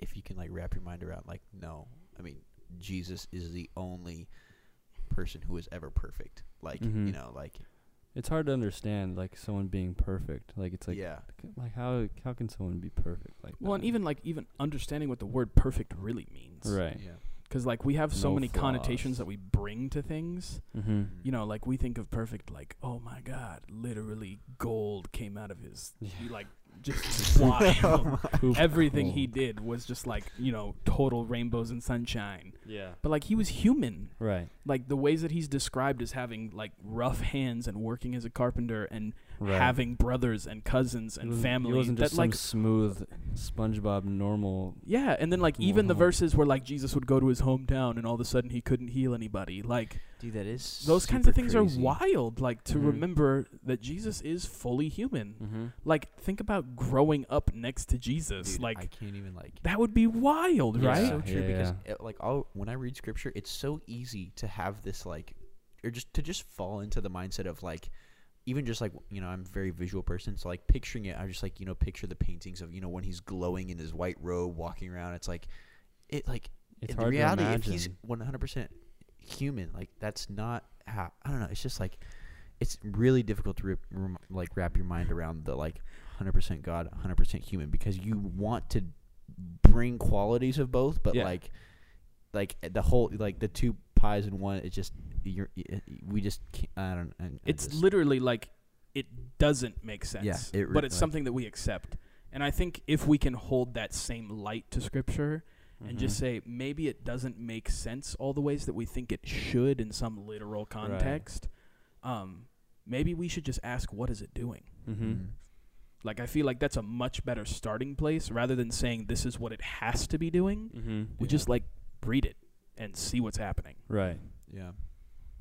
Speaker 2: if you can like wrap your mind around like no. I mean, Jesus is the only person who is ever perfect. Like,
Speaker 1: Mhm.
Speaker 3: Mm-hmm.
Speaker 2: you know, like,
Speaker 1: It's hard to understand like someone being perfect. Like it's like
Speaker 2: yeah.
Speaker 1: like how how can someone be perfect like
Speaker 3: well and
Speaker 1: that?
Speaker 3: even like even understanding what the word perfect really means
Speaker 1: right.
Speaker 2: Yeah.
Speaker 3: because like we have so
Speaker 1: No
Speaker 3: many
Speaker 1: flaws.
Speaker 3: connotations that we bring to things
Speaker 1: Mm-hmm.
Speaker 3: you know like we think of perfect like oh my god literally gold came out of his he like just wild everything he did was just like you know total rainbows and sunshine
Speaker 1: Yeah.
Speaker 3: but like he was human
Speaker 1: Right.
Speaker 3: like the ways that he's described as having like rough hands and working as a carpenter and
Speaker 1: Right.
Speaker 3: having brothers and cousins
Speaker 1: It
Speaker 3: and
Speaker 1: wasn't-
Speaker 3: family
Speaker 1: It wasn't just
Speaker 3: that
Speaker 1: some
Speaker 3: like
Speaker 1: smooth SpongeBob normal.
Speaker 3: yeah and then like even the
Speaker 1: Wow.
Speaker 3: verses where like jesus would go to his hometown and all of a sudden he couldn't heal anybody like
Speaker 2: Dude, that is
Speaker 3: Mm-hmm. those kinds of
Speaker 2: super
Speaker 3: things
Speaker 2: crazy. Mm-hmm.
Speaker 3: are wild like to
Speaker 1: Mhm.
Speaker 3: remember that jesus is fully human
Speaker 2: Mm.
Speaker 1: Mm-hmm.
Speaker 3: like think about growing up next to jesus
Speaker 2: Dude,
Speaker 3: like
Speaker 2: I can't even like.
Speaker 3: that would be wild
Speaker 1: Yeah.
Speaker 3: right
Speaker 2: So true
Speaker 1: Yeah,
Speaker 2: because
Speaker 1: yeah.
Speaker 2: it, like all when I read scripture, it's so easy to have this like, or just to just fall into the mindset of like, even just like you know, I'm a very visual person, so like picturing it, I just like you know picture the paintings of you know when he's glowing in his white robe walking around. It's like it like
Speaker 1: It's
Speaker 2: in
Speaker 1: hard
Speaker 2: reality,
Speaker 1: to
Speaker 2: if
Speaker 1: imagine.
Speaker 2: he's 100 percent human, like that's not how I don't know. It's just like it's really difficult to rip, rem- like wrap your mind around the like 100 percent God, 100 percent human because you want to bring qualities of both, but
Speaker 3: Yeah.
Speaker 2: like like the whole like the two pies in one. It just you're y- y- we just can't, I don't. I, I
Speaker 3: It's
Speaker 2: just-
Speaker 3: literally like it doesn't make sense.
Speaker 2: it re-
Speaker 3: but it's
Speaker 2: like-
Speaker 3: something that we accept. And I think if we can hold that same light to scripture
Speaker 1: Mm-hmm.
Speaker 3: and just say maybe it doesn't make sense all the ways that we think it should in some literal context, um, maybe we should just ask what is it doing?
Speaker 1: Mm-hmm.
Speaker 2: Mhm.
Speaker 3: Like I feel like that's a much better starting place rather than saying this is what it has to be doing.
Speaker 1: Mm-hmm.
Speaker 3: We
Speaker 2: Yeah.
Speaker 3: just like read it and see what's happening.
Speaker 1: Right.
Speaker 2: Yeah,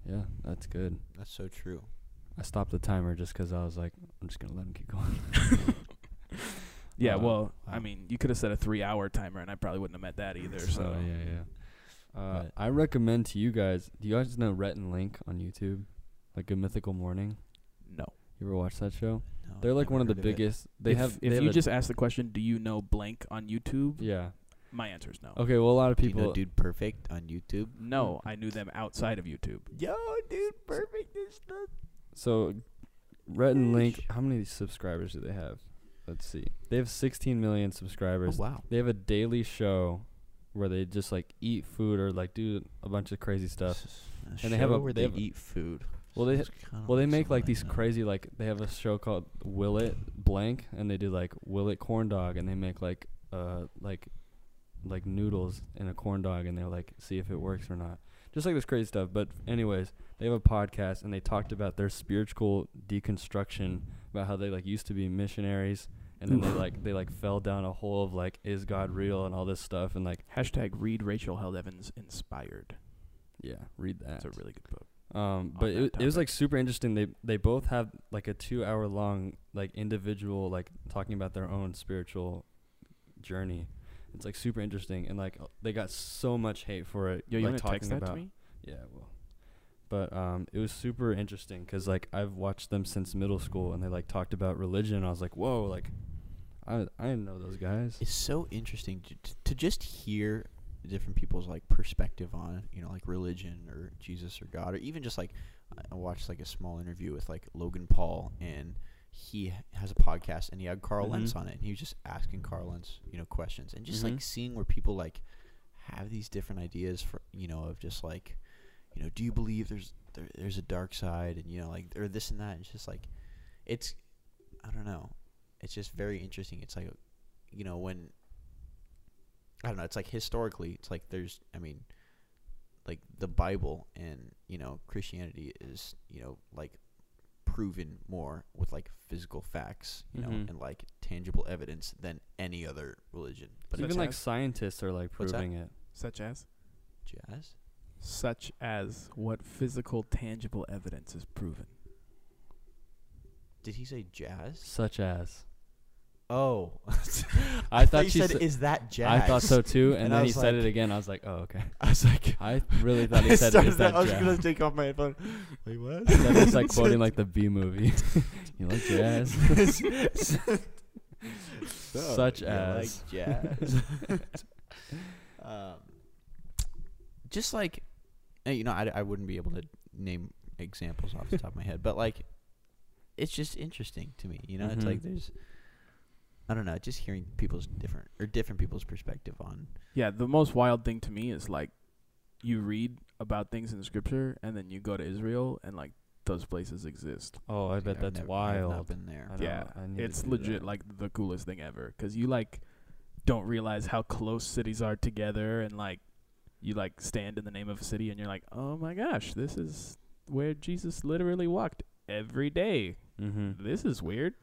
Speaker 1: Yeah, that's good.
Speaker 2: that's so true.
Speaker 1: I stopped the timer just 'cause I was like, I'm just gonna let him keep going.
Speaker 3: Yeah,
Speaker 1: Uh,
Speaker 3: well, I
Speaker 1: wow.
Speaker 3: mean, you could have set a 3-hour timer and I probably wouldn't have met that either, so
Speaker 1: Oh, yeah, yeah. Uh,
Speaker 2: Right.
Speaker 1: I recommend to you guys. Do you guys know Rhett and Link on YouTube? Like a Mythical Morning.
Speaker 3: no.
Speaker 1: You ever watch that show?
Speaker 2: No,
Speaker 1: They're like
Speaker 2: never
Speaker 1: one of the
Speaker 2: heard it.
Speaker 1: biggest. They
Speaker 3: if,
Speaker 1: have.
Speaker 3: If
Speaker 1: they have
Speaker 3: you
Speaker 1: a-
Speaker 3: just ask the question, "Do you know blank on YouTube?"
Speaker 1: Yeah.
Speaker 3: My answer is no.
Speaker 1: Okay. Well, a lot of
Speaker 2: Do you know
Speaker 1: people.
Speaker 2: Oh. dude perfect on YouTube.
Speaker 3: No, I knew them outside of YouTube.
Speaker 2: Yo, dude, perfect is the
Speaker 1: So, Rhett and Link, how many subscribers do they have? Let's see. They have 16 million subscribers.
Speaker 2: Oh, wow.
Speaker 1: They have a daily show where they just like eat food or like do a bunch of crazy stuff.
Speaker 2: and they have a where they,
Speaker 1: have a-
Speaker 2: eat food.
Speaker 1: Well, they
Speaker 2: Sounds kinda
Speaker 1: Well, they make like
Speaker 2: something
Speaker 1: these
Speaker 2: that.
Speaker 1: crazy like they have a show called Will It Blank, and they do like Will It Corn Dog, and they make like uh like like noodles in a corn dog, and they're like see if it works or not. Just like this crazy stuff. But anyways, they have a podcast, and they talked about their spiritual deconstruction about how they like used to be missionaries, and then they like they like fell down a hole of like is God real and all this stuff, and like
Speaker 3: Hashtag read Rachel Held Evans inspired.
Speaker 1: yeah, read that.
Speaker 3: That's a really good book.
Speaker 1: Um, but
Speaker 3: that
Speaker 1: it, it was
Speaker 3: topic.
Speaker 1: like super interesting. They they both have like a two hour long like individual like talking about their own spiritual journey. It's like super interesting and like uh, they got so much hate for it.
Speaker 3: Yo, you
Speaker 1: like,
Speaker 3: want to text that to me?
Speaker 1: Yeah, well, but um, it was super interesting because like I've watched them since middle school and they like talked about religion. I was like, whoa, like I I didn't know those guys.
Speaker 2: It's so interesting to, to- to just hear different people's like perspective on you know like religion or Jesus or God or even just like I- I watched like a small interview with like Logan Paul and he h- has a podcast and he had Carl
Speaker 1: Mhm.
Speaker 2: Lentz on it and he was just asking Carl Lentz you know questions and just
Speaker 1: Mhm.
Speaker 2: like seeing where people like have these different ideas for you know of just like you know do you believe there's there, there's a dark side and you know like or this and that it's just like it's I don't know it's just very interesting it's like you know when I don't know. It's like historically, it's like there's, I mean, like the Bible and you know Christianity is you know like proven more with like physical facts, you know,
Speaker 1: Mhm.
Speaker 2: and like tangible evidence than any other religion. But
Speaker 1: Even
Speaker 3: it's-
Speaker 1: like scientists are like
Speaker 2: What's that?
Speaker 1: proving it.
Speaker 3: Such as,
Speaker 2: jazz,
Speaker 3: such as what physical, tangible evidence is proven.
Speaker 2: did he say jazz?
Speaker 1: Such as
Speaker 2: Oh,
Speaker 1: I, thought,
Speaker 2: you
Speaker 1: she
Speaker 2: said,
Speaker 1: said.
Speaker 2: "Is that
Speaker 1: I
Speaker 2: jazz?"
Speaker 1: thought so too, and,
Speaker 2: And I
Speaker 1: then he
Speaker 2: was
Speaker 1: said
Speaker 2: like-
Speaker 1: it again. I was like, "Oh, okay."
Speaker 2: I was like,
Speaker 1: I really thought he
Speaker 2: I
Speaker 1: said,
Speaker 2: started
Speaker 1: "Is that
Speaker 2: I was gonna
Speaker 1: jazz?"
Speaker 2: take off my headphone. Wait, what?
Speaker 1: That was like quoting like the B movie. you like jazz? Such
Speaker 2: you
Speaker 1: as.
Speaker 2: like jazz. um, just like uh, you know, I, I wouldn't be able to name examples off the top of my head, but like it's just interesting to me. You know, it's like
Speaker 1: Mhm.
Speaker 2: there's I don't know, just hearing people's different or different people's perspective on.
Speaker 3: Yeah, the most wild thing to me is like you read about things in scripture and then you go to Israel and like those places exist.
Speaker 1: Oh, I bet
Speaker 2: I've
Speaker 1: that's
Speaker 2: never- I've not
Speaker 1: wild.
Speaker 2: been there.
Speaker 1: I know,
Speaker 3: yeah,
Speaker 1: I need to
Speaker 3: it's
Speaker 1: do
Speaker 3: legit
Speaker 1: that.
Speaker 3: like the coolest thing ever because you like don't realize how close cities are together and like you like stand in the name of a city and you're like oh my gosh this is where jesus literally walked every day
Speaker 1: Mhm.
Speaker 3: this is weird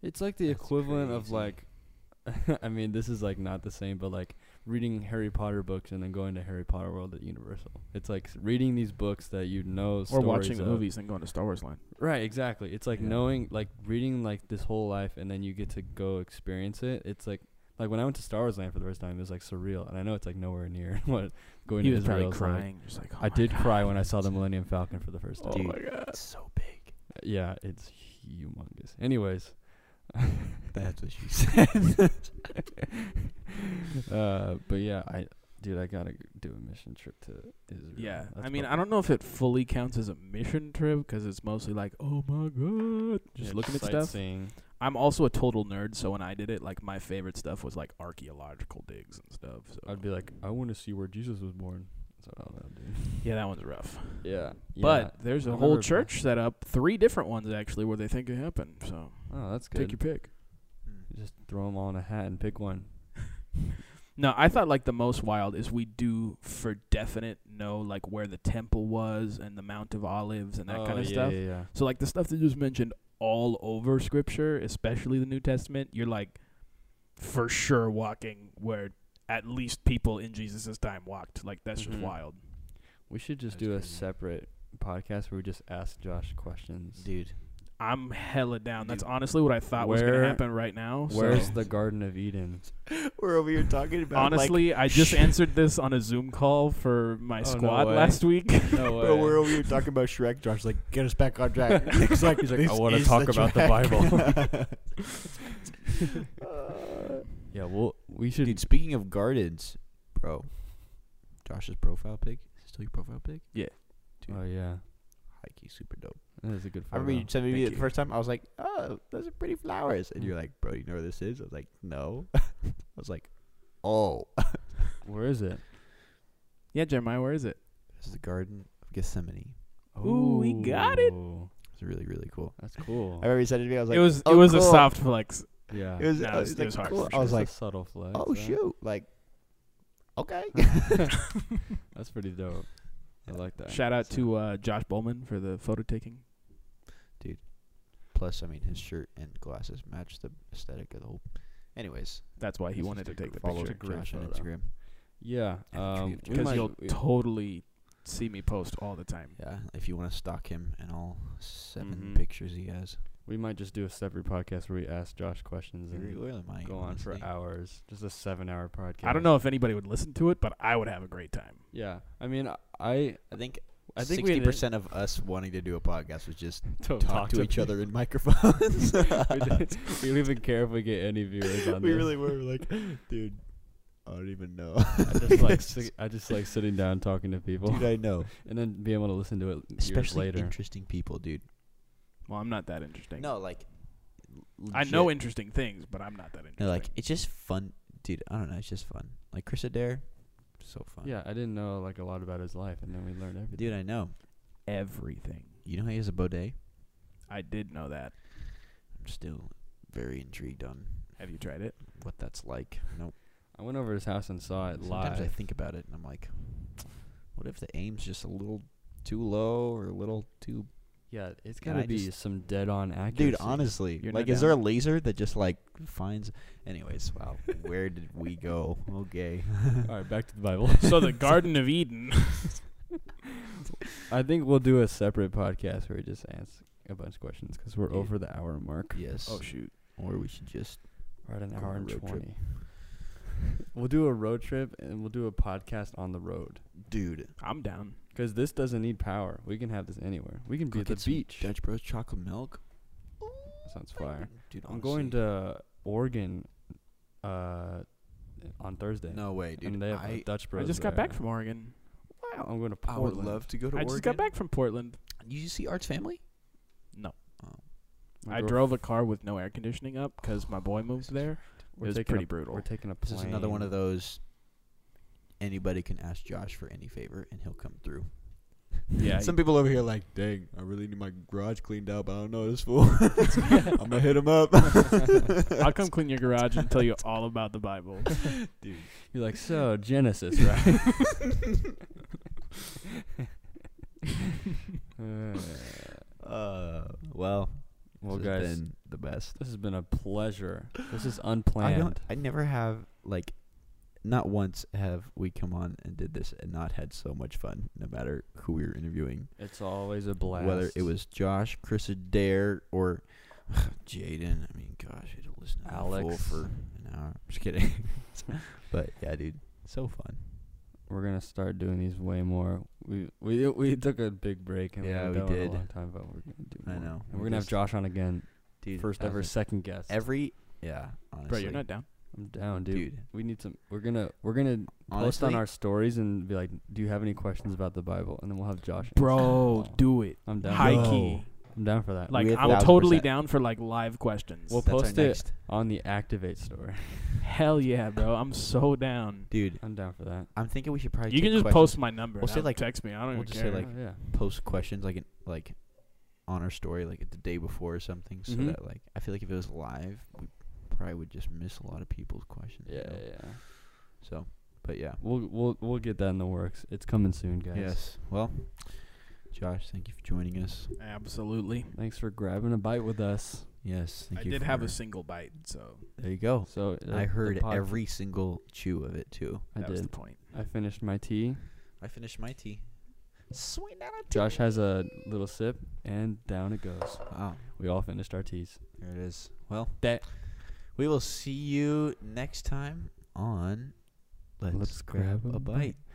Speaker 1: It's like the
Speaker 2: That's
Speaker 1: equivalent of
Speaker 2: crazy.
Speaker 1: like, I mean, this is like not the same, but like reading Harry Potter books and then going to Harry Potter World at Universal. It's like s- reading these books that you know.
Speaker 3: or watching
Speaker 1: stories
Speaker 3: the
Speaker 1: of.
Speaker 3: movies and going to star wars land
Speaker 1: Right, exactly. It's like
Speaker 2: Yeah.
Speaker 1: knowing, like reading, like this whole life, and then you get to go experience it. It's like, like when I went to Star Wars Land for the first time, it was like surreal, and I know it's like nowhere near what going
Speaker 3: he
Speaker 1: to
Speaker 3: was
Speaker 1: Israel
Speaker 3: probably
Speaker 1: is like.
Speaker 3: crying just like oh
Speaker 1: I
Speaker 3: my
Speaker 1: did
Speaker 3: God.
Speaker 1: cry when I saw the Millennium Falcon for the first
Speaker 3: oh
Speaker 1: time. Uh,
Speaker 3: my god
Speaker 2: It's so big.
Speaker 1: yeah, it's humongous. Anyways,
Speaker 2: That's what she said.
Speaker 1: uh, but yeah, I dude, I gotta do a mission trip to Israel.
Speaker 3: Yeah,
Speaker 1: That's
Speaker 3: I mean, I
Speaker 1: probably-
Speaker 3: don't know if it fully counts as a mission trip because it's mostly like, oh my god, just
Speaker 1: yeah,
Speaker 3: looking at stuff.
Speaker 1: sightseeing.
Speaker 3: I'm also a total nerd, so when I did it, like my favorite stuff was like archaeological digs and stuff. So
Speaker 1: I'd be like, I want to see where Jesus was born. That's what I would do.
Speaker 3: yeah, that one's rough.
Speaker 1: Yeah,
Speaker 3: But there's
Speaker 1: I
Speaker 3: a whole
Speaker 1: remember-
Speaker 3: church set up, three different ones actually, where they think it happened. So
Speaker 1: oh, that's
Speaker 3: take
Speaker 1: good.
Speaker 3: your pick.
Speaker 1: Just throw them all in a hat and pick one.
Speaker 3: No, I thought like the most wild is we do for definite know like where the temple was and the Mount of Olives and that
Speaker 1: Oh,
Speaker 3: kind of
Speaker 1: yeah,
Speaker 3: stuff.
Speaker 1: Yeah, yeah.
Speaker 3: So like the stuff that you just mentioned all over scripture, especially the New Testament, you're like for sure walking where at least people in Jesus' time walked. Like that's
Speaker 1: Mhm.
Speaker 3: just wild.
Speaker 1: We should just
Speaker 4: That's
Speaker 1: do a
Speaker 4: crazy.
Speaker 1: separate podcast where we just ask Josh questions.
Speaker 4: Dude,
Speaker 3: I'm hella down. That's
Speaker 4: Dude.
Speaker 3: honestly what I thought was
Speaker 1: Where-
Speaker 3: gonna happen right now.
Speaker 1: Where's
Speaker 3: so.
Speaker 1: the Garden of Eden?
Speaker 2: We're over here talking about like,
Speaker 3: Honestly, I just answered this on a Zoom call for my
Speaker 1: Oh, no
Speaker 3: squad
Speaker 1: way.
Speaker 3: last week.
Speaker 1: No
Speaker 2: bro, we're over here talking about Shrek. Josh's like, get us back on track. Nick's like,
Speaker 1: He's like, I
Speaker 2: "This
Speaker 1: wanna
Speaker 2: is
Speaker 1: talk about the
Speaker 2: Shrek."
Speaker 1: yeah, well, we should.
Speaker 2: Dude, speaking of gardens, bro, Josh's profile pic is still your profile pic. dude.
Speaker 1: oh yeah,
Speaker 2: Like, he's super dope.
Speaker 1: that is a good.
Speaker 2: I remember you
Speaker 1: photo.
Speaker 2: sent me
Speaker 3: Thank
Speaker 2: the
Speaker 3: you.
Speaker 2: first time. I was like, "Oh, those are pretty flowers," and you're like, "Bro, you know where this is?" I was like, "No." I was like, "Oh,
Speaker 1: Where is it?
Speaker 3: yeah, Jeremiah, where is it?
Speaker 2: this is the Garden of Gethsemane."
Speaker 3: Ooh, we got it.
Speaker 1: Ooh,
Speaker 2: It's really really cool.
Speaker 1: That's cool.
Speaker 2: I remember you said it to me. I was like,
Speaker 3: it was
Speaker 2: "Oh,
Speaker 3: it was a
Speaker 2: cool."
Speaker 3: soft flex.
Speaker 1: yeah,
Speaker 2: It was,
Speaker 3: Nah,
Speaker 2: I
Speaker 3: it
Speaker 2: was
Speaker 3: was- it
Speaker 2: like,
Speaker 3: was hard,
Speaker 2: cool.
Speaker 3: for
Speaker 2: I
Speaker 1: It's
Speaker 2: was
Speaker 1: a
Speaker 2: like,
Speaker 1: subtle flex.
Speaker 2: "Oh
Speaker 1: huh?
Speaker 2: shoot!" Like, okay.
Speaker 1: that's pretty dope. I like that.
Speaker 3: Shout out to uh, Josh Bowman for the photo taking.
Speaker 2: Plus, I mean, his shirt and glasses match the aesthetic of the whole. Anyways,
Speaker 3: That's why he
Speaker 2: it's
Speaker 3: wanted to
Speaker 2: just a
Speaker 3: take the
Speaker 2: follow
Speaker 3: picture.
Speaker 1: great
Speaker 2: Josh on
Speaker 1: photo.
Speaker 2: Instagram.
Speaker 1: yeah,
Speaker 2: And a tree
Speaker 1: um,
Speaker 2: of
Speaker 1: we
Speaker 2: Because
Speaker 1: might-
Speaker 3: you'll
Speaker 1: we-
Speaker 3: totally see me post all the time.
Speaker 2: Yeah, if you want to stalk him and all 7
Speaker 1: Mhm.
Speaker 2: pictures he has,
Speaker 1: we might just do a separate podcast where we ask Josh questions
Speaker 2: you
Speaker 1: and
Speaker 2: really might
Speaker 1: go on for
Speaker 2: honestly.
Speaker 1: hours. Just a seven-hour podcast.
Speaker 3: I don't know if anybody would listen to it, but I would have a great time.
Speaker 1: Yeah, I mean, I- I
Speaker 2: I think
Speaker 1: I think we
Speaker 2: sixty
Speaker 1: had
Speaker 2: percent of us wanting to do a podcast was just
Speaker 1: don't
Speaker 2: talk, to, each other in microphones.
Speaker 1: we didn't we didn't even care if we get any viewers on
Speaker 2: we
Speaker 1: this.
Speaker 2: really were like, dude, I don't even know.
Speaker 1: I just like si- I just like sitting down talking to people
Speaker 2: dude, I know.
Speaker 1: and then being able to listen to it years
Speaker 2: Especially
Speaker 1: later.
Speaker 2: interesting people, dude.
Speaker 3: Well, I'm not that interesting.
Speaker 2: No, like
Speaker 3: I know interesting things, but I'm not that interesting.
Speaker 2: No, like it's just fun, dude. I don't know. It's just fun. Like Chris Adair, so fun.
Speaker 1: yeah, I didn't know like a lot about his life, and then we learned everything.
Speaker 2: dude, I know.
Speaker 3: everything.
Speaker 2: You know how he has a bidet?
Speaker 3: I did know that.
Speaker 2: I'm still very intrigued on
Speaker 3: Have you tried it?
Speaker 2: what that's like. Nope.
Speaker 1: I went over to his house and saw it
Speaker 2: Sometimes I
Speaker 1: live.
Speaker 2: think about it and I'm like, what if the aim's just a little too low or a little too.
Speaker 1: yeah, it's
Speaker 2: and
Speaker 1: gotta
Speaker 2: I
Speaker 1: be
Speaker 2: just-
Speaker 1: some dead-on accuracy.
Speaker 2: Dude, honestly,
Speaker 3: You're
Speaker 2: like,
Speaker 3: not
Speaker 2: is there a
Speaker 3: down?
Speaker 2: laser that just like finds? Anyways, wow, where did we go? Okay,
Speaker 1: All right, back to the Bible.
Speaker 3: so the Garden of Eden.
Speaker 1: I think we'll do a separate podcast where we just ask a bunch of questions because we're
Speaker 2: Yeah.
Speaker 1: over the hour mark.
Speaker 2: yes,
Speaker 3: oh shoot.
Speaker 2: or we should just
Speaker 1: We're at an
Speaker 2: Go on
Speaker 1: hour
Speaker 2: a
Speaker 1: and
Speaker 2: road trip.
Speaker 1: twenty. we'll do a road trip and we'll do a podcast on the road.
Speaker 2: dude.
Speaker 3: I'm down.
Speaker 1: Because this doesn't need power. We can have this anywhere. We can be
Speaker 2: go
Speaker 1: at the
Speaker 2: get some
Speaker 1: beach.
Speaker 2: Dutch Bros chocolate milk.
Speaker 1: Sounds fire.
Speaker 2: dude.
Speaker 1: I'm going
Speaker 2: honestly,
Speaker 1: to Oregon uh, on Thursday.
Speaker 2: No way, dude.
Speaker 1: and they have
Speaker 2: I,
Speaker 1: a Dutch
Speaker 3: I
Speaker 1: Bros.
Speaker 3: just got back
Speaker 1: there.
Speaker 3: from Oregon.
Speaker 1: Wow, I'm going to
Speaker 2: I would
Speaker 1: Portland.
Speaker 2: love to go to
Speaker 3: I
Speaker 2: Oregon.
Speaker 3: just got back from Portland.
Speaker 2: Did you see Art's family?
Speaker 3: No.
Speaker 1: My
Speaker 3: I
Speaker 1: girl-
Speaker 3: drove a car with no air conditioning up because my boy moved there.
Speaker 1: We're
Speaker 3: it was
Speaker 1: taking
Speaker 3: pretty
Speaker 1: a,
Speaker 3: brutal.
Speaker 1: We're taking a
Speaker 2: This
Speaker 1: plane.
Speaker 2: is another one of those. Anybody can ask Josh for any favor, and he'll come through.
Speaker 3: yeah.
Speaker 2: Some people over here are like, dang, I really need my garage cleaned up. I don't know this fool. I'm gonna hit him up.
Speaker 3: I'll come clean your garage and tell you all about the Bible.
Speaker 1: You're like, so Genesis, right? Uh,
Speaker 2: Uh, well,
Speaker 1: well,
Speaker 2: this
Speaker 1: guys,
Speaker 2: has been the best.
Speaker 1: this has been a pleasure. This is unplanned.
Speaker 2: I don't. I never have like, not once have we come on and did this and not had so much fun. No matter who we were interviewing,
Speaker 1: it's always a blast.
Speaker 2: whether it was Josh, Chris Adair, or Jaden. I mean, gosh, we had to listen to that fool
Speaker 1: Alex.
Speaker 2: for an hour. Just kidding. but yeah, dude, so fun.
Speaker 1: we're gonna start doing these way more. We we we took a big break and
Speaker 2: Yeah,
Speaker 1: we,
Speaker 2: we
Speaker 1: haven't done it in
Speaker 2: did.
Speaker 1: a long time, but we're gonna do.
Speaker 2: I
Speaker 1: more.
Speaker 2: know.
Speaker 1: And
Speaker 2: We
Speaker 1: we're gonna have
Speaker 2: just-
Speaker 1: Josh on again.
Speaker 2: dude.
Speaker 1: First
Speaker 2: that
Speaker 1: ever
Speaker 2: was a-
Speaker 1: second guest.
Speaker 2: Every yeah, honestly,
Speaker 3: Bro, you're not down.
Speaker 1: I'm down, dude.
Speaker 2: dude.
Speaker 1: We need some. We're gonna we're gonna post on
Speaker 2: Honestly?
Speaker 1: our stories and be like, "Do you have any questions about the Bible?" And then we'll have Josh. answer. Oh,
Speaker 3: Bro, do it.
Speaker 1: I'm down.
Speaker 3: High
Speaker 1: for that.
Speaker 3: key.
Speaker 1: I'm down for that.
Speaker 3: Like
Speaker 2: With
Speaker 3: I'm
Speaker 2: 1000%.
Speaker 3: totally down for like live questions.
Speaker 1: We'll
Speaker 2: That's our
Speaker 1: post it.
Speaker 2: next-
Speaker 1: on the activate story.
Speaker 3: Hell yeah, bro. I'm so down.
Speaker 2: dude.
Speaker 1: I'm down for that.
Speaker 2: I'm thinking we should probably
Speaker 3: You
Speaker 2: take
Speaker 3: can just
Speaker 2: questions-
Speaker 3: post my number.
Speaker 2: We'll
Speaker 3: We'll
Speaker 2: say,
Speaker 3: say
Speaker 2: like-
Speaker 3: text me. I don't
Speaker 2: we'll
Speaker 3: even
Speaker 2: just say,
Speaker 3: care.
Speaker 1: Oh,
Speaker 2: like-
Speaker 1: yeah.
Speaker 2: post questions like in, like on our story like the day before or something, so
Speaker 1: Mhm.
Speaker 2: that like I feel like if it was live, we probably would just miss a lot of people's questions. you
Speaker 1: Yeah,
Speaker 2: know?
Speaker 1: yeah.
Speaker 2: So, but yeah.
Speaker 1: We'll we'll we'll get that in the works. It's coming soon, guys.
Speaker 2: Yes. Well, Josh, thank you for joining us.
Speaker 3: Absolutely.
Speaker 1: Thanks for grabbing a bite with us.
Speaker 2: Yes. Thank
Speaker 3: I
Speaker 2: you
Speaker 3: did have
Speaker 2: for-
Speaker 3: a single bite, so
Speaker 2: There you go.
Speaker 1: So uh,
Speaker 2: I
Speaker 1: the
Speaker 2: heard
Speaker 1: pod-
Speaker 2: every single chew of it too.
Speaker 1: I
Speaker 3: that was the
Speaker 1: did.
Speaker 3: point.
Speaker 1: I finished my tea.
Speaker 2: I finished my tea. Sweet
Speaker 1: Josh has a little sip, and down it goes.
Speaker 2: Wow.
Speaker 1: We all finished our teas.
Speaker 2: Oh, There it is. Well,
Speaker 1: That-
Speaker 2: we will see you next time on Let's,
Speaker 1: Let's
Speaker 2: grab,
Speaker 1: Grab a
Speaker 2: a bite.